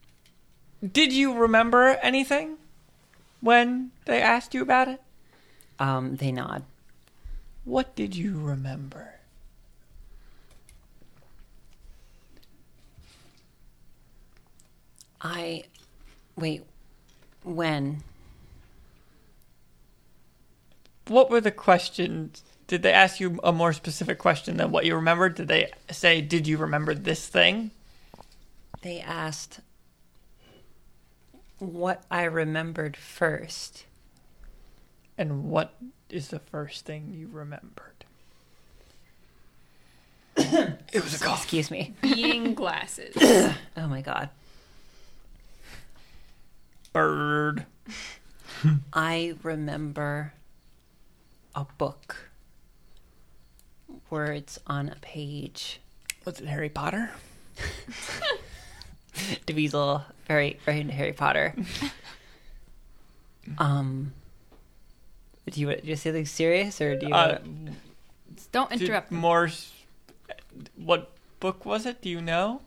[SPEAKER 5] Did you remember anything when they asked you about it?
[SPEAKER 1] Um, they nod.
[SPEAKER 5] What did you remember?
[SPEAKER 1] I wait. When
[SPEAKER 5] What were the questions? Did they ask you a more specific question than what you remembered? Did they say, "Did you remember this thing?"
[SPEAKER 1] they asked what I remembered first,
[SPEAKER 5] And what is the first thing you remembered? it was a cough.
[SPEAKER 1] excuse me.
[SPEAKER 7] Being glasses.
[SPEAKER 1] Oh my god.
[SPEAKER 5] Bird.
[SPEAKER 1] I remember a book. Words on a page.
[SPEAKER 5] Was it Harry Potter?
[SPEAKER 1] Dweezil, very very into Harry Potter. um, do you, do you say something serious or do you?
[SPEAKER 5] Uh,
[SPEAKER 1] wanna-
[SPEAKER 2] Don't
[SPEAKER 5] did
[SPEAKER 2] interrupt. me.
[SPEAKER 5] more. s- What book was it? Do you know?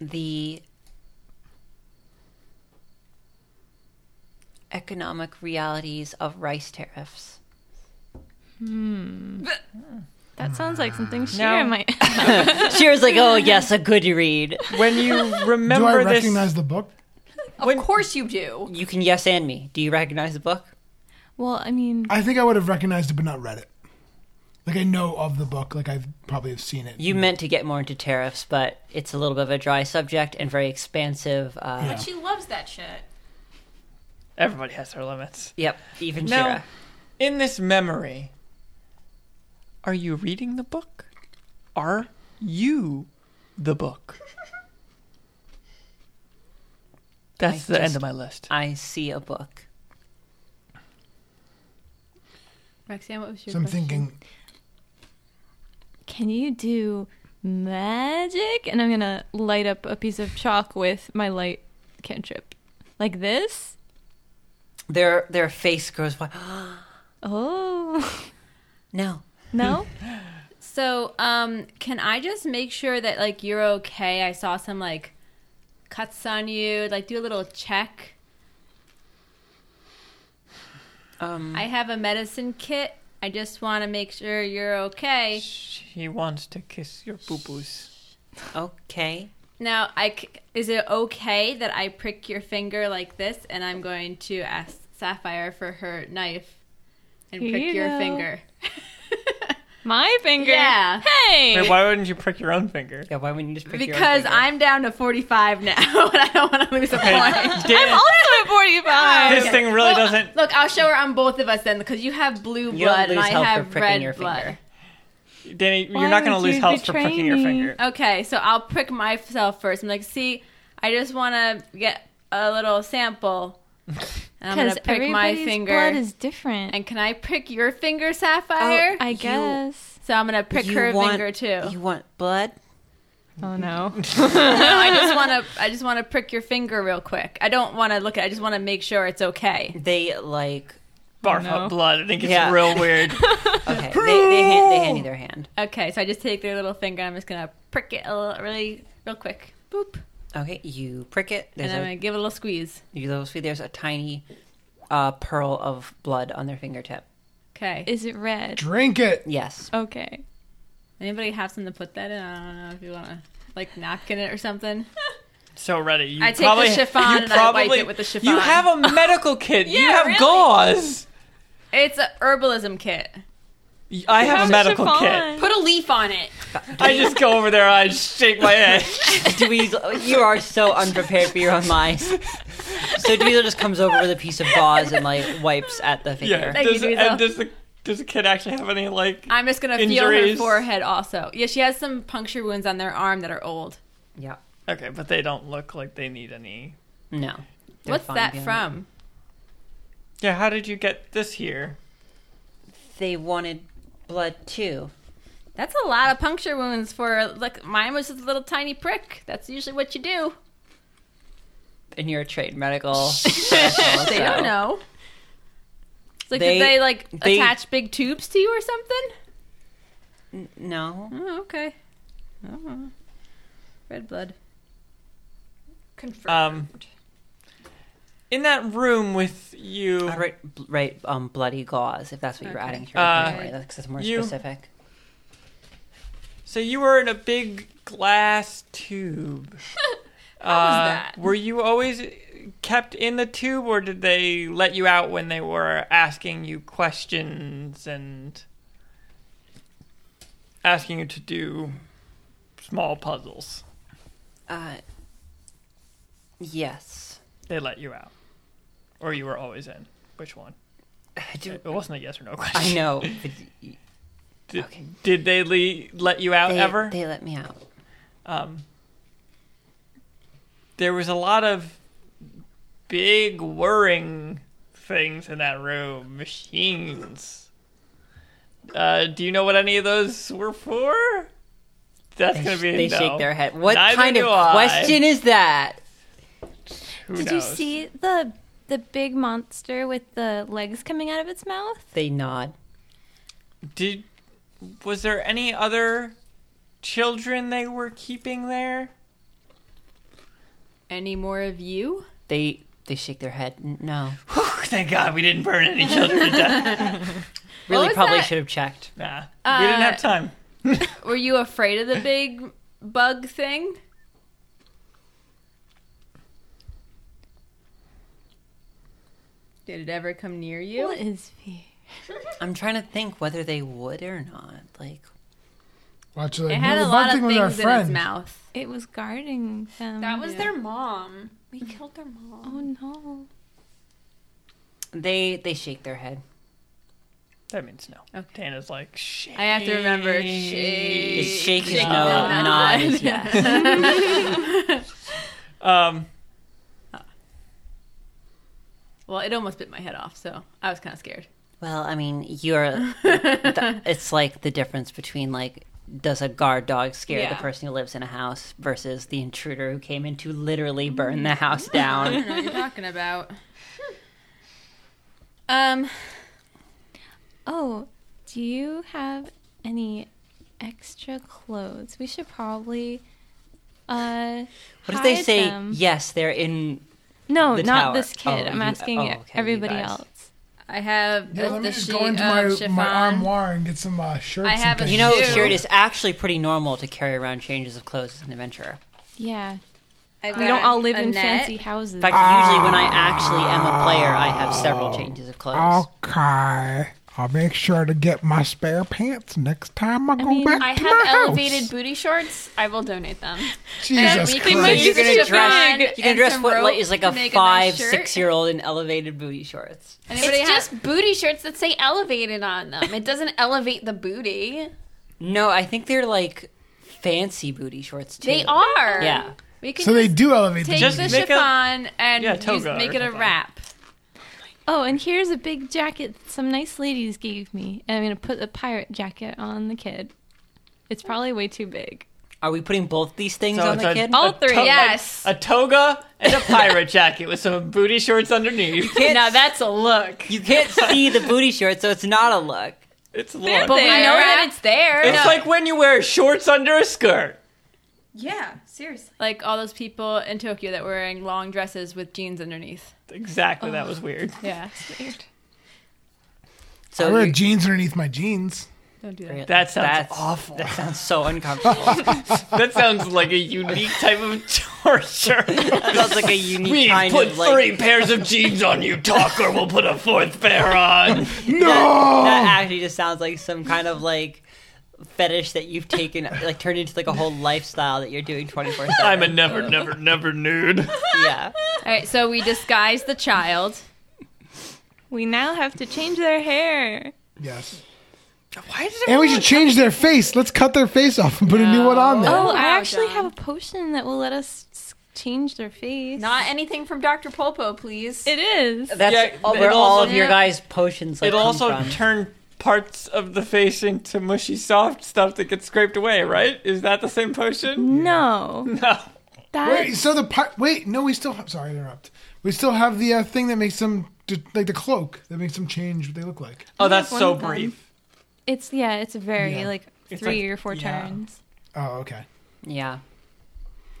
[SPEAKER 1] the economic realities of rice tariffs.
[SPEAKER 3] That sounds like something she
[SPEAKER 5] No.
[SPEAKER 3] might.
[SPEAKER 1] She was like, "Oh yes, a good read."
[SPEAKER 5] When you
[SPEAKER 6] Do
[SPEAKER 5] remember
[SPEAKER 6] I
[SPEAKER 5] this,
[SPEAKER 6] recognize the book?
[SPEAKER 7] of course you do.
[SPEAKER 1] You can yes and me. Do you recognize the book?
[SPEAKER 3] well, I mean,
[SPEAKER 6] I think I would have recognized it, but not read it. Like I know of the book. Like I've probably have seen it.
[SPEAKER 1] You meant to get more into tariffs, but it's a little bit of a dry subject and very expansive. Uh,
[SPEAKER 7] She loves that shit.
[SPEAKER 5] everybody has their limits.
[SPEAKER 1] Yep, even
[SPEAKER 5] Now,
[SPEAKER 1] Shira.
[SPEAKER 5] in this memory, are you reading the book? Are you the book? That's the end
[SPEAKER 1] just-
[SPEAKER 5] of my list.
[SPEAKER 1] I see a book.
[SPEAKER 2] Roxanne, what was your
[SPEAKER 6] so I'm
[SPEAKER 2] question?
[SPEAKER 6] thinking
[SPEAKER 3] can you do magic? And I'm gonna light up a piece of chalk with my light cantrip, like this.
[SPEAKER 1] Their their face goes wide.
[SPEAKER 3] Oh
[SPEAKER 1] No,
[SPEAKER 3] no,
[SPEAKER 2] So, um, can I just make sure that like you're okay? I saw some like cuts on you. Like, do a little check.
[SPEAKER 1] um,
[SPEAKER 2] I have a medicine kit. I just want to make sure you're okay.
[SPEAKER 5] She wants to kiss your boo boos.
[SPEAKER 1] okay.
[SPEAKER 2] Now, I c- is it okay that I prick your finger like this, and I'm going to ask Sapphire for her knife and
[SPEAKER 3] Here
[SPEAKER 2] prick
[SPEAKER 3] you
[SPEAKER 2] your
[SPEAKER 3] go.
[SPEAKER 2] finger?
[SPEAKER 3] my finger.
[SPEAKER 2] Yeah.
[SPEAKER 3] Hey.
[SPEAKER 5] Wait, why wouldn't you prick your own finger?
[SPEAKER 1] Yeah, why wouldn't you just pick your own
[SPEAKER 2] Because
[SPEAKER 1] finger?
[SPEAKER 2] I'm down to 45 now, and I don't want to lose a point.
[SPEAKER 5] Damn,
[SPEAKER 3] also at 45.
[SPEAKER 5] this thing really
[SPEAKER 2] Well,
[SPEAKER 5] doesn't.
[SPEAKER 2] Look, I'll show her on both of us then, because you have blue
[SPEAKER 1] You don't
[SPEAKER 2] blood and
[SPEAKER 1] lose
[SPEAKER 2] I
[SPEAKER 1] hope for
[SPEAKER 2] have
[SPEAKER 1] pricking
[SPEAKER 2] red
[SPEAKER 1] your
[SPEAKER 2] blood.
[SPEAKER 1] finger.
[SPEAKER 5] Danny,
[SPEAKER 3] Why
[SPEAKER 5] you're not going to
[SPEAKER 3] would
[SPEAKER 5] lose
[SPEAKER 3] you
[SPEAKER 5] health for
[SPEAKER 3] betray
[SPEAKER 5] pricking your
[SPEAKER 3] me?
[SPEAKER 5] finger.
[SPEAKER 2] Okay, so I'll prick myself first. I'm like, see, I just want to get a little sample. And I'm
[SPEAKER 3] Because
[SPEAKER 2] gonna prick my
[SPEAKER 3] everybody's
[SPEAKER 2] finger.
[SPEAKER 3] blood is different.
[SPEAKER 2] and can I prick your finger, Sapphire?
[SPEAKER 3] I guess.
[SPEAKER 2] so I'm gonna prick
[SPEAKER 1] You
[SPEAKER 2] her
[SPEAKER 1] want-
[SPEAKER 2] finger too.
[SPEAKER 1] You want blood?
[SPEAKER 3] Oh no.
[SPEAKER 2] no, I just want to. I just want to prick your finger real quick. I don't want to look at. I just want to make sure it's okay.
[SPEAKER 1] They like
[SPEAKER 5] Barf
[SPEAKER 3] no.
[SPEAKER 5] up blood. I think it's
[SPEAKER 1] Yeah.
[SPEAKER 5] real weird.
[SPEAKER 1] okay. they they hand, they hand you their hand.
[SPEAKER 2] Okay, so I just take their little finger. I'm just gonna prick it a little, really, real quick. Boop,
[SPEAKER 1] Okay, you prick it. There's
[SPEAKER 2] and I'm
[SPEAKER 1] a
[SPEAKER 2] gonna give it a little squeeze.
[SPEAKER 1] you little see there's a tiny uh, pearl of blood on their fingertip.
[SPEAKER 2] Okay.
[SPEAKER 3] Is it red?
[SPEAKER 6] drink it.
[SPEAKER 1] Yes.
[SPEAKER 3] Okay.
[SPEAKER 2] Anybody have something to put that in? I don't know if you want to like napkin it or something.
[SPEAKER 5] so ready. You
[SPEAKER 2] I take the
[SPEAKER 5] probably,
[SPEAKER 2] chiffon
[SPEAKER 5] you
[SPEAKER 2] and I wipe
[SPEAKER 5] probably-
[SPEAKER 2] it with the
[SPEAKER 5] You
[SPEAKER 2] chiffon.
[SPEAKER 5] have a medical kit. you
[SPEAKER 2] Yeah,
[SPEAKER 5] have
[SPEAKER 2] really.
[SPEAKER 5] gauze.
[SPEAKER 2] It's a herbalism kit.
[SPEAKER 5] I have a medical
[SPEAKER 3] Chiffon.
[SPEAKER 5] kit.
[SPEAKER 2] Put a leaf on it.
[SPEAKER 5] I just go over there. I shake my head.
[SPEAKER 1] Dweezil, you are so unprepared for your own lies. So Dweezil just comes over with a piece of gauze and like wipes at the finger.
[SPEAKER 2] Thank you,
[SPEAKER 5] does,
[SPEAKER 2] Dweezil.
[SPEAKER 5] and does the does the kid actually have any like?
[SPEAKER 2] I'm just gonna feel her
[SPEAKER 5] Injuries.
[SPEAKER 2] forehead also. Yeah, she has some puncture wounds on their arm that are old.
[SPEAKER 1] Yeah.
[SPEAKER 5] Okay, but they don't look like they need any.
[SPEAKER 1] No. They're
[SPEAKER 2] What's
[SPEAKER 1] fine
[SPEAKER 2] that
[SPEAKER 1] beyond
[SPEAKER 2] from?
[SPEAKER 5] Yeah, how did you get this here?
[SPEAKER 1] They wanted blood too.
[SPEAKER 2] That's a lot of puncture wounds for like mine was just a little tiny prick. That's usually what you do.
[SPEAKER 1] And you're a trained medical.
[SPEAKER 2] They don't know. It's like
[SPEAKER 1] They-
[SPEAKER 2] did they like
[SPEAKER 1] they-
[SPEAKER 2] attach big tubes to you or something?
[SPEAKER 1] No.
[SPEAKER 2] Oh, okay. Oh. Red blood.
[SPEAKER 7] Confirmed.
[SPEAKER 5] Um, in that room with you,
[SPEAKER 1] I'd write, bl- write um, bloody gauze if that's what you're
[SPEAKER 2] Okay.
[SPEAKER 1] adding to your
[SPEAKER 5] Uh,
[SPEAKER 1] memory. That's 'cause it's more
[SPEAKER 5] you-
[SPEAKER 1] specific.
[SPEAKER 5] so you were in a big glass tube. How
[SPEAKER 7] was that?
[SPEAKER 5] Were you always kept in the tube, or did they let you out when they were asking you questions and asking you to do small puzzles?
[SPEAKER 1] Uh, yes.
[SPEAKER 5] They let you out, or you were always in. Which one?
[SPEAKER 1] I do.
[SPEAKER 5] It wasn't a yes or no question.
[SPEAKER 1] I know. But y-
[SPEAKER 5] Did,
[SPEAKER 1] Okay.
[SPEAKER 5] did they le- let you out
[SPEAKER 1] they,
[SPEAKER 5] ever?
[SPEAKER 1] they let me out.
[SPEAKER 5] um, there was a lot of big whirring things in that room machines uh, do you know what any of those were for that's
[SPEAKER 1] They,
[SPEAKER 5] gonna
[SPEAKER 1] sh-
[SPEAKER 5] be a
[SPEAKER 1] they
[SPEAKER 5] no.
[SPEAKER 1] shake their head. What
[SPEAKER 5] Neither
[SPEAKER 1] kind of
[SPEAKER 5] do I.
[SPEAKER 1] question is that?
[SPEAKER 5] Who
[SPEAKER 3] Did you
[SPEAKER 5] knows?
[SPEAKER 3] see the the big monster with the legs coming out of its mouth?
[SPEAKER 1] They nod.
[SPEAKER 5] did was there any other children they were keeping there
[SPEAKER 2] Any more of you?
[SPEAKER 1] They they shake their head. N- No.
[SPEAKER 5] Whew, thank god we didn't burn any children to death
[SPEAKER 1] Really,
[SPEAKER 2] was
[SPEAKER 1] probably
[SPEAKER 2] that?
[SPEAKER 1] should have checked.
[SPEAKER 5] nah, we didn't
[SPEAKER 2] Uh,
[SPEAKER 5] have time
[SPEAKER 2] Were you afraid of the big bug thing? Did it ever come near you?
[SPEAKER 3] What is fear?
[SPEAKER 1] I'm trying to think whether they would or not. Like,
[SPEAKER 6] Watch it.
[SPEAKER 2] It had a lot of things in its mouth.
[SPEAKER 3] It was guarding them.
[SPEAKER 7] that was their mom. We killed their mom.
[SPEAKER 3] Oh no.
[SPEAKER 1] they they shake their head.
[SPEAKER 5] that means no okay. dana's like shit
[SPEAKER 2] I have to remember.
[SPEAKER 1] They shake
[SPEAKER 2] Shake.
[SPEAKER 1] his
[SPEAKER 5] Shake
[SPEAKER 1] no,
[SPEAKER 2] their
[SPEAKER 1] nod.
[SPEAKER 2] nod.
[SPEAKER 1] is yes.
[SPEAKER 5] um
[SPEAKER 2] Well, it almost bit my head off, so I was kind of scared.
[SPEAKER 1] well, I mean, you're. th- it's like the difference between like. Does a guard dog scare the
[SPEAKER 2] Yeah.
[SPEAKER 1] person who lives in a house versus the intruder who came in to literally
[SPEAKER 2] Mm-hmm.
[SPEAKER 1] burn the house down?
[SPEAKER 2] know what you're talking about. Um,
[SPEAKER 3] Oh, do you have any extra clothes? We should probably uh
[SPEAKER 1] What if they
[SPEAKER 3] hide
[SPEAKER 1] say
[SPEAKER 3] them.
[SPEAKER 1] yes? They're in.
[SPEAKER 3] No,
[SPEAKER 1] the
[SPEAKER 3] not
[SPEAKER 1] tower?
[SPEAKER 3] this kid.
[SPEAKER 1] Oh,
[SPEAKER 3] I'm
[SPEAKER 1] you-
[SPEAKER 3] asking
[SPEAKER 1] oh, okay, you
[SPEAKER 3] everybody
[SPEAKER 1] guys.
[SPEAKER 3] else.
[SPEAKER 2] I have
[SPEAKER 6] Yeah,
[SPEAKER 2] the,
[SPEAKER 6] let me
[SPEAKER 2] the
[SPEAKER 6] just
[SPEAKER 2] sheet
[SPEAKER 6] go into
[SPEAKER 2] of
[SPEAKER 6] my,
[SPEAKER 2] chiffon.
[SPEAKER 6] my armoire and get some uh, shirts.
[SPEAKER 2] I have
[SPEAKER 6] and
[SPEAKER 2] a-
[SPEAKER 6] things.
[SPEAKER 1] You know,
[SPEAKER 2] Ew.
[SPEAKER 1] here it is actually pretty normal to carry around changes of clothes as an adventurer.
[SPEAKER 3] Yeah.
[SPEAKER 2] I've
[SPEAKER 3] We
[SPEAKER 2] got
[SPEAKER 3] don't all live
[SPEAKER 2] a
[SPEAKER 3] in
[SPEAKER 2] net.
[SPEAKER 3] fancy houses.
[SPEAKER 1] In fact, usually when I actually am a player, I have several changes of clothes.
[SPEAKER 6] Ah. Okay. I'll make sure to get my spare pants next time I go
[SPEAKER 3] mean,
[SPEAKER 6] back
[SPEAKER 7] I
[SPEAKER 6] to my
[SPEAKER 7] have elevated
[SPEAKER 6] house.
[SPEAKER 7] booty shorts. I will donate them.
[SPEAKER 6] Jesus
[SPEAKER 7] we
[SPEAKER 6] Christ.
[SPEAKER 7] can make
[SPEAKER 1] You're gonna
[SPEAKER 7] Chiffon
[SPEAKER 1] dress. You're gonna
[SPEAKER 2] and
[SPEAKER 1] dress
[SPEAKER 2] some
[SPEAKER 1] what
[SPEAKER 2] rope
[SPEAKER 1] is like
[SPEAKER 2] to
[SPEAKER 1] a
[SPEAKER 2] make a
[SPEAKER 1] five,
[SPEAKER 2] nice shirt.
[SPEAKER 1] six year old in elevated booty shorts.
[SPEAKER 2] Anybody
[SPEAKER 7] it's
[SPEAKER 2] have-
[SPEAKER 7] just booty shirts that say elevated on them. It doesn't elevate the booty.
[SPEAKER 1] No, I think they're like fancy booty shorts too.
[SPEAKER 7] They are.
[SPEAKER 1] Yeah.
[SPEAKER 2] we can
[SPEAKER 6] So they do elevate the
[SPEAKER 2] take
[SPEAKER 5] Just
[SPEAKER 2] the
[SPEAKER 5] make
[SPEAKER 6] booty.
[SPEAKER 5] a-
[SPEAKER 2] chiffon and
[SPEAKER 5] Yeah,
[SPEAKER 2] use-
[SPEAKER 5] toga or
[SPEAKER 2] make it a
[SPEAKER 5] something.
[SPEAKER 2] wrap.
[SPEAKER 3] Oh, and here's a big jacket that some nice ladies gave me. And I'm going to put the pirate jacket on the kid. It's probably way too big.
[SPEAKER 1] Are we putting both these things
[SPEAKER 5] So
[SPEAKER 1] on
[SPEAKER 5] it's
[SPEAKER 1] the
[SPEAKER 5] a-
[SPEAKER 1] kid?
[SPEAKER 5] a
[SPEAKER 2] All three,
[SPEAKER 5] to-
[SPEAKER 2] yes.
[SPEAKER 5] A, a toga and a pirate jacket with some booty shorts underneath.
[SPEAKER 2] Now that's a look.
[SPEAKER 1] You can't see the booty shorts, so it's not a look.
[SPEAKER 5] It's long.
[SPEAKER 2] But we
[SPEAKER 7] I
[SPEAKER 2] know
[SPEAKER 7] know
[SPEAKER 2] that
[SPEAKER 7] that it's there.
[SPEAKER 5] It's like when you wear shorts under a skirt.
[SPEAKER 7] yeah, seriously.
[SPEAKER 2] Like all those people in Tokyo that were wearing long dresses with jeans underneath.
[SPEAKER 5] Exactly, that was weird.
[SPEAKER 2] Yeah,
[SPEAKER 1] So
[SPEAKER 6] I wear
[SPEAKER 1] you're-
[SPEAKER 6] jeans underneath my jeans.
[SPEAKER 2] don't do that.
[SPEAKER 5] That sounds
[SPEAKER 1] that's-
[SPEAKER 5] awful.
[SPEAKER 1] That sounds so uncomfortable.
[SPEAKER 5] That sounds like a unique type of torture.
[SPEAKER 1] that sounds like a unique
[SPEAKER 5] We
[SPEAKER 1] kind
[SPEAKER 5] put
[SPEAKER 1] of like
[SPEAKER 5] three pairs of jeans on you, talker. We'll put a fourth pair on.
[SPEAKER 6] No!
[SPEAKER 1] That actually just sounds like some kind of like fetish that you've taken, like turned into like a whole lifestyle that you're doing 24 7.
[SPEAKER 5] I'm a never, never, never nude.
[SPEAKER 1] Yeah.
[SPEAKER 2] All right, so we disguise the child.
[SPEAKER 3] We now have to change their hair.
[SPEAKER 6] Yes.
[SPEAKER 5] Why does
[SPEAKER 6] And we
[SPEAKER 5] everyone-
[SPEAKER 6] should change their face. Let's cut their face off and put a new one on there.
[SPEAKER 3] Oh,
[SPEAKER 7] wow,
[SPEAKER 3] I actually
[SPEAKER 7] John.
[SPEAKER 3] have a potion that will let us s- change their face.
[SPEAKER 7] Not anything from Dr. Polpo, please.
[SPEAKER 3] It is.
[SPEAKER 1] That's
[SPEAKER 5] Yeah,
[SPEAKER 1] all,
[SPEAKER 5] but
[SPEAKER 1] where
[SPEAKER 5] it
[SPEAKER 1] all
[SPEAKER 5] also-
[SPEAKER 1] of your guys' potions like
[SPEAKER 5] It'll
[SPEAKER 1] come
[SPEAKER 5] also
[SPEAKER 1] from.
[SPEAKER 5] turn parts of the face into mushy soft stuff that gets scraped away, right? Is that the same potion?
[SPEAKER 3] No,
[SPEAKER 5] No.
[SPEAKER 3] that
[SPEAKER 6] Wait, so the pi- wait, no, we still have. Sorry, to interrupt. We still have the uh, thing that makes them d- like the cloak that makes them change what they look like.
[SPEAKER 5] Oh, that's
[SPEAKER 3] one
[SPEAKER 5] so
[SPEAKER 3] of them.
[SPEAKER 5] brief.
[SPEAKER 3] it's yeah, it's very
[SPEAKER 6] Yeah.
[SPEAKER 3] like
[SPEAKER 5] It's
[SPEAKER 3] three
[SPEAKER 5] like-
[SPEAKER 3] or four
[SPEAKER 5] yeah.
[SPEAKER 3] turns.
[SPEAKER 6] Oh, okay.
[SPEAKER 1] Yeah.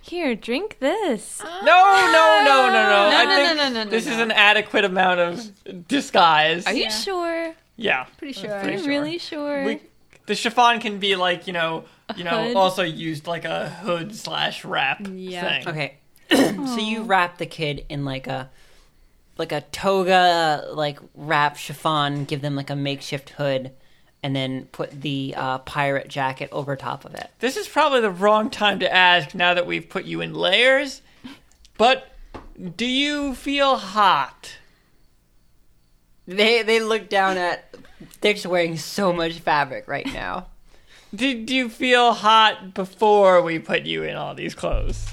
[SPEAKER 3] Here, drink this.
[SPEAKER 5] No, no, no, no, no.
[SPEAKER 7] No,
[SPEAKER 5] I
[SPEAKER 7] no,
[SPEAKER 5] think
[SPEAKER 7] no, no, no, no,
[SPEAKER 5] this is
[SPEAKER 7] no.
[SPEAKER 5] an adequate amount of disguise.
[SPEAKER 3] Are you
[SPEAKER 7] Yeah.
[SPEAKER 3] sure?
[SPEAKER 5] yeah.
[SPEAKER 7] Pretty sure.
[SPEAKER 3] Are you really sure?
[SPEAKER 5] We, the chiffon can be like, you know, you know,
[SPEAKER 3] hood?
[SPEAKER 5] also used like a hood slash wrap
[SPEAKER 2] Yeah.
[SPEAKER 5] thing.
[SPEAKER 1] Okay. so you wrap the kid in like a like a toga like wrap chiffon, give them like a makeshift hood, and then put the uh, pirate jacket over top of it.
[SPEAKER 5] This is probably the wrong time to ask now that we've put you in layers, but do you feel hot?
[SPEAKER 1] They they look down at they're just wearing so much fabric right now.
[SPEAKER 5] Did you feel hot before we put you in all these clothes?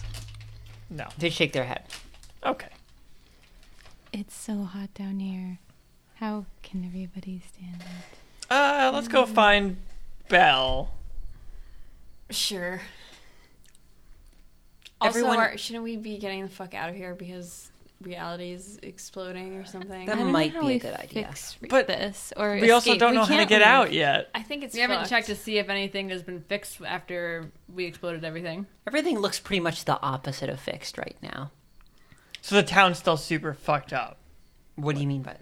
[SPEAKER 5] No.
[SPEAKER 1] They shake their head.
[SPEAKER 5] Okay.
[SPEAKER 3] It's so hot down here. How can everybody stand it?
[SPEAKER 5] Uh, let's go find Belle.
[SPEAKER 7] Sure. Also,
[SPEAKER 1] Everyone-
[SPEAKER 7] are, shouldn't we be getting the fuck out of here because reality is exploding or something?
[SPEAKER 1] That
[SPEAKER 3] I don't know
[SPEAKER 1] might
[SPEAKER 3] how
[SPEAKER 1] be a
[SPEAKER 3] we
[SPEAKER 1] good idea.
[SPEAKER 3] Fix
[SPEAKER 5] But
[SPEAKER 3] this, or
[SPEAKER 5] We also
[SPEAKER 3] escape.
[SPEAKER 5] don't
[SPEAKER 3] We
[SPEAKER 5] know how to
[SPEAKER 3] can't
[SPEAKER 5] get
[SPEAKER 3] leave.
[SPEAKER 5] out yet.
[SPEAKER 7] I think it's.
[SPEAKER 2] We haven't
[SPEAKER 7] fucked.
[SPEAKER 2] checked to see if anything has been fixed after we exploded everything.
[SPEAKER 1] Everything looks pretty much the opposite of fixed right now.
[SPEAKER 5] So the town's still super fucked up.
[SPEAKER 1] What do you mean by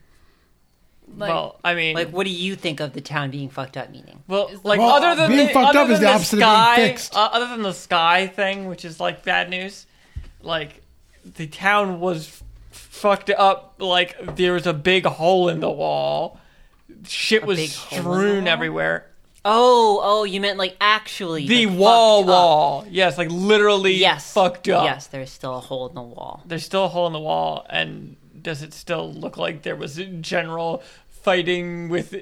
[SPEAKER 2] Like,
[SPEAKER 5] well, I mean,
[SPEAKER 1] like? What do you think of the town being fucked up? Meaning,
[SPEAKER 5] well, like
[SPEAKER 6] Well,
[SPEAKER 5] other than
[SPEAKER 6] being
[SPEAKER 5] the,
[SPEAKER 6] fucked
[SPEAKER 5] other
[SPEAKER 6] up is
[SPEAKER 5] than
[SPEAKER 6] the opposite of being
[SPEAKER 5] sky,
[SPEAKER 6] fixed.
[SPEAKER 5] Uh, other than the sky thing, which is like bad news, like the town was f- fucked up. Like there was a big hole in the wall. Shit
[SPEAKER 1] big
[SPEAKER 5] was
[SPEAKER 1] hole in the
[SPEAKER 5] strewn
[SPEAKER 1] wall?
[SPEAKER 5] everywhere.
[SPEAKER 1] oh, oh, you meant like actually
[SPEAKER 5] The
[SPEAKER 1] like,
[SPEAKER 5] wall,
[SPEAKER 1] fucked up.
[SPEAKER 5] wall. Yes, like literally
[SPEAKER 1] yes,
[SPEAKER 5] fucked up.
[SPEAKER 1] Yes, there's still a hole in the wall.
[SPEAKER 5] there's still a hole in the wall and does it still look like there was general fighting with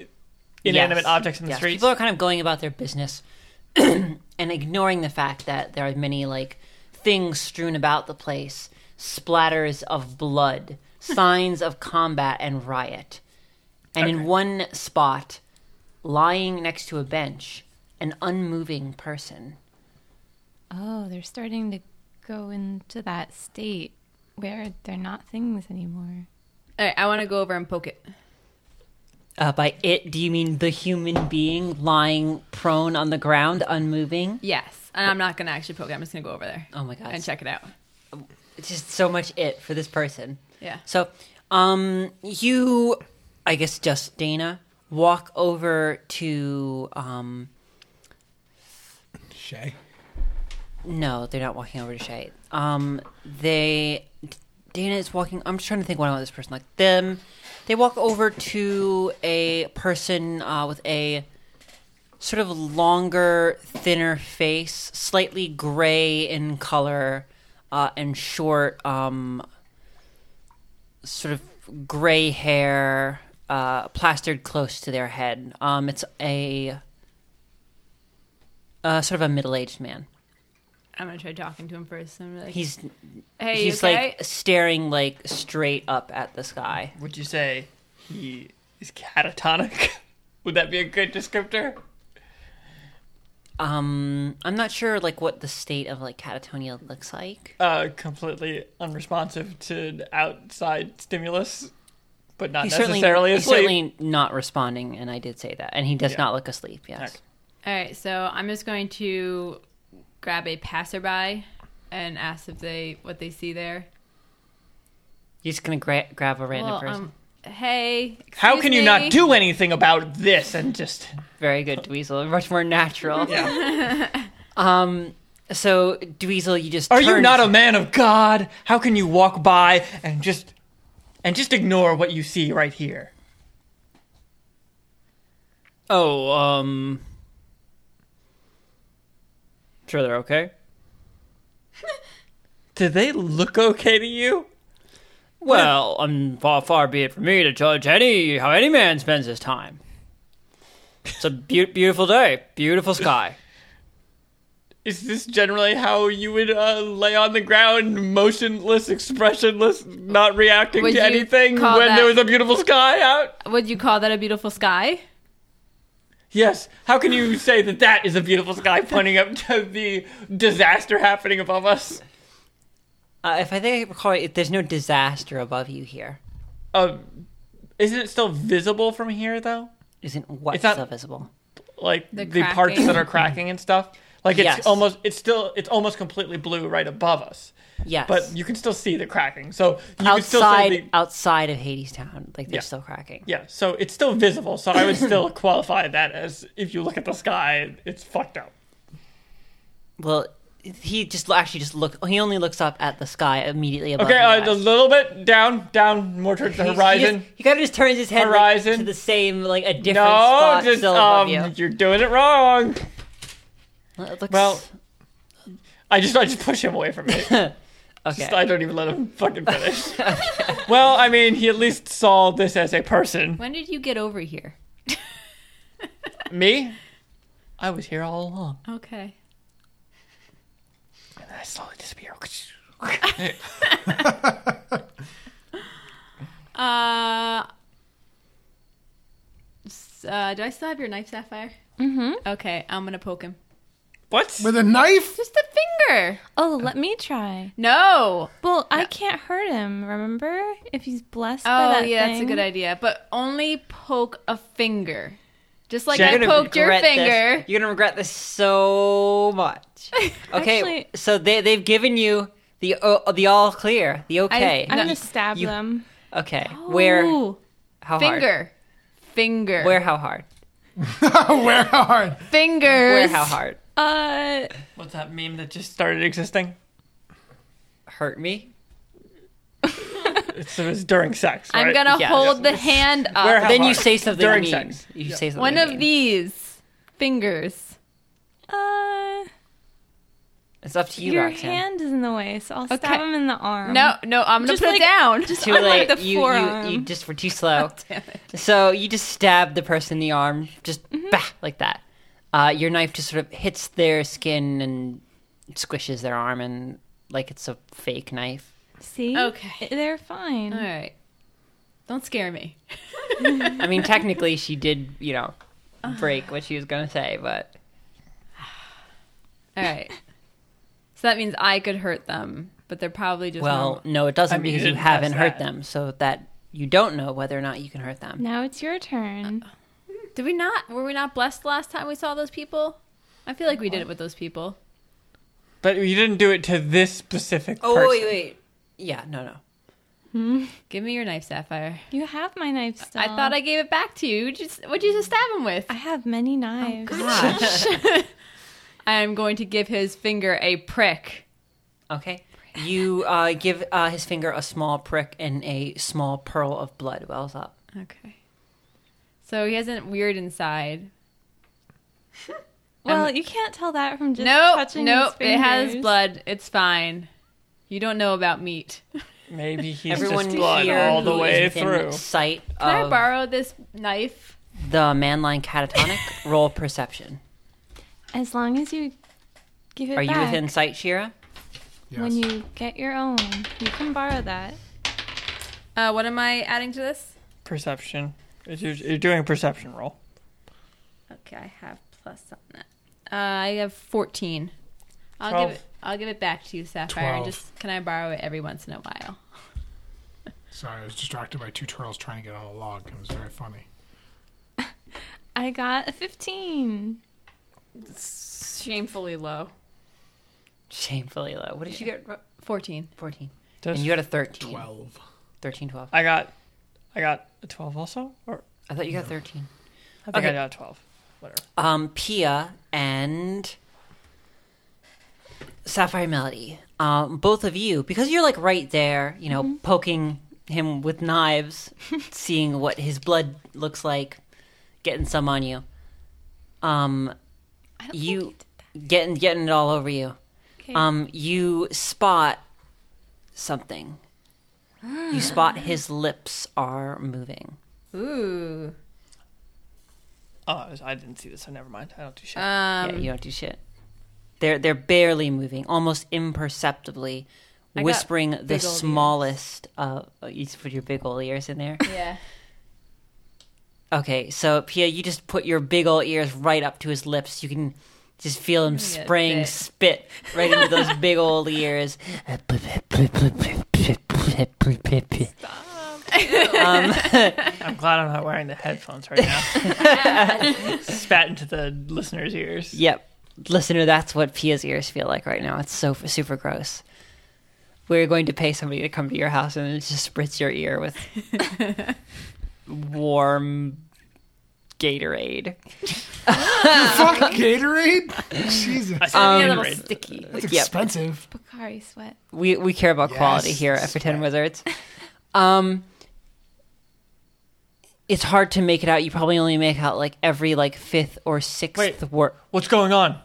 [SPEAKER 5] inanimate
[SPEAKER 1] Yes.
[SPEAKER 5] objects in the
[SPEAKER 1] Yes.
[SPEAKER 5] streets
[SPEAKER 1] People are kind of going about their business and ignoring the fact that there are many like things strewn about the place, splatters of blood, signs of combat and riot. And in one spot, lying next to a bench, an unmoving person.
[SPEAKER 3] Oh, they're starting to go into that state where they're not things anymore.
[SPEAKER 2] all right, I want to go over and poke it.
[SPEAKER 1] Uh, by it, do you mean the human being lying prone on the ground, unmoving?
[SPEAKER 2] Yes, and I'm not gonna actually poke it. I'm just gonna go over there.
[SPEAKER 1] Oh my God.
[SPEAKER 2] And check it out.
[SPEAKER 1] It's just so much it for this person.
[SPEAKER 2] Yeah.
[SPEAKER 1] So, um, you, I guess, just Dana, walk over to. Um,
[SPEAKER 6] Shay.
[SPEAKER 1] no, they're not walking over to Shay. Um, they, Dana is walking. I'm just trying to think what I want this person like them. They walk over to a person uh, with a sort of longer, thinner face, slightly gray in color, uh, and short, um, sort of gray hair uh, plastered close to their head. Um, it's a uh, sort of a middle-aged man.
[SPEAKER 2] I'm gonna try talking to him first. I'm like,
[SPEAKER 1] He's
[SPEAKER 2] hey, you
[SPEAKER 1] he's
[SPEAKER 2] okay?
[SPEAKER 1] like staring like straight up at the sky.
[SPEAKER 5] would you say he is catatonic would that be a good descriptor
[SPEAKER 1] Um, I'm not sure like what the state of like catatonia looks like.
[SPEAKER 5] uh completely unresponsive to outside stimulus but not
[SPEAKER 1] He's certainly
[SPEAKER 5] necessarily
[SPEAKER 1] he's
[SPEAKER 5] asleep
[SPEAKER 1] certainly not responding, and I did say that, and he does
[SPEAKER 5] Yeah.
[SPEAKER 1] not look asleep. Yes.
[SPEAKER 5] Okay.
[SPEAKER 2] all right, so I'm just going to grab a passerby and ask if they what they see there.
[SPEAKER 1] You're just gonna gra- grab a random
[SPEAKER 2] Well,
[SPEAKER 1] person.
[SPEAKER 2] um, hey,
[SPEAKER 5] how
[SPEAKER 2] excuse
[SPEAKER 5] can you
[SPEAKER 2] me.
[SPEAKER 5] not do anything about this and just
[SPEAKER 1] Very good, Dweezil. Much more natural. um. So Dweezil, you just
[SPEAKER 5] are you
[SPEAKER 1] turn-
[SPEAKER 5] not a man of god how can you walk by and just and just ignore what you see right here
[SPEAKER 1] Oh, um. Sure, they're okay.
[SPEAKER 5] Do they look okay to you?
[SPEAKER 1] Well, um, far, far be it from me to judge any how any man spends his time. It's a beau- beautiful day, beautiful sky.
[SPEAKER 5] Is this generally how you would uh, lay on the ground, motionless, expressionless, not reacting
[SPEAKER 2] Would
[SPEAKER 5] to
[SPEAKER 2] you
[SPEAKER 5] anything when
[SPEAKER 2] call that-
[SPEAKER 5] there was a beautiful sky out?
[SPEAKER 2] Would you call that a beautiful sky?
[SPEAKER 5] Yes, how can you say that that is a beautiful sky pointing up to the disaster happening above us?
[SPEAKER 1] Uh, if I think I recall, right, there's no disaster above you here.
[SPEAKER 5] Uh, isn't it still visible from here though?
[SPEAKER 1] Isn't what's
[SPEAKER 5] not-
[SPEAKER 1] so visible?
[SPEAKER 5] Like the,
[SPEAKER 7] cracking.
[SPEAKER 5] parts that are cracking and stuff. Like it's
[SPEAKER 1] Yes.
[SPEAKER 5] almost it's still it's almost completely blue right above us.
[SPEAKER 1] Yes,
[SPEAKER 5] But you can still see the cracking. So you can still
[SPEAKER 1] outside
[SPEAKER 5] say the,
[SPEAKER 1] outside of Hades Town, like they're
[SPEAKER 5] Yeah.
[SPEAKER 1] still cracking.
[SPEAKER 5] Yeah, so it's still visible, so I would still qualify that as if you look at the sky, it's fucked up.
[SPEAKER 1] Well, he just actually just look. He only looks up at the sky immediately above.
[SPEAKER 5] Okay,
[SPEAKER 1] you
[SPEAKER 5] uh,
[SPEAKER 1] guys.
[SPEAKER 5] a little bit down, down, more towards the
[SPEAKER 1] He's- He,
[SPEAKER 5] horizon.
[SPEAKER 1] just- he kind of just turns his head like,
[SPEAKER 5] Horizon.
[SPEAKER 1] to the same, like a different
[SPEAKER 5] no,
[SPEAKER 1] spot
[SPEAKER 5] just
[SPEAKER 1] still above
[SPEAKER 5] um,
[SPEAKER 1] you.
[SPEAKER 5] you're doing it wrong.
[SPEAKER 1] Well, it looks-
[SPEAKER 5] well, I just, I just push him away from it.
[SPEAKER 1] okay.
[SPEAKER 5] I don't even let him fucking finish. well, I mean, he at least saw this as a person.
[SPEAKER 2] When did you get over here?
[SPEAKER 5] Me, I was here all along.
[SPEAKER 2] Okay.
[SPEAKER 5] I slowly disappear.
[SPEAKER 2] Uh, s- uh, do I still have your knife, Sapphire? Mm-hmm. Okay, I'm gonna poke him.
[SPEAKER 5] what?
[SPEAKER 6] With a knife?
[SPEAKER 2] Just the finger.
[SPEAKER 3] Oh, let me try.
[SPEAKER 2] No.
[SPEAKER 3] Well, I can't hurt him. Remember, if he's blessed.
[SPEAKER 2] Oh
[SPEAKER 3] by that
[SPEAKER 2] yeah, that's
[SPEAKER 3] thing.
[SPEAKER 2] a good idea. But only poke a finger, just like
[SPEAKER 5] Jen-
[SPEAKER 2] I
[SPEAKER 5] You're
[SPEAKER 2] poked your
[SPEAKER 1] regret this.
[SPEAKER 2] finger.
[SPEAKER 1] You're gonna regret this so much. Okay,
[SPEAKER 3] Actually-
[SPEAKER 1] so they they've given you the uh, the all clear, the okay,
[SPEAKER 3] I'm gonna stab
[SPEAKER 1] You-
[SPEAKER 3] them.
[SPEAKER 1] okay. Where
[SPEAKER 2] Ooh,
[SPEAKER 1] how hard?
[SPEAKER 2] oh, finger, finger,
[SPEAKER 1] Where how hard?
[SPEAKER 6] Where hard?
[SPEAKER 2] fingers.
[SPEAKER 1] Where how hard?
[SPEAKER 3] Uh,
[SPEAKER 5] What's that meme that just started existing?
[SPEAKER 1] Hurt me?
[SPEAKER 5] It's, it was during sex.
[SPEAKER 2] I'm
[SPEAKER 5] right?
[SPEAKER 2] gonna
[SPEAKER 1] Yeah.
[SPEAKER 2] hold the hand up.
[SPEAKER 5] Where- How
[SPEAKER 1] then you
[SPEAKER 5] hard?
[SPEAKER 1] say something
[SPEAKER 5] During
[SPEAKER 1] mean.
[SPEAKER 5] sex.
[SPEAKER 1] You say something.
[SPEAKER 2] One
[SPEAKER 1] mean.
[SPEAKER 2] of these fingers.
[SPEAKER 3] uh,
[SPEAKER 1] It's up to you,
[SPEAKER 3] your
[SPEAKER 1] Roxanne.
[SPEAKER 3] hand is in the way, so I'll
[SPEAKER 2] Okay.
[SPEAKER 3] stab him in the arm.
[SPEAKER 2] No, no, I'm gonna
[SPEAKER 3] Just
[SPEAKER 2] put
[SPEAKER 3] like-
[SPEAKER 2] it down. Just
[SPEAKER 1] Um, Too
[SPEAKER 3] I'm
[SPEAKER 1] late.
[SPEAKER 3] like the
[SPEAKER 1] you, you, you
[SPEAKER 3] forearm.
[SPEAKER 1] just were too slow.
[SPEAKER 2] damn it.
[SPEAKER 1] So you just stab the person in the arm, just
[SPEAKER 5] Mm-hmm.
[SPEAKER 1] bah, like that. Uh, your knife just sort of hits their skin and squishes their arm, and like it's a fake knife.
[SPEAKER 3] See,
[SPEAKER 2] Okay.
[SPEAKER 3] they're fine.
[SPEAKER 2] All right. Don't scare me.
[SPEAKER 1] I mean, technically, she did, you know, break what she was gonna say, but
[SPEAKER 2] All right. So that means I could hurt them, but they're probably just
[SPEAKER 1] well,
[SPEAKER 2] normal.
[SPEAKER 1] no, it doesn't
[SPEAKER 5] I mean, you
[SPEAKER 1] because you
[SPEAKER 5] didn't
[SPEAKER 1] haven't
[SPEAKER 5] touch
[SPEAKER 1] hurt
[SPEAKER 5] that.
[SPEAKER 1] them, so that you don't know whether or not you can hurt them.
[SPEAKER 3] Now it's your turn.
[SPEAKER 2] Did we not? Were we not blessed the last time we saw those people? I feel like we did it with those people.
[SPEAKER 5] But you didn't do it to this specific
[SPEAKER 1] Oh
[SPEAKER 5] person.
[SPEAKER 1] wait, wait, yeah, no, no.
[SPEAKER 2] Give me your knife, Sapphire.
[SPEAKER 3] You have my knife still.
[SPEAKER 2] I thought I gave it back to you. Just what'd you just stab him with?
[SPEAKER 3] I have
[SPEAKER 2] Oh,
[SPEAKER 3] many knives.
[SPEAKER 2] I am going to give his finger a prick.
[SPEAKER 1] Okay. You uh, give uh, his finger a small prick, and a small pearl of blood wells up.
[SPEAKER 2] Okay. So he hasn't weird inside.
[SPEAKER 3] well, you can't tell that from just
[SPEAKER 2] Nope,
[SPEAKER 3] touching
[SPEAKER 2] nope.
[SPEAKER 3] his
[SPEAKER 2] It has
[SPEAKER 3] fingers.
[SPEAKER 2] blood. It's fine. You don't know about meat.
[SPEAKER 5] Maybe he's
[SPEAKER 1] Everyone
[SPEAKER 5] just blood
[SPEAKER 1] here
[SPEAKER 5] all the
[SPEAKER 1] who is
[SPEAKER 5] way
[SPEAKER 1] within
[SPEAKER 5] through.
[SPEAKER 1] sight
[SPEAKER 2] Can I
[SPEAKER 1] of
[SPEAKER 2] borrow this knife?
[SPEAKER 1] the manline catatonic. roll perception.
[SPEAKER 3] As long as you give it
[SPEAKER 1] Are you
[SPEAKER 3] back
[SPEAKER 1] within sight, Shira?
[SPEAKER 3] when you get your own, you can borrow that.
[SPEAKER 2] Uh, what am I adding to this?
[SPEAKER 5] Perception. You're, you're doing a perception roll.
[SPEAKER 2] Okay, I have plus on that. Uh, I have fourteen. I'll
[SPEAKER 5] Twelve.
[SPEAKER 2] give it. I'll give it back to you, Sapphire. And
[SPEAKER 6] Twelve.
[SPEAKER 2] just can I borrow it every once in a while?
[SPEAKER 8] Sorry, I was distracted by two turtles trying to get on a log. It was very funny.
[SPEAKER 3] I got a 15.
[SPEAKER 7] Shamefully low.
[SPEAKER 1] Shamefully low. What did you get? Ro-
[SPEAKER 2] Fourteen.
[SPEAKER 1] 14.
[SPEAKER 5] Does-
[SPEAKER 1] and you got a 13.
[SPEAKER 8] 12.
[SPEAKER 1] 13, 12.
[SPEAKER 5] I got, I got a twelve also, or
[SPEAKER 1] I thought you got 13.
[SPEAKER 5] I think
[SPEAKER 1] Okay.
[SPEAKER 5] I got a twelve. Whatever.
[SPEAKER 1] Um, Pia and Sapphire Melody. Um, both of you, because you're like right there, you know, poking him with knives, seeing what his blood looks like, getting some on you. Um, you getting getting it all over you. Um, you spot something. You spot his lips are moving.
[SPEAKER 2] Ooh.
[SPEAKER 5] Oh, I didn't see this, so never mind. I don't do shit.
[SPEAKER 2] Um,
[SPEAKER 1] yeah, you don't do shit. They're they're barely moving, almost imperceptibly, whispering the
[SPEAKER 2] big old ears.
[SPEAKER 1] smallest. Uh, oh, you put your big old ears in there.
[SPEAKER 2] Yeah.
[SPEAKER 1] Okay, so Pia, you just put your big old ears right up to his lips. You can just feel him spraying
[SPEAKER 2] bit.
[SPEAKER 1] spit right into those big old ears.
[SPEAKER 5] I'm glad I'm not wearing the headphones right now. Spat into the listeners' ears.
[SPEAKER 1] Yep, listener, that's what Pia's ears feel like right now. It's so super gross. We're going to pay somebody to come to your house and just spritz your ear with warm Gatorade.
[SPEAKER 6] Fuck Gatorade. Jesus,
[SPEAKER 5] I said
[SPEAKER 2] a
[SPEAKER 5] Gatorade.
[SPEAKER 2] little sticky.
[SPEAKER 6] it's
[SPEAKER 1] yep.
[SPEAKER 6] expensive.
[SPEAKER 3] Bakari sweat.
[SPEAKER 1] we we care about
[SPEAKER 6] Yes.
[SPEAKER 1] quality here at Pretend Wizards. Um, it's hard to make it out. You probably only make out like every like fifth or sixth
[SPEAKER 5] Wait.
[SPEAKER 1] word.
[SPEAKER 5] What's going on?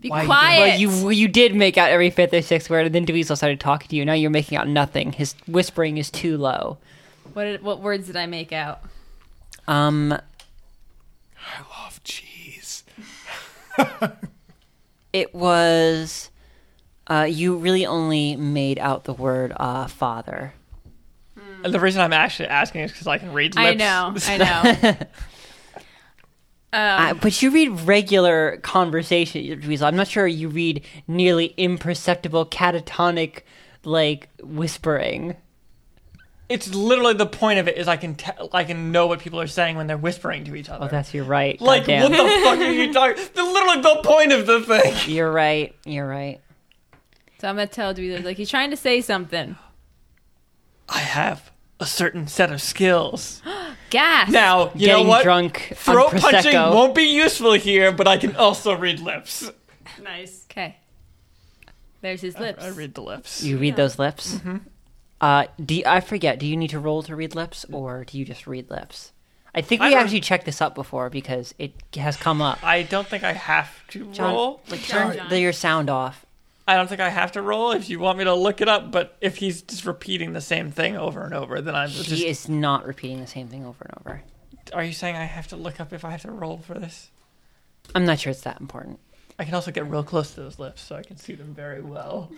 [SPEAKER 2] Be
[SPEAKER 5] Why-
[SPEAKER 2] quiet.
[SPEAKER 1] Well, you you did make out every fifth or sixth word, and then Dweezil started talking to you. Now you're making out nothing. His whispering is too low.
[SPEAKER 2] what, did, what words did I make out?
[SPEAKER 1] Um,
[SPEAKER 6] I love cheese.
[SPEAKER 1] it was. Uh, you really only made out the word uh, father.
[SPEAKER 5] And the reason I'm actually asking is because I can read lips.
[SPEAKER 2] I know. I know.
[SPEAKER 1] Uh, but you read regular conversation, Dweezil. I'm not sure you read nearly imperceptible catatonic, like whispering.
[SPEAKER 5] It's literally the point of it is I can te- I can know what people are saying when they're whispering to each other.
[SPEAKER 1] Oh, that's you're right.
[SPEAKER 5] like
[SPEAKER 1] Goddamn.
[SPEAKER 5] what the fuck are you talking? That's literally the point of the thing.
[SPEAKER 1] you're right. You're right.
[SPEAKER 2] so I'm gonna tell Dweezil like he's trying to say something.
[SPEAKER 5] I have a certain set of skills.
[SPEAKER 2] Gas.
[SPEAKER 5] Now you
[SPEAKER 1] Getting
[SPEAKER 5] know what?
[SPEAKER 1] drunk on
[SPEAKER 5] Throat punching
[SPEAKER 1] Prosecco.
[SPEAKER 5] won't be useful here, but I can also read lips.
[SPEAKER 2] Nice. Okay. There's his lips.
[SPEAKER 5] I read the lips.
[SPEAKER 1] You read those lips.
[SPEAKER 5] Mm-hmm.
[SPEAKER 1] Uh, do you- I forget? Do you need to roll to read lips, or do you just read lips? I think we
[SPEAKER 5] I don't-
[SPEAKER 1] actually checked this up before because it has come up.
[SPEAKER 5] I don't think I have to
[SPEAKER 1] John,
[SPEAKER 5] roll.
[SPEAKER 1] like turn the, your sound off.
[SPEAKER 5] I don't think I have to roll if you want me to look it up, but if he's just repeating the same thing over and over, then I'm just.
[SPEAKER 1] He is not repeating the same thing over and over.
[SPEAKER 5] Are you saying I have to look up if I have to roll for this?
[SPEAKER 1] I'm not sure it's that important.
[SPEAKER 5] I can also get real close to those lips so I can see them very well.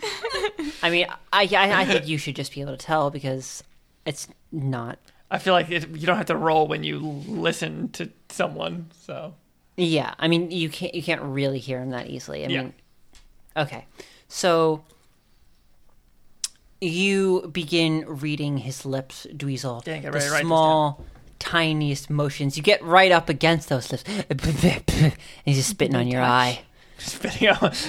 [SPEAKER 1] I mean, I, I I think you should just be able to tell because it's not.
[SPEAKER 5] I feel like it, you don't have to roll when you listen to someone, so.
[SPEAKER 1] Yeah, I mean, you can't you can't really hear him that easily. I
[SPEAKER 5] Yeah.
[SPEAKER 1] mean, okay, so you begin reading his lips, Dweezil.
[SPEAKER 5] Dang, I
[SPEAKER 1] the
[SPEAKER 5] already write this
[SPEAKER 1] small, tiniest motions. You get right up against those lips, and he's just spitting on your eye.
[SPEAKER 5] Spitting out.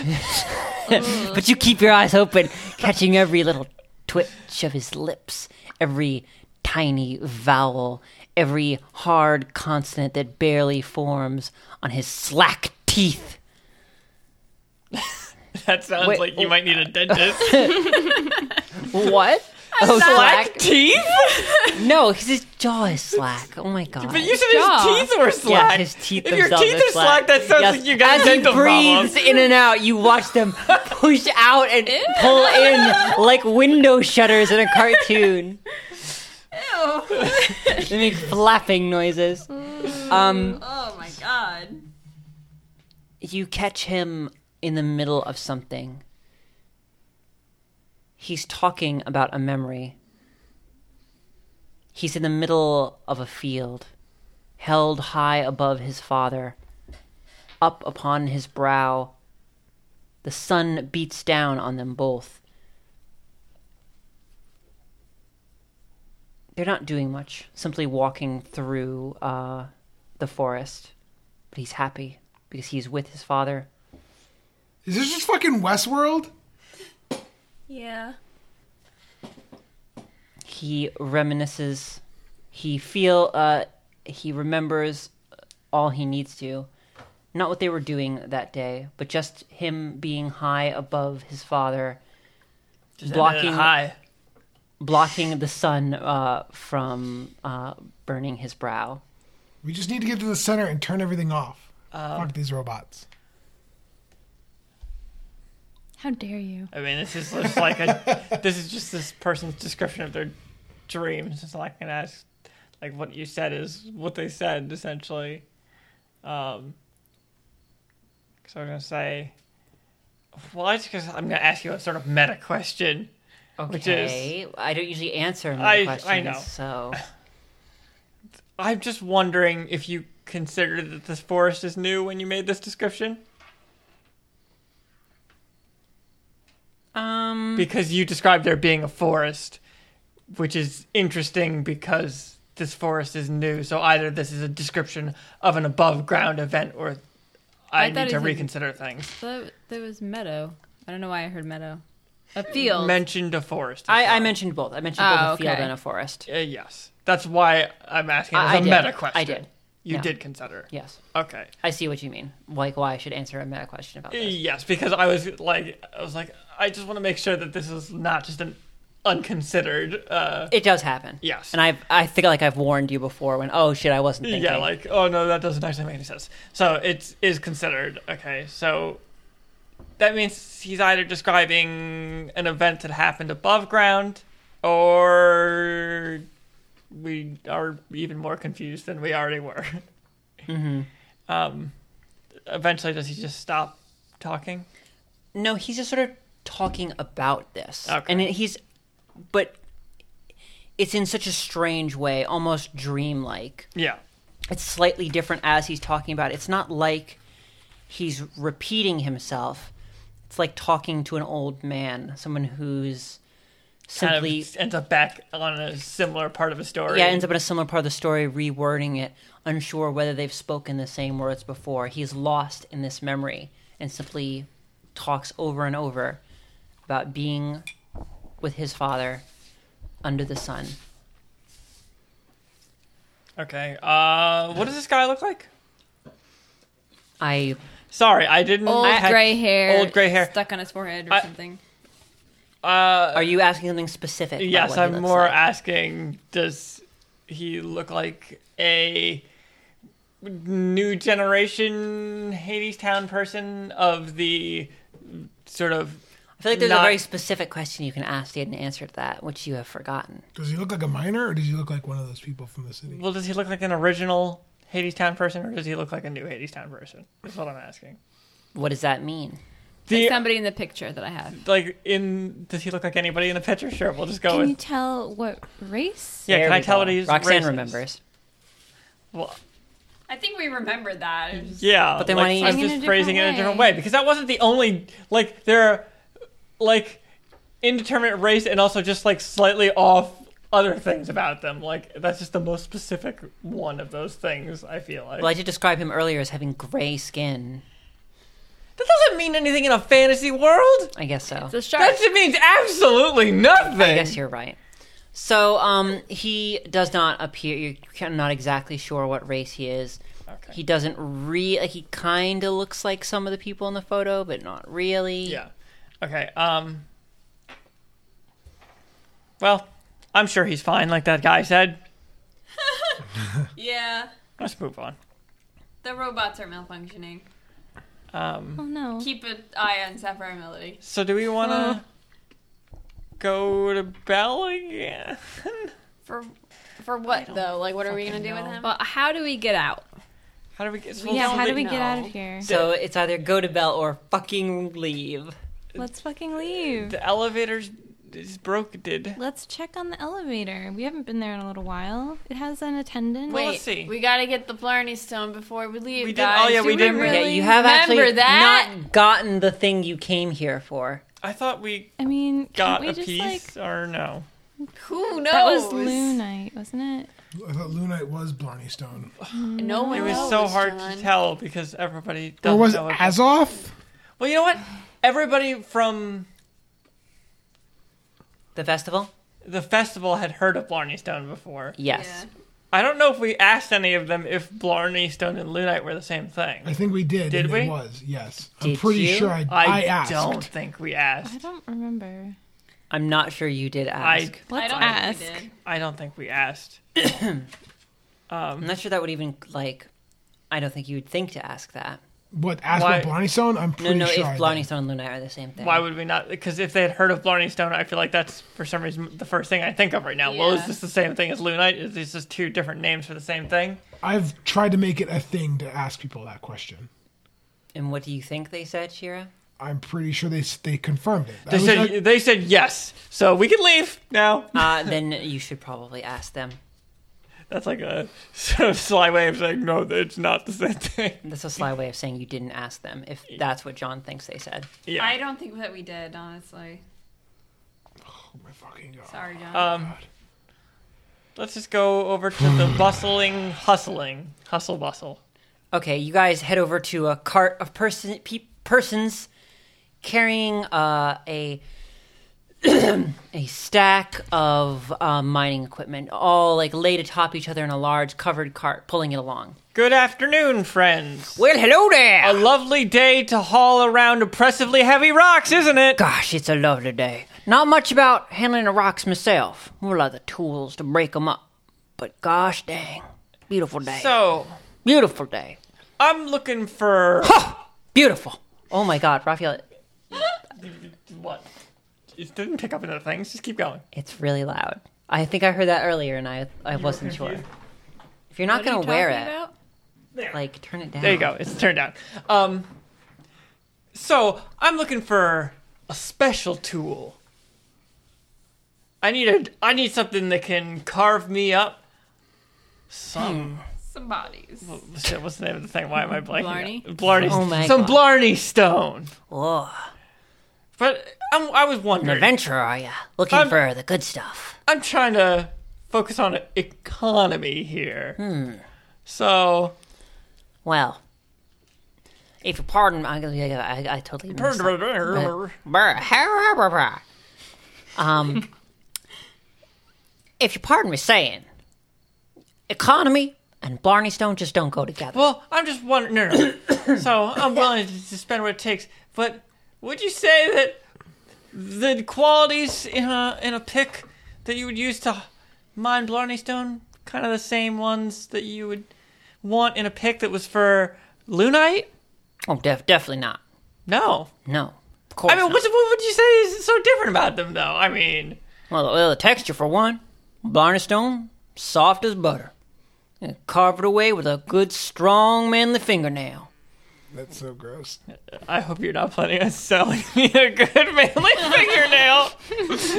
[SPEAKER 1] But you keep your eyes open, catching every little twitch of his lips, every tiny vowel, every hard consonant that barely forms on his slack teeth.
[SPEAKER 5] That sounds
[SPEAKER 1] Wait,
[SPEAKER 5] like you
[SPEAKER 1] oh.
[SPEAKER 5] might need a dentist.
[SPEAKER 1] What? Oh,
[SPEAKER 5] Black teeth?
[SPEAKER 1] No, 'cause his jaw is slack. Oh my god.
[SPEAKER 5] But you said his teeth were slack.
[SPEAKER 1] yeah, his teeth
[SPEAKER 5] If your
[SPEAKER 1] themselves
[SPEAKER 5] teeth are slack, that sounds
[SPEAKER 1] Yes.
[SPEAKER 5] like you got
[SPEAKER 1] As
[SPEAKER 5] a dental
[SPEAKER 1] he breathes
[SPEAKER 5] problem.
[SPEAKER 1] in and out, you watch them push out and pull in like window shutters in a cartoon. they make flapping noises. Um,
[SPEAKER 2] Oh my god.
[SPEAKER 1] you catch him in the middle of something. He's talking about a memory. He's in the middle of a field, held high above his father. Up upon his brow, the sun beats down on them both. They're not doing much, simply walking through uh, the forest. But he's happy because he's with his father.
[SPEAKER 6] Is this just fucking Westworld?
[SPEAKER 7] Yeah.
[SPEAKER 1] He reminisces. He feel. Uh, he remembers all he needs to. Not what they were doing that day, but just him being high above his father,
[SPEAKER 5] Just
[SPEAKER 1] blocking-
[SPEAKER 5] ended it high.
[SPEAKER 1] blocking the sun uh, from uh, burning his brow.
[SPEAKER 6] We just need to get to the center and turn everything off. Fuck these robots.
[SPEAKER 3] How dare you?
[SPEAKER 5] I mean, this is just like a, this is just this person's description of their dreams. It's like an ask, like what you said is what they said essentially. Um, so I'm gonna say, well, I just cause I'm gonna ask you a sort of meta question.
[SPEAKER 1] Okay,
[SPEAKER 5] Which
[SPEAKER 1] I don't usually answer my
[SPEAKER 5] I- I
[SPEAKER 1] questions,
[SPEAKER 5] know.
[SPEAKER 1] so
[SPEAKER 5] I'm just wondering if you considered that this forest is new when you made this description?
[SPEAKER 1] Um,
[SPEAKER 5] Because you described there being a forest, which is interesting because this forest is new. So either this is a description of an above ground event or I,
[SPEAKER 2] I thought
[SPEAKER 5] need
[SPEAKER 2] it
[SPEAKER 5] to
[SPEAKER 2] was a-
[SPEAKER 5] reconsider things.
[SPEAKER 2] But there was meadow. I don't know why I heard meadow. A field.
[SPEAKER 5] Mentioned a forest.
[SPEAKER 1] I, I mentioned both. I mentioned both
[SPEAKER 2] Oh,
[SPEAKER 1] a field
[SPEAKER 2] okay.
[SPEAKER 1] and a forest.
[SPEAKER 5] Uh, yes. That's why I'm asking
[SPEAKER 1] I-
[SPEAKER 5] as a
[SPEAKER 1] I did.
[SPEAKER 5] meta question.
[SPEAKER 1] I did.
[SPEAKER 5] You
[SPEAKER 1] Yeah.
[SPEAKER 5] did consider.
[SPEAKER 1] Yes,
[SPEAKER 5] Okay.
[SPEAKER 1] I see what you mean. Like why I should answer a meta question about this.
[SPEAKER 5] Yes, because I was like, I was like, I just want to make sure that this is not just an unconsidered. Uh,
[SPEAKER 1] It does happen.
[SPEAKER 5] Yes.
[SPEAKER 1] and I have I think like I've warned you before when oh shit I wasn't thinking.
[SPEAKER 5] yeah, like, oh no, that doesn't actually make any sense. So it is considered. Okay, so that means he's either describing an event that happened above ground, or we are even more confused than we already were.
[SPEAKER 1] Mm-hmm.
[SPEAKER 5] Um, eventually, does he just stop talking?
[SPEAKER 1] No, he's just sort of talking about this.
[SPEAKER 5] Okay.
[SPEAKER 1] And it- he's, but it's in such a strange way, almost dreamlike.
[SPEAKER 5] Yeah.
[SPEAKER 1] It's slightly different as he's talking about it. It's not like he's repeating himself. It's like talking to an old man, someone who's
[SPEAKER 5] kind
[SPEAKER 1] simply
[SPEAKER 5] of ends up back on a similar part of a story.
[SPEAKER 1] yeah, ends up in a similar part of the story, rewording it, unsure whether they've spoken the same words before. He's lost in this memory and simply talks over and over about being with his father under the sun.
[SPEAKER 5] Okay. Uh, what does this guy look like?
[SPEAKER 1] I
[SPEAKER 5] Sorry, I didn't.
[SPEAKER 2] old
[SPEAKER 5] I had-
[SPEAKER 2] gray hair.
[SPEAKER 5] Old gray hair.
[SPEAKER 2] Stuck on his forehead or
[SPEAKER 5] I-
[SPEAKER 2] something.
[SPEAKER 5] Uh,
[SPEAKER 1] are you asking something specific? about
[SPEAKER 5] yes,
[SPEAKER 1] what he
[SPEAKER 5] I'm
[SPEAKER 1] looks
[SPEAKER 5] more
[SPEAKER 1] like?
[SPEAKER 5] asking. Does he look like a new generation Hades Town person of the sort of?
[SPEAKER 1] I feel like there's
[SPEAKER 5] not-
[SPEAKER 1] a very specific question you can ask to get an answer to that, which you have forgotten.
[SPEAKER 6] Does he look like a miner, or does he look like one of those people from the city?
[SPEAKER 5] Well, does he look like an original Hades Town person, or does he look like a new Hades Town person? That's what I'm asking.
[SPEAKER 1] What does that mean?
[SPEAKER 5] The
[SPEAKER 2] Like somebody in the picture that I have.
[SPEAKER 5] like in does he look like anybody in the picture? Sure, we'll just go
[SPEAKER 3] Can
[SPEAKER 5] with.
[SPEAKER 3] you tell what race?
[SPEAKER 5] Yeah,
[SPEAKER 1] There
[SPEAKER 5] can I
[SPEAKER 1] we
[SPEAKER 5] tell
[SPEAKER 1] go.
[SPEAKER 5] what he's
[SPEAKER 1] Roxanne
[SPEAKER 5] racist?
[SPEAKER 1] remembers.
[SPEAKER 5] Well,
[SPEAKER 7] I think we remembered that. It was-
[SPEAKER 5] yeah,
[SPEAKER 1] But then
[SPEAKER 5] like,
[SPEAKER 1] why don't you-
[SPEAKER 5] I'm
[SPEAKER 1] In a
[SPEAKER 5] just
[SPEAKER 3] different
[SPEAKER 5] phrasing it in a different
[SPEAKER 3] way.
[SPEAKER 5] way because that wasn't the only like there are like indeterminate race and also just like slightly off other things about them. Like that's just the most specific one of those things. I feel like
[SPEAKER 1] Well, I did describe him earlier as having gray skin.
[SPEAKER 5] that doesn't mean anything in a fantasy world.
[SPEAKER 1] I guess so.
[SPEAKER 2] The shark.
[SPEAKER 5] That just means absolutely nothing.
[SPEAKER 1] I guess you're right. So um, he does not appear. You're kind of not exactly sure what race he is.
[SPEAKER 5] Okay.
[SPEAKER 1] He doesn't re. Like, he kind of looks like some of the people in the photo, but not really.
[SPEAKER 5] Yeah. Okay. Um. Well, I'm sure he's fine, like that guy said.
[SPEAKER 2] yeah.
[SPEAKER 5] Let's move on.
[SPEAKER 2] The robots are malfunctioning.
[SPEAKER 5] Um,
[SPEAKER 3] Oh no.
[SPEAKER 2] Keep an eye on Sapphire Melody.
[SPEAKER 5] So, do we want to go to Bell again?
[SPEAKER 2] For for what though? Like what are we gonna do with him?
[SPEAKER 7] Well, how do we get out?
[SPEAKER 5] How do we get?
[SPEAKER 3] Yeah, how do we get
[SPEAKER 2] know.
[SPEAKER 3] out of here?
[SPEAKER 1] So it's either go to Bell or fucking leave.
[SPEAKER 3] Let's fucking leave.
[SPEAKER 5] The elevator's is broke. Did
[SPEAKER 3] Let's check on the elevator. We haven't been there in a little while. It has an attendant.
[SPEAKER 5] Well,
[SPEAKER 2] Wait,
[SPEAKER 5] let's see.
[SPEAKER 2] we gotta get the Blarney Stone before we leave.
[SPEAKER 5] We did-
[SPEAKER 2] guys.
[SPEAKER 5] oh, yeah,
[SPEAKER 2] Do
[SPEAKER 5] we
[SPEAKER 2] we
[SPEAKER 5] didn't-
[SPEAKER 2] Really
[SPEAKER 1] Yeah, you have
[SPEAKER 2] remember
[SPEAKER 1] actually
[SPEAKER 2] that.
[SPEAKER 1] not gotten the thing you came here for.
[SPEAKER 5] I thought we
[SPEAKER 3] I mean, can't
[SPEAKER 5] got
[SPEAKER 3] we
[SPEAKER 5] a
[SPEAKER 3] just
[SPEAKER 5] piece
[SPEAKER 3] like
[SPEAKER 5] or no?
[SPEAKER 2] Who knows?
[SPEAKER 3] that was Lunite, wasn't it?
[SPEAKER 6] I thought Lunite was Blarney Stone,
[SPEAKER 2] No one
[SPEAKER 5] It was
[SPEAKER 2] knows,
[SPEAKER 3] Oh,
[SPEAKER 5] so hard
[SPEAKER 2] John.
[SPEAKER 5] to tell because everybody
[SPEAKER 6] or
[SPEAKER 5] doesn't
[SPEAKER 6] was it
[SPEAKER 5] know.
[SPEAKER 6] Azoff?
[SPEAKER 5] well, you know what? Everybody from
[SPEAKER 1] The festival?
[SPEAKER 5] the festival had heard of Blarney Stone before.
[SPEAKER 1] Yes.
[SPEAKER 5] I don't know if we asked any of them if Blarney Stone and Lunite were the same thing.
[SPEAKER 6] I think we did.
[SPEAKER 5] Did
[SPEAKER 6] and
[SPEAKER 5] we?
[SPEAKER 6] It was yes. I'm
[SPEAKER 1] Did
[SPEAKER 6] pretty
[SPEAKER 1] you?
[SPEAKER 6] sure I,
[SPEAKER 5] I,
[SPEAKER 6] asked.
[SPEAKER 5] don't think we
[SPEAKER 3] I
[SPEAKER 5] asked.
[SPEAKER 3] don't remember.
[SPEAKER 1] I'm not sure you did
[SPEAKER 5] I
[SPEAKER 1] ask.
[SPEAKER 3] Let's
[SPEAKER 2] don't
[SPEAKER 3] ask.
[SPEAKER 2] think we did.
[SPEAKER 5] I don't think we asked.
[SPEAKER 1] I'm not sure that would even, like, I don't think you would think to ask that.
[SPEAKER 6] What asked
[SPEAKER 5] Why-
[SPEAKER 6] about Blarney Stone? I'm
[SPEAKER 1] No,
[SPEAKER 6] pretty
[SPEAKER 1] no,
[SPEAKER 6] sure. I
[SPEAKER 1] if
[SPEAKER 6] did.
[SPEAKER 1] Blarney Stone and Lunite are the same thing.
[SPEAKER 5] Why would we not? Because if they had heard of Blarney Stone, I feel like that's for some reason the first thing I think of right now. Well, is
[SPEAKER 2] Yeah.
[SPEAKER 5] this the same thing as Lunite? Is this just two different names for the same thing?
[SPEAKER 6] I've tried to make it a thing to ask people that question.
[SPEAKER 1] And what do you think they said, Shira?
[SPEAKER 6] I'm pretty sure they s- they confirmed it. I
[SPEAKER 5] They
[SPEAKER 6] was
[SPEAKER 5] said
[SPEAKER 6] like-
[SPEAKER 5] they said yes, so we can leave now.
[SPEAKER 1] Uh, then you should probably ask them.
[SPEAKER 5] That's like a so sly way of saying no. It's not the same thing.
[SPEAKER 1] That's a sly way of saying you didn't ask them if that's what John thinks they said.
[SPEAKER 5] Yeah.
[SPEAKER 7] I don't think that we did, honestly.
[SPEAKER 8] Oh my fucking god.
[SPEAKER 7] Sorry, John.
[SPEAKER 5] Um, let's just go over to the bustling, hustling, hustle bustle.
[SPEAKER 1] Okay, you guys head over to a cart of person pe- persons carrying uh, a a stack of uh, mining equipment, all like laid atop each other in a large covered cart, pulling it along. Oh,
[SPEAKER 5] Good afternoon, friends.
[SPEAKER 1] Well, hello there.
[SPEAKER 5] A lovely day to haul around oppressively heavy rocks, isn't it?
[SPEAKER 1] Gosh, it's a lovely day. Not much about handling the rocks myself. More like the tools to break 'em up. But gosh dang, beautiful day.
[SPEAKER 5] So
[SPEAKER 1] beautiful day.
[SPEAKER 5] I'm looking for
[SPEAKER 1] Beautiful. Oh my God, Raphael,
[SPEAKER 5] what? It didn't pick up another thing. Let's just keep going.
[SPEAKER 1] it's really loud. I think I heard that earlier, and I I wasn't sure.
[SPEAKER 5] confused?
[SPEAKER 1] If you're not
[SPEAKER 2] What are
[SPEAKER 1] gonna
[SPEAKER 2] you
[SPEAKER 1] wear
[SPEAKER 2] talking
[SPEAKER 1] it,
[SPEAKER 2] about?
[SPEAKER 1] like turn it down.
[SPEAKER 5] There you go. It's turned down. Um, so I'm looking for a special tool. I need a. I need something that can carve me up. Some.
[SPEAKER 7] Some bodies.
[SPEAKER 5] Shit, what's the name of the thing? Why am I blanking?
[SPEAKER 2] Blarney?
[SPEAKER 5] Blarney.
[SPEAKER 1] Hmm. Oh my
[SPEAKER 5] some
[SPEAKER 1] God.
[SPEAKER 5] Blarney stone.
[SPEAKER 1] Oh,
[SPEAKER 5] But I'm, I was
[SPEAKER 1] an
[SPEAKER 5] wondering.
[SPEAKER 1] adventurer, are ya? Looking
[SPEAKER 5] I'm-
[SPEAKER 1] for the good stuff.
[SPEAKER 5] I'm trying to focus on economy here.
[SPEAKER 1] Hmm.
[SPEAKER 5] So
[SPEAKER 1] Well, if you pardon, I, I, I, I totally missed that. Um, if you pardon me saying, economy and Blarney Stone just don't go together.
[SPEAKER 5] Well, I'm just wondering. No, no. so I'm willing to, to spend what it takes. But would you say that the qualities in a in a pick that you would use to mine Blarney Stone kind of the same ones that you would want in a pick that was for Lunite?
[SPEAKER 1] oh, def- definitely not.
[SPEAKER 5] No.
[SPEAKER 1] No, of course
[SPEAKER 5] I mean,
[SPEAKER 1] not.
[SPEAKER 5] what's, what would you say is so different about them, though? I mean,
[SPEAKER 1] Well, the, well, the texture for one. Blarney Stone, soft as butter. And carve it away with a good, strong, manly fingernail.
[SPEAKER 6] That's so gross.
[SPEAKER 5] I hope you're not planning on selling me a good manly fingernail.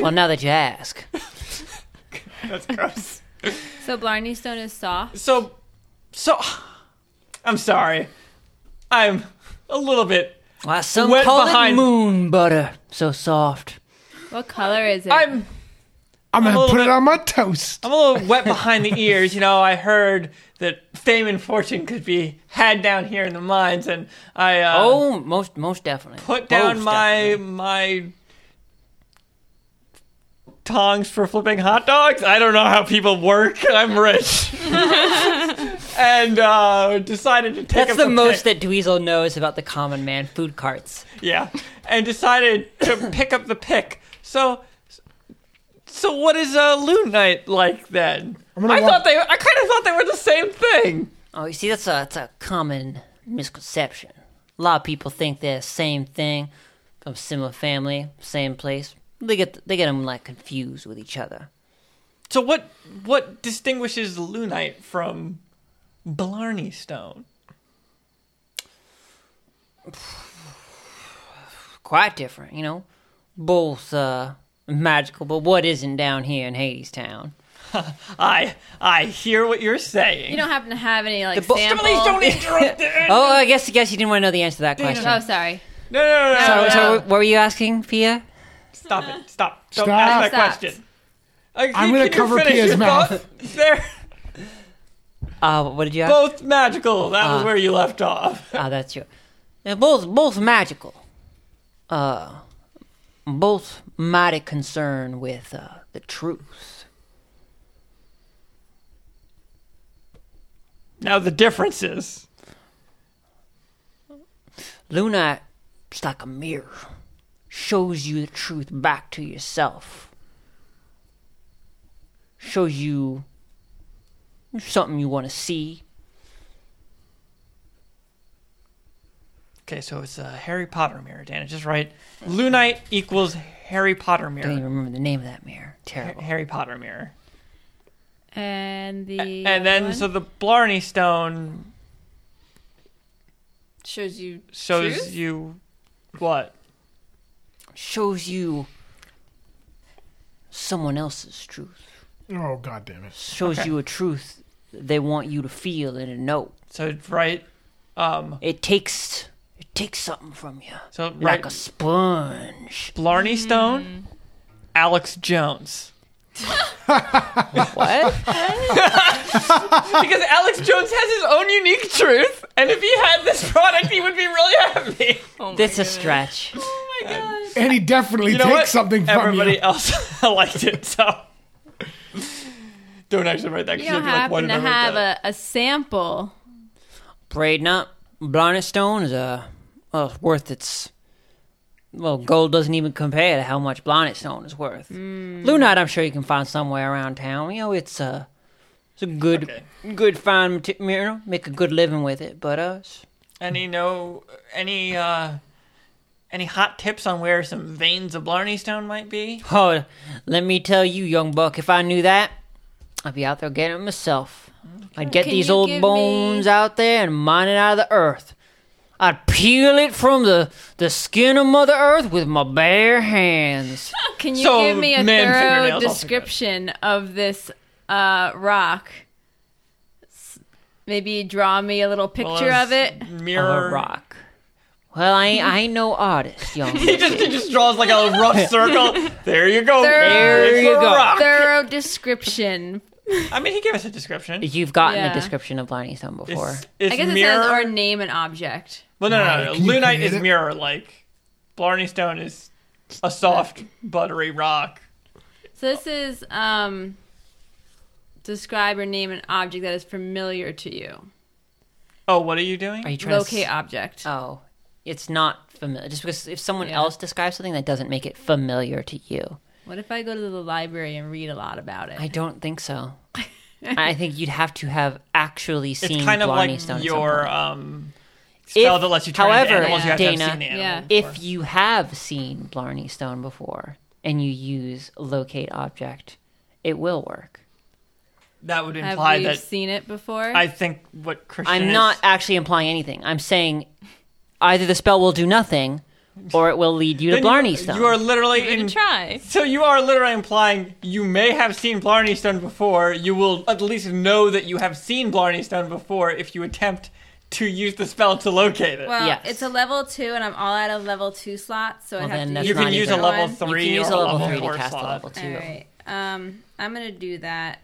[SPEAKER 1] Well, now that you ask,
[SPEAKER 5] That's gross.
[SPEAKER 2] So Blarney Stone is soft.
[SPEAKER 5] So, so, I'm sorry. I'm a little bit.
[SPEAKER 1] why some
[SPEAKER 5] Wet
[SPEAKER 1] call
[SPEAKER 5] behind-
[SPEAKER 1] it moon butter. So soft.
[SPEAKER 5] Uh,
[SPEAKER 2] What color is it?
[SPEAKER 5] I'm
[SPEAKER 6] I'm
[SPEAKER 5] a
[SPEAKER 6] gonna
[SPEAKER 5] little
[SPEAKER 6] put
[SPEAKER 5] bit-
[SPEAKER 6] it on my toast.
[SPEAKER 5] I'm a little wet behind the ears. You know, I heard that fame and fortune could be had down here in the mines, and I uh,
[SPEAKER 1] oh, most most definitely.
[SPEAKER 5] put down
[SPEAKER 1] Most
[SPEAKER 5] my
[SPEAKER 1] definitely.
[SPEAKER 5] my tongs for flipping hot dogs. I don't know how people work. I'm rich, and uh, decided to take.
[SPEAKER 1] That's
[SPEAKER 5] up
[SPEAKER 1] the
[SPEAKER 5] pick.
[SPEAKER 1] most that Dweezil knows about the common man food carts.
[SPEAKER 5] Yeah, and decided to pick up the pick. So, so what is a loon knight like then?
[SPEAKER 6] gonna
[SPEAKER 5] I
[SPEAKER 6] walk-
[SPEAKER 5] thought they, I kind of thought they were the same thing.
[SPEAKER 1] Oh, you see, that's a that's a common misconception. A lot of people think they're the same thing, from similar family, same place. They get they get them like confused with each other.
[SPEAKER 5] So what, what distinguishes lunite from Blarney Stone?
[SPEAKER 1] Quite different, you know. Both uh, magical, but what isn't down here in Hades Town?
[SPEAKER 5] I, I hear what you're saying.
[SPEAKER 2] You don't happen to have any like
[SPEAKER 1] The bo-
[SPEAKER 2] sample.
[SPEAKER 5] Please don't interrupt the end.
[SPEAKER 1] Oh, I guess I guess you didn't want to know the answer to that question.
[SPEAKER 2] Oh, sorry.
[SPEAKER 5] No, no, no, no,
[SPEAKER 1] so,
[SPEAKER 5] no.
[SPEAKER 1] so what were you asking, Fia?
[SPEAKER 5] Stop it! Stop! Don't
[SPEAKER 6] Stop.
[SPEAKER 5] ask that
[SPEAKER 2] Stop.
[SPEAKER 5] question. I-
[SPEAKER 6] I'm
[SPEAKER 5] you-
[SPEAKER 6] gonna
[SPEAKER 5] can you
[SPEAKER 6] cover
[SPEAKER 5] finish
[SPEAKER 6] Pia's
[SPEAKER 5] your
[SPEAKER 6] mouth.
[SPEAKER 5] thought? They're
[SPEAKER 1] Uh, what did you ask?
[SPEAKER 5] both magical. That was
[SPEAKER 1] Uh,
[SPEAKER 5] where you left off.
[SPEAKER 1] Ah, that's your. They're both both magical. Uh, both mighty concerned with uh, the truth.
[SPEAKER 5] Now the differences.
[SPEAKER 1] Luna, it's like a mirror, shows you the truth back to yourself. Shows you something you want to see.
[SPEAKER 5] Okay, so it's a Harry Potter mirror, Dan. It's just right. Lunite equals Harry Potter
[SPEAKER 1] I don't
[SPEAKER 5] mirror.
[SPEAKER 1] even remember the name of that mirror.
[SPEAKER 5] Ha-
[SPEAKER 1] Terrible.
[SPEAKER 5] Harry Potter mirror.
[SPEAKER 2] And the
[SPEAKER 5] and then,
[SPEAKER 2] one?
[SPEAKER 5] so the Blarney Stone
[SPEAKER 7] Shows you.
[SPEAKER 5] shows
[SPEAKER 7] Truth?
[SPEAKER 5] you what?
[SPEAKER 1] Shows you someone else's truth.
[SPEAKER 8] Oh god damn it!
[SPEAKER 1] Shows you a truth they want you to feel and to know.
[SPEAKER 5] So right, um,
[SPEAKER 1] It takes it takes something from you,
[SPEAKER 5] so
[SPEAKER 1] like
[SPEAKER 5] right,
[SPEAKER 1] a sponge.
[SPEAKER 5] Blarney Stone,
[SPEAKER 2] Hmm.
[SPEAKER 5] Alex Jones.
[SPEAKER 1] What?
[SPEAKER 5] Because Alex Jones has his own unique truth, and if he had this product, he would be really happy.
[SPEAKER 1] That's a stretch.
[SPEAKER 6] And he definitely
[SPEAKER 5] You know
[SPEAKER 6] takes
[SPEAKER 5] what?
[SPEAKER 6] something from
[SPEAKER 5] Everybody
[SPEAKER 6] you.
[SPEAKER 5] else liked it, so don't actually write that. 'cause
[SPEAKER 2] You don't
[SPEAKER 5] you'll be like, "Why
[SPEAKER 2] happen
[SPEAKER 5] did I
[SPEAKER 2] to
[SPEAKER 5] write
[SPEAKER 2] have
[SPEAKER 5] that?"
[SPEAKER 2] a, a sample.
[SPEAKER 1] Braiding up Blarney Stone is a well it's worth its well gold doesn't even compare to how much Blarney Stone is worth. Lunite, I'm sure you can find somewhere around town. You know, it's a it's a good good fine mate- material. Make a good living with it, but uh, it's-
[SPEAKER 5] Any no any uh any hot tips on where some veins of Blarney Stone might be?
[SPEAKER 1] oh, let me tell you, young buck, if I knew that, I'd be out there getting it myself. I'd get
[SPEAKER 2] Can
[SPEAKER 1] these
[SPEAKER 2] you
[SPEAKER 1] old
[SPEAKER 2] give me-
[SPEAKER 1] bones out there and mine it out of the earth. I'd peel it from the, the skin of Mother Earth with my bare hands.
[SPEAKER 2] Can you
[SPEAKER 5] So,
[SPEAKER 2] give me a
[SPEAKER 5] man,
[SPEAKER 2] thorough
[SPEAKER 5] fingernails, I'll figure it out.
[SPEAKER 2] description of this uh, rock? S- Maybe draw me a little picture
[SPEAKER 5] Well,
[SPEAKER 2] of it.
[SPEAKER 5] Mirror
[SPEAKER 1] a rock. Well, I ain't, I ain't no artist, young.
[SPEAKER 5] He just he just draws like a rough circle. There you go.
[SPEAKER 2] There
[SPEAKER 5] There's
[SPEAKER 1] you
[SPEAKER 5] a
[SPEAKER 1] go.
[SPEAKER 5] rock.
[SPEAKER 2] Thorough description.
[SPEAKER 5] I mean, he gave us a description.
[SPEAKER 1] You've gotten
[SPEAKER 2] Yeah.
[SPEAKER 1] a description of Blarney Stone before.
[SPEAKER 5] It's, it's
[SPEAKER 2] I guess it
[SPEAKER 5] mirror.
[SPEAKER 2] says or name an object.
[SPEAKER 5] well, no, no, no.
[SPEAKER 6] Can you
[SPEAKER 5] Lunite
[SPEAKER 6] create
[SPEAKER 5] is
[SPEAKER 6] it?
[SPEAKER 5] mirror like. Blarney Stone is a soft, buttery rock.
[SPEAKER 2] So this is um, describe or name an object that is familiar to you.
[SPEAKER 5] Oh, what are you doing?
[SPEAKER 1] Are you trying
[SPEAKER 2] Locate
[SPEAKER 1] to? s-
[SPEAKER 2] object.
[SPEAKER 5] Uh,
[SPEAKER 1] Oh, it's not familiar. Just because if someone
[SPEAKER 2] uh, Yeah.
[SPEAKER 1] else describes something, that doesn't make it familiar to you.
[SPEAKER 2] What if I go to the library and read a lot about it?
[SPEAKER 1] I don't think so. I think you'd have to have actually seen
[SPEAKER 5] it's kind of
[SPEAKER 1] Blarney
[SPEAKER 5] like
[SPEAKER 1] Stone. at some
[SPEAKER 5] your
[SPEAKER 1] point.
[SPEAKER 5] um spell
[SPEAKER 1] If-
[SPEAKER 5] that lets you turn into
[SPEAKER 1] however,
[SPEAKER 5] animals. You have to
[SPEAKER 1] Dana,
[SPEAKER 5] have seen the animal
[SPEAKER 2] yeah.
[SPEAKER 5] before.
[SPEAKER 1] if you have seen Blarney Stone before and you use locate object, it will work.
[SPEAKER 5] that would
[SPEAKER 2] Have
[SPEAKER 5] imply
[SPEAKER 2] we
[SPEAKER 5] that
[SPEAKER 2] seen it before?
[SPEAKER 5] I think what Christian
[SPEAKER 1] I'm
[SPEAKER 5] is-
[SPEAKER 1] not actually implying anything. I'm saying either the spell will do nothing or it will lead you to
[SPEAKER 5] Then you-
[SPEAKER 1] Blarney Stone.
[SPEAKER 5] You are literally in.
[SPEAKER 3] Try.
[SPEAKER 5] So you are literally implying you may have seen Blarney Stone before. You will at least know that you have seen Blarney Stone before if you attempt to use the spell to locate it.
[SPEAKER 2] Well,
[SPEAKER 1] Yes.
[SPEAKER 2] it's a level two, and I'm all out of level two slots, so I
[SPEAKER 1] Well,
[SPEAKER 2] have
[SPEAKER 1] then
[SPEAKER 2] to.
[SPEAKER 1] that's
[SPEAKER 5] you
[SPEAKER 1] not
[SPEAKER 5] can use a
[SPEAKER 1] even-
[SPEAKER 5] level
[SPEAKER 2] one.
[SPEAKER 5] three
[SPEAKER 1] you can use
[SPEAKER 5] or
[SPEAKER 1] a level, three
[SPEAKER 5] four
[SPEAKER 1] to cast
[SPEAKER 5] slot.
[SPEAKER 1] a level two.
[SPEAKER 2] All right, um, I'm gonna do that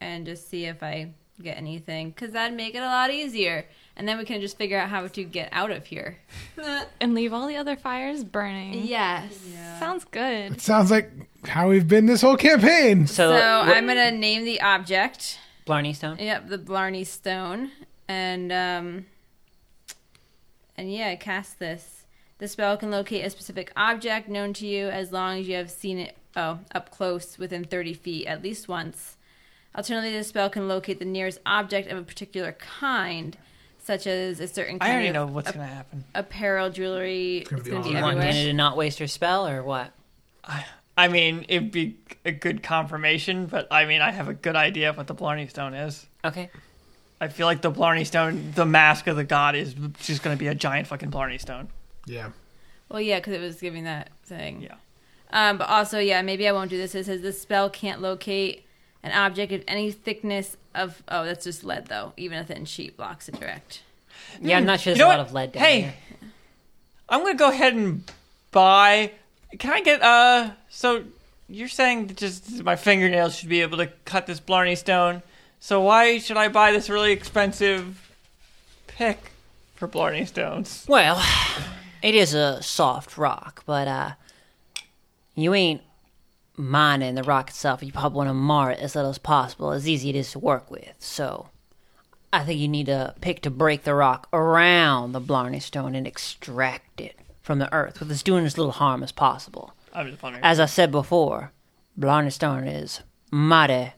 [SPEAKER 2] and just see if I get anything, because that'd make it a lot easier, and then we can just figure out how to get out of here.
[SPEAKER 3] And leave all the other fires burning.
[SPEAKER 2] Yes.
[SPEAKER 3] Sounds good.
[SPEAKER 6] It sounds like how we've been this whole campaign.
[SPEAKER 1] So,
[SPEAKER 2] So
[SPEAKER 1] what-
[SPEAKER 2] I'm gonna name the object.
[SPEAKER 1] Blarney Stone.
[SPEAKER 2] Yep, the Blarney Stone, and um, and yeah, cast this. The spell can locate a specific object known to you as long as you have seen it. Oh, up close within 30 feet at least once. Alternatively, the spell can locate the nearest object of a particular kind, such as a certain
[SPEAKER 5] I
[SPEAKER 2] kind
[SPEAKER 5] already
[SPEAKER 2] of
[SPEAKER 5] know what's
[SPEAKER 2] ap-
[SPEAKER 5] gonna happen.
[SPEAKER 2] apparel, jewelry. It's
[SPEAKER 8] gonna
[SPEAKER 2] gonna
[SPEAKER 8] be
[SPEAKER 2] be,
[SPEAKER 8] all
[SPEAKER 1] You want
[SPEAKER 2] everywhere.
[SPEAKER 1] Dana to not waste her spell or what?
[SPEAKER 5] I mean, it'd be a good confirmation, but I mean, I have a good idea of what the Blarney Stone is.
[SPEAKER 1] Okay.
[SPEAKER 5] I feel like the Blarney Stone, the mask of the god, is just gonna be a giant fucking Blarney Stone.
[SPEAKER 8] Yeah.
[SPEAKER 2] Well, yeah, because it was giving that thing.
[SPEAKER 5] Yeah.
[SPEAKER 2] Um, but also, yeah, maybe I won't do this. It says this spell can't locate an object of any thickness of. Oh, that's just lead, though. Even a thin sheet blocks it direct.
[SPEAKER 1] Yeah, I'm not sure there's
[SPEAKER 5] Hmm. You know
[SPEAKER 1] a lot
[SPEAKER 5] what?
[SPEAKER 1] of lead down
[SPEAKER 5] hey,
[SPEAKER 1] here.
[SPEAKER 5] I'm gonna go ahead and buy. Can I get uh? So you're saying that just my fingernails should be able to cut this Blarney Stone. So why should I buy this really expensive pick for Blarney Stones?
[SPEAKER 1] Well, it is a soft rock, but uh, you ain't mining the rock itself. You probably want to mar it as little as possible, as easy it is to work with. So, I think you need to pick to break the rock around the Blarney Stone and extract it from the earth, with it's doing as little harm as possible.
[SPEAKER 5] I'm just wondering.
[SPEAKER 1] As I said before, Blarney Stone is mighty,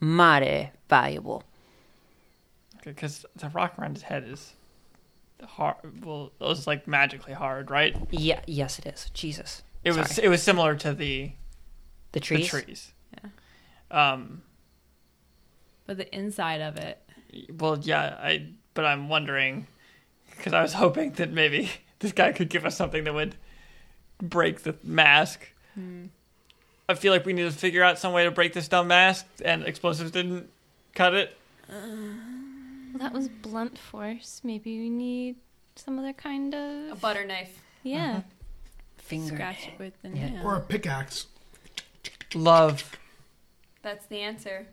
[SPEAKER 1] mighty valuable.
[SPEAKER 5] Because the rock around his head is hard. Well, it was like magically hard, right?
[SPEAKER 1] Yeah, yes, it is. Jesus,
[SPEAKER 5] It was. It was similar to the
[SPEAKER 1] the trees.
[SPEAKER 5] the trees. Yeah. Um.
[SPEAKER 2] But the inside of it.
[SPEAKER 5] Well, yeah, I. But I'm wondering because I was hoping that maybe this guy could give us something that would break the mask. I feel like we need to figure out some way to break this dumb mask, and explosives didn't cut it.
[SPEAKER 3] That was blunt force. Maybe we need some other kind of.
[SPEAKER 7] A butter knife.
[SPEAKER 5] Uh-huh.
[SPEAKER 3] Yeah.
[SPEAKER 1] Finger.
[SPEAKER 2] Scratch it with the
[SPEAKER 1] Yeah.
[SPEAKER 2] nail.
[SPEAKER 6] Or a pickaxe.
[SPEAKER 5] Love
[SPEAKER 7] That's the answer.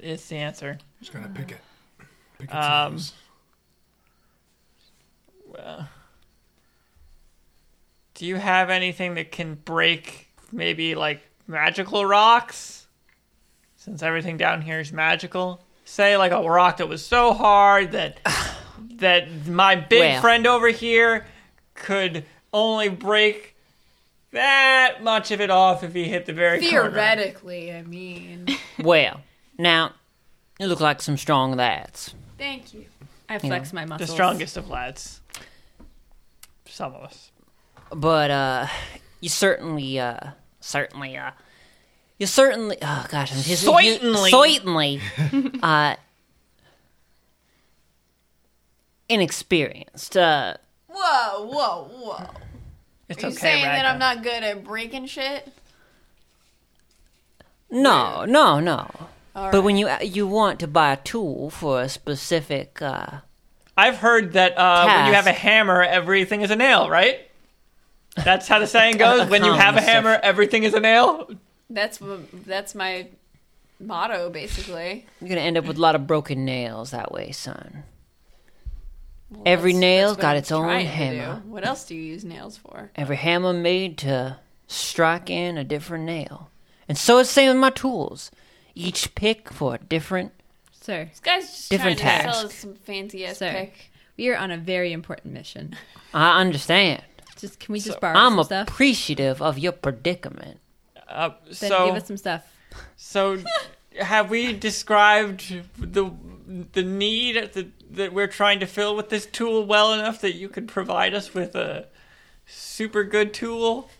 [SPEAKER 5] is the answer.
[SPEAKER 6] Just gonna pick it. Pick its
[SPEAKER 5] Um,
[SPEAKER 6] nose.
[SPEAKER 5] Well, do you have anything that can break maybe like magical rocks? Since everything down here is magical, say like a rock that was so hard that that my big
[SPEAKER 1] Well.
[SPEAKER 5] friend over here could only break that much of it off if he hit the very corner.
[SPEAKER 7] Theoretically, I mean.
[SPEAKER 1] Well, now, you look like some strong lads.
[SPEAKER 7] Thank you.
[SPEAKER 2] I flex my
[SPEAKER 5] The
[SPEAKER 2] muscles.
[SPEAKER 5] strongest of lads. Some of us.
[SPEAKER 1] but uh you certainly uh certainly uh you certainly oh gosh I'm just, you-
[SPEAKER 5] Certainly.
[SPEAKER 1] certainly uh inexperienced uh
[SPEAKER 7] Whoa, whoa, whoa. Are
[SPEAKER 5] It's
[SPEAKER 7] you
[SPEAKER 5] okay,
[SPEAKER 7] saying that
[SPEAKER 5] Ragnar.
[SPEAKER 7] I'm not good at breaking shit?
[SPEAKER 1] no no no
[SPEAKER 7] All
[SPEAKER 1] but when you uh, you want to buy a tool for a specific uh
[SPEAKER 5] I've heard that uh, when you
[SPEAKER 1] Task.
[SPEAKER 5] have a hammer, everything is a nail, right? That's how the saying goes.
[SPEAKER 2] Oh,
[SPEAKER 5] When you have a hammer, everything is a nail.
[SPEAKER 7] That's wh- that's my motto, basically.
[SPEAKER 1] you're gonna end up with a lot of broken nails that way son every
[SPEAKER 7] That's-
[SPEAKER 1] nail's
[SPEAKER 7] that's what
[SPEAKER 1] got
[SPEAKER 7] I'm
[SPEAKER 1] its own
[SPEAKER 7] trying to do.
[SPEAKER 1] hammer
[SPEAKER 7] What else do you use nails for?
[SPEAKER 1] every hammer made to strike in a different nail. And so it's same with my tools. Each pick for a different
[SPEAKER 2] Sir,
[SPEAKER 7] This guy's just
[SPEAKER 1] Different
[SPEAKER 7] trying to
[SPEAKER 1] task.
[SPEAKER 7] sell us some fancy ass
[SPEAKER 2] Sir.
[SPEAKER 7] pick.
[SPEAKER 2] we are on a very important mission.
[SPEAKER 1] I understand.
[SPEAKER 2] Just can we just borrow
[SPEAKER 1] I'm
[SPEAKER 2] some stuff?
[SPEAKER 1] appreciative of your predicament.
[SPEAKER 5] Uh,
[SPEAKER 2] Then
[SPEAKER 5] so,
[SPEAKER 2] give us some stuff.
[SPEAKER 5] so have we described the the need that that we're trying to fill with this tool well enough that you could provide us with a super good tool?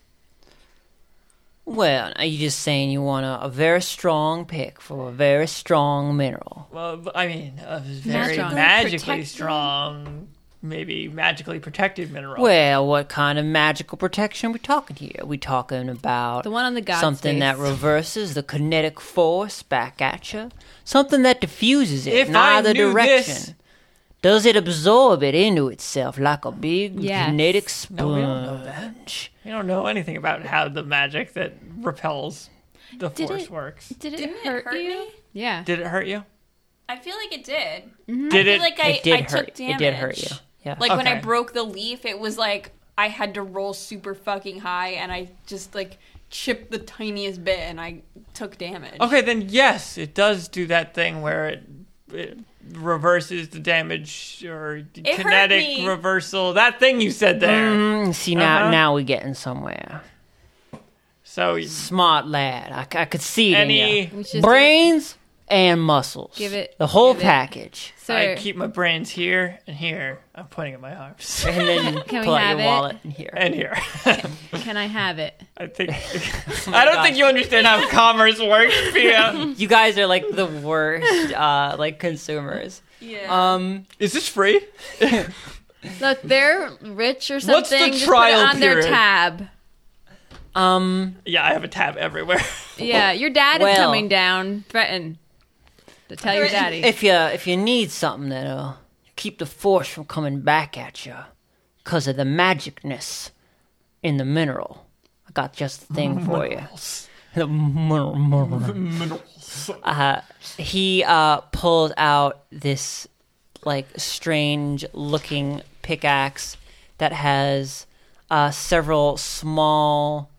[SPEAKER 1] Well, are you just saying you want a, a very strong pick for a very strong mineral?
[SPEAKER 5] Well, I mean, a very
[SPEAKER 2] Magical
[SPEAKER 5] magically
[SPEAKER 3] protective-
[SPEAKER 5] strong, maybe magically protective mineral.
[SPEAKER 1] Well, what kind of magical protection are we talking here? we talking about
[SPEAKER 2] The one on the god's
[SPEAKER 1] something
[SPEAKER 2] face.
[SPEAKER 1] that reverses the kinetic force back at you, something that diffuses it
[SPEAKER 5] If
[SPEAKER 1] in
[SPEAKER 5] I
[SPEAKER 1] either
[SPEAKER 5] knew
[SPEAKER 1] direction.
[SPEAKER 5] this-
[SPEAKER 1] Does it absorb it into itself like a big
[SPEAKER 2] Yes.
[SPEAKER 1] kinetic
[SPEAKER 5] No, we don't know
[SPEAKER 1] sponge?
[SPEAKER 5] You don't know anything about how the magic that repels the
[SPEAKER 3] Did
[SPEAKER 5] force
[SPEAKER 3] it-
[SPEAKER 5] works.
[SPEAKER 3] Did it
[SPEAKER 7] Didn't
[SPEAKER 3] hurt,
[SPEAKER 7] it hurt
[SPEAKER 3] you?
[SPEAKER 7] me?
[SPEAKER 2] Yeah.
[SPEAKER 5] Did it hurt you?
[SPEAKER 7] I feel like it did.
[SPEAKER 5] Did
[SPEAKER 7] Mm, I
[SPEAKER 5] it?
[SPEAKER 7] feel like I,
[SPEAKER 1] it did
[SPEAKER 7] I
[SPEAKER 1] hurt.
[SPEAKER 7] took damage.
[SPEAKER 1] It did hurt you. Yeah.
[SPEAKER 7] Like when I
[SPEAKER 5] Okay.
[SPEAKER 7] broke the leaf, it was like I had to roll super fucking high, and I just like chipped the tiniest bit, and I took damage.
[SPEAKER 5] okay, then yes, it does do that thing where it, it reverses the damage or
[SPEAKER 7] hurt
[SPEAKER 5] kinetic
[SPEAKER 7] me.
[SPEAKER 5] reversal. That thing you said there.
[SPEAKER 1] Mm, see now,
[SPEAKER 5] Uh-huh.
[SPEAKER 1] now we're getting somewhere.
[SPEAKER 5] So
[SPEAKER 1] Smart lad, I, c- I could see it in
[SPEAKER 5] any,
[SPEAKER 2] We should
[SPEAKER 1] you.
[SPEAKER 2] just-
[SPEAKER 1] Brains and muscles.
[SPEAKER 2] Give it-
[SPEAKER 1] the whole
[SPEAKER 2] give it.
[SPEAKER 1] package,
[SPEAKER 2] Sir,
[SPEAKER 5] I keep my brains here and here. I'm pointing at my arms
[SPEAKER 1] and then
[SPEAKER 2] Can we
[SPEAKER 1] pull out
[SPEAKER 2] have
[SPEAKER 1] your
[SPEAKER 2] it?
[SPEAKER 1] wallet in here.
[SPEAKER 5] and here.
[SPEAKER 2] can I have it?
[SPEAKER 5] I think I don't think you understand how commerce works, Pia.
[SPEAKER 1] You guys are like the worst, uh, like consumers.
[SPEAKER 7] Yeah.
[SPEAKER 5] Uh,
[SPEAKER 1] Um,
[SPEAKER 5] Is this free?
[SPEAKER 2] Look, they're rich or something.
[SPEAKER 5] What's the
[SPEAKER 2] Just
[SPEAKER 5] trial
[SPEAKER 2] put it on
[SPEAKER 5] period?
[SPEAKER 2] their tab.
[SPEAKER 1] um,
[SPEAKER 5] Yeah, I have a tab everywhere.
[SPEAKER 2] Yeah, your dad
[SPEAKER 1] Oh, Well-
[SPEAKER 2] is coming down. Threaten to tell your daddy.
[SPEAKER 1] if you if you need something that'll keep the force from coming back at you, cause of the magicness in the mineral, I got just the thing for you. The mineral- mineral. uh, he uh, pulled out this like strange looking pickaxe that has uh, several small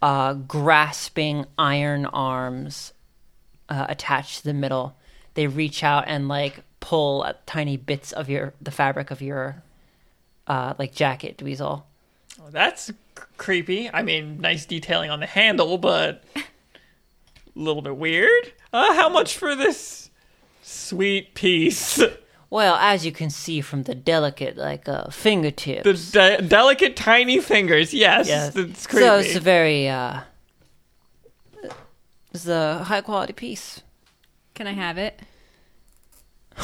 [SPEAKER 1] uh, grasping iron arms uh, attached to the middle. They reach out and like pull at tiny bits of your the fabric of your uh, like jacket, Dweezil.
[SPEAKER 5] That's c- creepy. I mean, nice detailing on the handle, but a little bit weird. Uh, how much for this sweet piece?
[SPEAKER 1] Well, as you can see from the delicate like uh, fingertips,
[SPEAKER 5] The de- delicate, tiny fingers. Yes,
[SPEAKER 1] Yes.
[SPEAKER 5] it's creepy.
[SPEAKER 1] So it's a very uh it's a high quality piece.
[SPEAKER 2] Can I have it?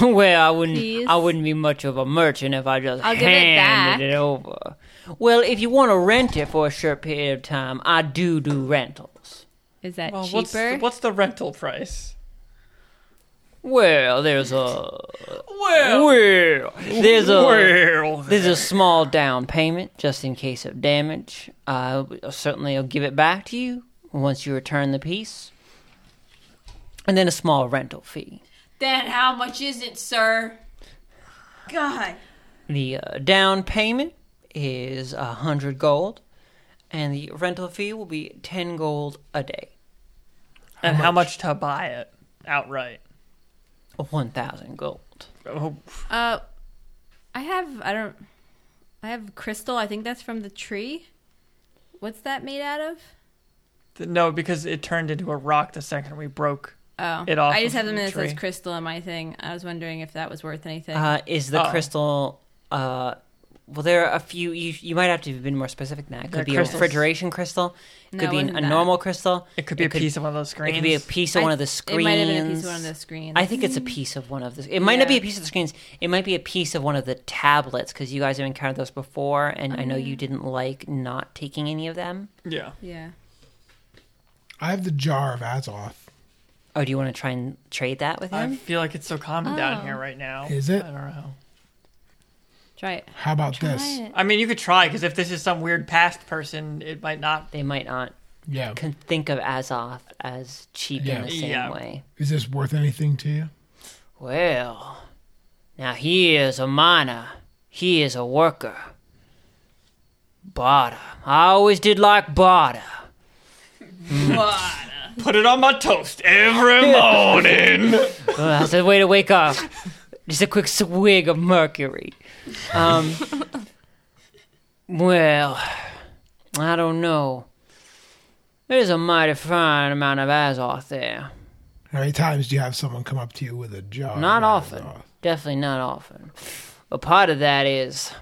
[SPEAKER 1] well, I wouldn't
[SPEAKER 2] Please?
[SPEAKER 1] I wouldn't be much of a merchant if I just
[SPEAKER 2] I'll give it
[SPEAKER 1] handed
[SPEAKER 2] back.
[SPEAKER 1] it over. Well, if you want to rent it for a short period of time, I do do rentals.
[SPEAKER 2] Is that
[SPEAKER 5] Well, what's
[SPEAKER 2] cheaper?
[SPEAKER 5] the, what's the rental price?
[SPEAKER 1] Well, there's a
[SPEAKER 5] Well,
[SPEAKER 1] well, there's a
[SPEAKER 5] well,
[SPEAKER 1] there's a small down payment just in case of damage. Uh, certainly, I'll give it back to you once you return the piece, and then a small rental fee.
[SPEAKER 2] then how much is it, sir? God.
[SPEAKER 1] The uh, down payment is a hundred gold, and the rental fee will be ten gold a day,
[SPEAKER 5] and how much to buy it outright?
[SPEAKER 1] one thousand gold.
[SPEAKER 5] Oh,
[SPEAKER 2] Uh, I have I don't I have crystal. I think that's from the tree. What's that made out of?
[SPEAKER 5] th- no, because it turned into a rock the second we broke.
[SPEAKER 2] Oh,
[SPEAKER 5] It off
[SPEAKER 2] I just
[SPEAKER 5] of
[SPEAKER 2] have the
[SPEAKER 5] the
[SPEAKER 2] minute that
[SPEAKER 5] tree.
[SPEAKER 2] says crystal in my thing. I was wondering if that was worth anything.
[SPEAKER 1] Uh, is the
[SPEAKER 5] Oh.
[SPEAKER 1] crystal? Uh, well, there are a few. You you might have to have been more specific than that. It
[SPEAKER 5] They're
[SPEAKER 1] could be
[SPEAKER 5] crystals.
[SPEAKER 1] a refrigeration crystal. It
[SPEAKER 2] No,
[SPEAKER 1] could be an-
[SPEAKER 2] wasn't
[SPEAKER 1] a
[SPEAKER 2] that.
[SPEAKER 1] normal crystal.
[SPEAKER 5] It could be a piece of one of those
[SPEAKER 1] It
[SPEAKER 5] screens.
[SPEAKER 1] could be a piece of
[SPEAKER 2] I-
[SPEAKER 1] one of the screens.
[SPEAKER 2] It might have been a piece of one of the screens.
[SPEAKER 1] I think it's a piece of one of the. It might not be
[SPEAKER 2] Yeah.
[SPEAKER 1] a piece of the screens. It might be a piece of one of the tablets because you guys have encountered those before, and I know you
[SPEAKER 2] Um.
[SPEAKER 1] didn't like not taking any of them.
[SPEAKER 5] yeah.
[SPEAKER 2] yeah.
[SPEAKER 6] I have the jar of Azoth.
[SPEAKER 1] Oh, do you want to try and trade that with
[SPEAKER 5] I
[SPEAKER 1] him?
[SPEAKER 5] feel like it's so common down here right now.
[SPEAKER 6] Is it?
[SPEAKER 5] I don't know.
[SPEAKER 2] Try it.
[SPEAKER 6] How about this?
[SPEAKER 3] Try it.
[SPEAKER 5] I mean, you could try because if this is some weird past person, it might not.
[SPEAKER 1] They might not
[SPEAKER 6] Yeah.
[SPEAKER 1] can think of Azoth as cheap
[SPEAKER 6] Yeah.
[SPEAKER 1] in the same
[SPEAKER 5] Yeah.
[SPEAKER 1] way.
[SPEAKER 6] Is this worth anything to you?
[SPEAKER 1] Well, now he is a miner. He is a worker. Barter. I always did like barter.
[SPEAKER 5] Put it on my toast every morning.
[SPEAKER 1] Well, Uh, that's a way to wake up. Just a quick swig of mercury. Um, well, I don't know. There's a mighty fine amount of Azoth there.
[SPEAKER 6] How many times do you have someone come up to you with a jar?
[SPEAKER 1] Not
[SPEAKER 6] of
[SPEAKER 1] often.
[SPEAKER 6] Azoth?
[SPEAKER 1] Definitely not often. But part of that is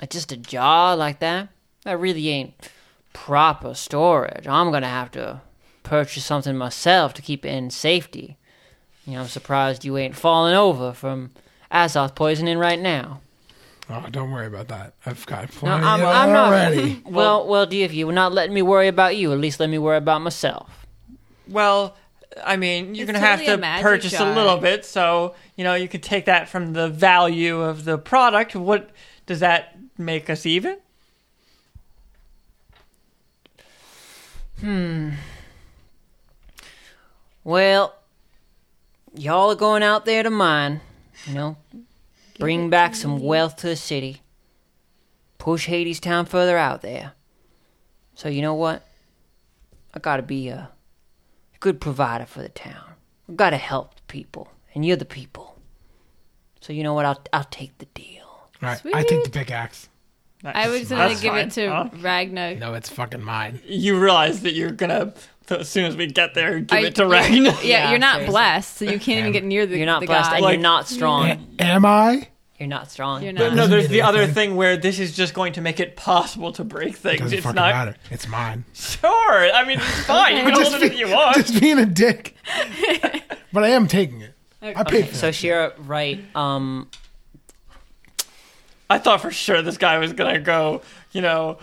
[SPEAKER 1] uh, just a jar like that. That really ain't proper storage. I'm gonna have to purchase something myself to keep it in safety. You know, I'm surprised you ain't falling over from Azoth poisoning right now.
[SPEAKER 6] Oh, don't worry about that. I've got
[SPEAKER 1] No,
[SPEAKER 6] plenty
[SPEAKER 1] I'm, I'm not.
[SPEAKER 6] already.
[SPEAKER 1] Well, well, D, if you were not letting me worry about you, at least let me worry about myself.
[SPEAKER 5] Well, I mean, you're
[SPEAKER 2] It's
[SPEAKER 5] going to
[SPEAKER 2] totally a
[SPEAKER 5] have to
[SPEAKER 2] magic
[SPEAKER 5] purchase
[SPEAKER 2] jar.
[SPEAKER 5] a little bit, so you know you could take that from the value of the product. What does that make us even?
[SPEAKER 1] Well, y'all are going out there to mine. You know, bring back some wealth to the city. Push Hades Town further out there. So you know what? I gotta be a good provider for the town. I gotta help the people, and you're the people. So you know what? I'll I'll take the deal.
[SPEAKER 6] All right, I take the pickaxe.
[SPEAKER 2] I was gonna
[SPEAKER 5] That's
[SPEAKER 2] give
[SPEAKER 5] fine.
[SPEAKER 2] it to
[SPEAKER 5] Huh?
[SPEAKER 2] Ragnar.
[SPEAKER 6] No, it's fucking mine.
[SPEAKER 5] You realize that you're gonna, as soon as we get there, give
[SPEAKER 2] Are
[SPEAKER 5] it to
[SPEAKER 2] you-
[SPEAKER 5] Ragnar.
[SPEAKER 2] Yeah,
[SPEAKER 1] Yeah,
[SPEAKER 2] you're not
[SPEAKER 1] seriously.
[SPEAKER 2] blessed, so you can't even get near the.
[SPEAKER 1] You're not
[SPEAKER 2] the
[SPEAKER 1] blessed,
[SPEAKER 2] god.
[SPEAKER 1] and
[SPEAKER 5] Like-
[SPEAKER 1] you're not strong.
[SPEAKER 6] Am I?
[SPEAKER 1] You're not strong.
[SPEAKER 2] You're
[SPEAKER 5] But
[SPEAKER 2] not.
[SPEAKER 5] no, there's
[SPEAKER 6] Doesn't
[SPEAKER 5] the
[SPEAKER 6] mean
[SPEAKER 5] other
[SPEAKER 6] anything.
[SPEAKER 5] thing where this is just going to make it possible to break things.
[SPEAKER 6] Doesn't
[SPEAKER 5] it's
[SPEAKER 6] fucking
[SPEAKER 5] not
[SPEAKER 6] matter. It's mine.
[SPEAKER 5] sure. I mean, it's fine. You can hold
[SPEAKER 6] Just
[SPEAKER 5] it if
[SPEAKER 6] be-
[SPEAKER 5] you want.
[SPEAKER 6] Just being a dick. but I am taking it. I paid for
[SPEAKER 1] So Shira, right? Um,
[SPEAKER 5] I thought for sure this guy was gonna go, you know,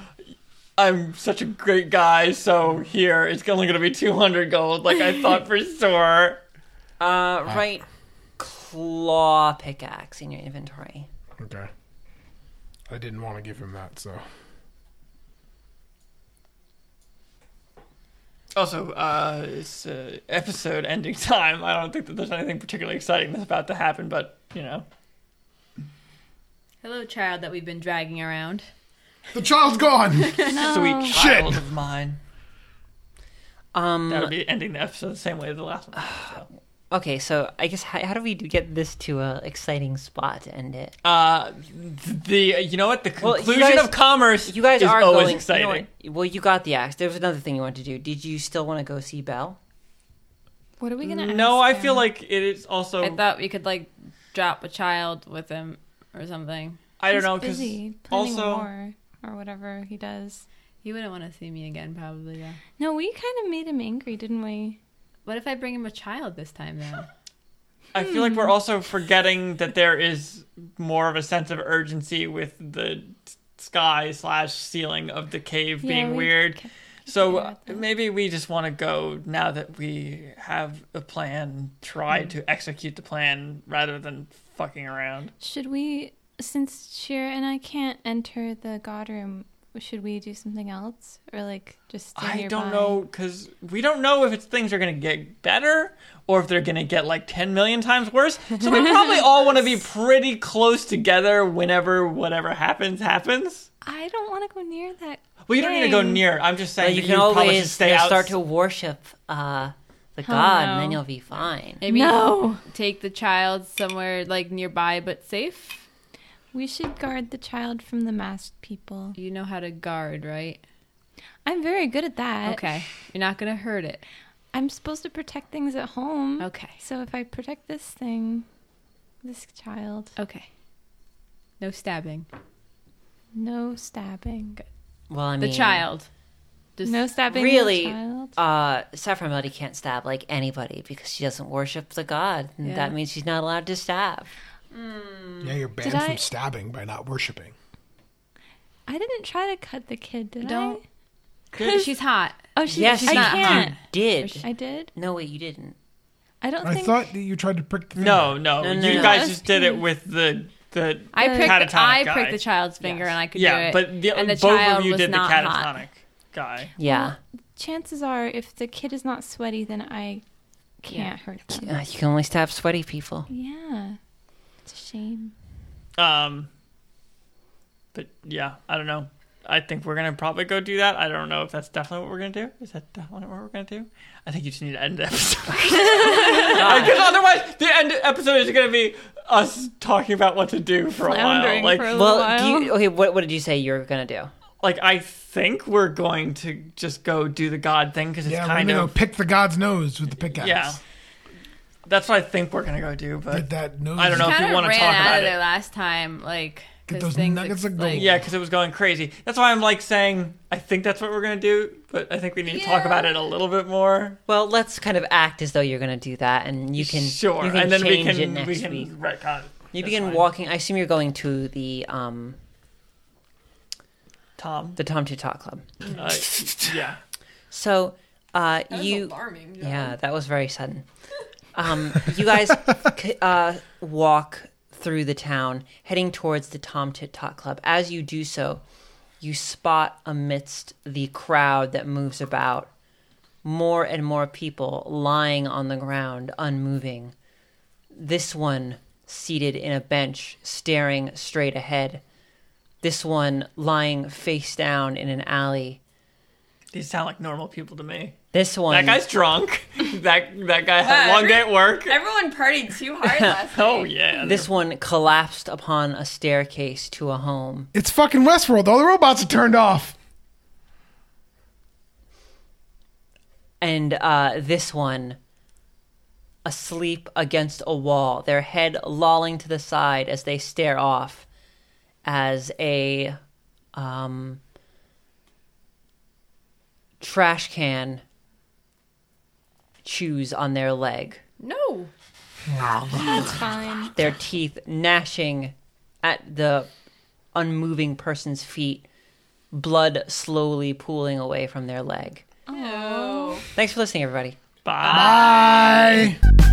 [SPEAKER 5] I'm such a great guy, so here it's only gonna be 200 gold, like I thought for sure.
[SPEAKER 1] uh, right claw pickaxe in your inventory.
[SPEAKER 6] it. Okay. I didn't want to give him that, so.
[SPEAKER 5] Also, uh, it's uh, episode ending time. I don't think that there's anything particularly exciting that's about to happen, but you know,
[SPEAKER 2] Hello, child that we've been dragging around.
[SPEAKER 6] The child's gone!
[SPEAKER 5] sweet child of mine.
[SPEAKER 1] Um,
[SPEAKER 5] That would be ending the episode the same way as the last one. so.
[SPEAKER 1] Okay, so I guess how, how do we do- get this to a exciting spot to end it?
[SPEAKER 5] Uh, the you know what the
[SPEAKER 1] Well, you
[SPEAKER 5] conclusion
[SPEAKER 1] guys-
[SPEAKER 5] of commerce
[SPEAKER 1] You guys
[SPEAKER 5] is
[SPEAKER 1] are
[SPEAKER 5] always
[SPEAKER 1] going. you know
[SPEAKER 5] exciting.
[SPEAKER 1] what? well, you got the axe. There was another thing you wanted to do. Did you still want to go see Belle?
[SPEAKER 3] What are we gonna?
[SPEAKER 5] Mm, no, I
[SPEAKER 3] ask
[SPEAKER 5] feel
[SPEAKER 3] him?
[SPEAKER 5] like it is also
[SPEAKER 2] I thought we could like drop a child with him or something.
[SPEAKER 5] I don't
[SPEAKER 3] He's
[SPEAKER 5] know because
[SPEAKER 3] busy planning
[SPEAKER 5] also
[SPEAKER 3] war or whatever he does.
[SPEAKER 2] He wouldn't want to see me again, probably. Though.
[SPEAKER 3] No, we kind of made him angry, didn't we?
[SPEAKER 2] What if I bring him a child this time, though?
[SPEAKER 5] I feel
[SPEAKER 3] Hmm.
[SPEAKER 5] like we're also forgetting that there is more of a sense of urgency with the sky slash ceiling of the cave
[SPEAKER 3] Yeah,
[SPEAKER 5] being
[SPEAKER 3] we
[SPEAKER 5] weird.
[SPEAKER 3] kept
[SPEAKER 5] So uh, maybe we just want to go now that we have a plan,
[SPEAKER 3] Hmm.
[SPEAKER 5] try to execute the plan rather than fucking around.
[SPEAKER 3] Should we, since Shira and I can't enter the god room, should we do something else or like just? Stay
[SPEAKER 5] I
[SPEAKER 3] nearby?
[SPEAKER 5] don't know because we don't know if it's, things are going to get better or if they're going to get like 10 million times worse. So we probably all want to be pretty close together whenever whatever happens, happens.
[SPEAKER 3] I don't want to go near that.
[SPEAKER 5] Well, you don't need to go
[SPEAKER 3] thing.
[SPEAKER 5] near. it. I'm just saying
[SPEAKER 1] you
[SPEAKER 5] that
[SPEAKER 1] can
[SPEAKER 5] probably should
[SPEAKER 1] always
[SPEAKER 5] stay
[SPEAKER 1] you'll
[SPEAKER 5] out.
[SPEAKER 1] start to worship uh, the god, and then
[SPEAKER 2] Oh, no.
[SPEAKER 1] you'll be fine.
[SPEAKER 2] Maybe
[SPEAKER 3] No.
[SPEAKER 2] take the child somewhere like nearby but safe.
[SPEAKER 3] We should guard the child from the masked people.
[SPEAKER 2] You know how to guard, right?
[SPEAKER 3] I'm very good at that.
[SPEAKER 2] Okay. You're not going to hurt it.
[SPEAKER 3] I'm supposed to protect things at home.
[SPEAKER 2] Okay.
[SPEAKER 3] So if I protect this thing, this child,
[SPEAKER 2] Okay. No stabbing.
[SPEAKER 3] no stabbing.
[SPEAKER 1] Well, I
[SPEAKER 2] The
[SPEAKER 1] mean,
[SPEAKER 2] child. Just
[SPEAKER 3] No stabbing.
[SPEAKER 1] Really,
[SPEAKER 3] The child.
[SPEAKER 1] uh, Saffron Melody can't stab like anybody because she doesn't worship the god. And
[SPEAKER 2] Yeah.
[SPEAKER 1] That means she's not allowed to stab.
[SPEAKER 8] Yeah, you're banned
[SPEAKER 3] Did I-
[SPEAKER 8] from stabbing by not worshiping.
[SPEAKER 3] I didn't try to cut the kid, did
[SPEAKER 2] Don't.
[SPEAKER 3] I?
[SPEAKER 2] She's hot.
[SPEAKER 3] Oh, she,
[SPEAKER 1] yes,
[SPEAKER 3] she
[SPEAKER 1] you
[SPEAKER 2] not
[SPEAKER 3] can't.
[SPEAKER 1] did.
[SPEAKER 3] I did.
[SPEAKER 1] No, wait, you didn't.
[SPEAKER 3] I don't
[SPEAKER 6] I
[SPEAKER 3] think.
[SPEAKER 6] thought that you tried to prick the finger.
[SPEAKER 5] No, no,
[SPEAKER 1] No, no,
[SPEAKER 5] you
[SPEAKER 1] no.
[SPEAKER 5] guys just did it with the the.
[SPEAKER 2] I
[SPEAKER 3] The
[SPEAKER 2] pricked the,
[SPEAKER 5] catatonic
[SPEAKER 2] I
[SPEAKER 5] guy.
[SPEAKER 2] pricked the child's finger and I could do
[SPEAKER 5] yeah,
[SPEAKER 2] it.
[SPEAKER 5] but the,
[SPEAKER 2] and the
[SPEAKER 5] both
[SPEAKER 2] child
[SPEAKER 5] of you
[SPEAKER 2] was
[SPEAKER 5] did the
[SPEAKER 2] not
[SPEAKER 5] catatonic
[SPEAKER 2] hot.
[SPEAKER 5] guy.
[SPEAKER 1] Yeah,
[SPEAKER 3] Chances are, if the kid is not sweaty, then I can't hurt them.
[SPEAKER 1] Uh, you can only stab sweaty people.
[SPEAKER 3] Yeah. It's a shame.
[SPEAKER 5] Um, but yeah, I don't know. I think we're gonna probably go do that. I don't know if that's definitely what we're gonna do. Is that definitely what we're gonna do? I think you just need to end the episode because otherwise the end episode is gonna be us talking about what to do for a while.
[SPEAKER 3] Floundering
[SPEAKER 5] Like,
[SPEAKER 3] for a little
[SPEAKER 1] Well,
[SPEAKER 3] while.
[SPEAKER 1] do you, okay. What what did you say you were gonna do?
[SPEAKER 5] like I think we're going to just go do the god thing because it's
[SPEAKER 6] Yeah, we're
[SPEAKER 5] kind
[SPEAKER 6] gonna
[SPEAKER 5] of
[SPEAKER 6] go pick the god's nose with the pickaxe.
[SPEAKER 5] yeah. That's what I think we're gonna go do, but
[SPEAKER 6] Get that nose.
[SPEAKER 5] I don't know. if you
[SPEAKER 2] Kinda
[SPEAKER 5] wanna
[SPEAKER 2] ran
[SPEAKER 5] talk
[SPEAKER 2] out
[SPEAKER 5] about
[SPEAKER 2] of
[SPEAKER 5] it.
[SPEAKER 2] there last time, like
[SPEAKER 6] Get
[SPEAKER 2] 'cause
[SPEAKER 6] those
[SPEAKER 2] things ex-
[SPEAKER 6] nuggets of
[SPEAKER 2] like-
[SPEAKER 6] gold.
[SPEAKER 5] Yeah, because it was going crazy. That's why I'm like saying I think that's what we're gonna do, but I think we need to talk about it a little bit more.
[SPEAKER 1] Well, let's kind of act as though you're gonna do that, and you can
[SPEAKER 5] sure,
[SPEAKER 1] you can
[SPEAKER 5] and then we
[SPEAKER 1] change
[SPEAKER 5] can
[SPEAKER 1] it next
[SPEAKER 5] we can
[SPEAKER 1] week.
[SPEAKER 5] retcon.
[SPEAKER 1] You
[SPEAKER 5] That's
[SPEAKER 1] begin
[SPEAKER 5] fine.
[SPEAKER 1] walking. I assume you're going to the um
[SPEAKER 5] Tom.
[SPEAKER 1] the Tom Two Talk Club.
[SPEAKER 5] Uh, yeah,
[SPEAKER 1] So uh, you
[SPEAKER 7] Alarming.
[SPEAKER 1] yeah, that was very sudden. Um, you guys c- uh, walk through the town, heading towards the Tom Tit Tot Club. As you do so, you spot amidst the crowd that moves about more and more people lying on the ground, unmoving. This one seated in a bench, staring straight ahead. This one lying face down in an alley.
[SPEAKER 5] these sound like normal people to me.
[SPEAKER 1] This one.
[SPEAKER 5] That guy's drunk. that that guy had a long day at work.
[SPEAKER 7] Everyone partied too hard last night.
[SPEAKER 5] Oh yeah,
[SPEAKER 1] This one collapsed upon a staircase to a home.
[SPEAKER 6] It's fucking Westworld. All the robots are turned off.
[SPEAKER 1] And uh, this one, asleep against a wall, their head lolling to the side as they stare off as a um, trash can chews on their leg,
[SPEAKER 2] No.
[SPEAKER 3] That's fine.
[SPEAKER 1] their teeth gnashing at the unmoving person's feet, blood slowly pooling away from their leg.
[SPEAKER 3] Oh.
[SPEAKER 1] Thanks for listening, everybody.
[SPEAKER 5] Bye.
[SPEAKER 6] Bye.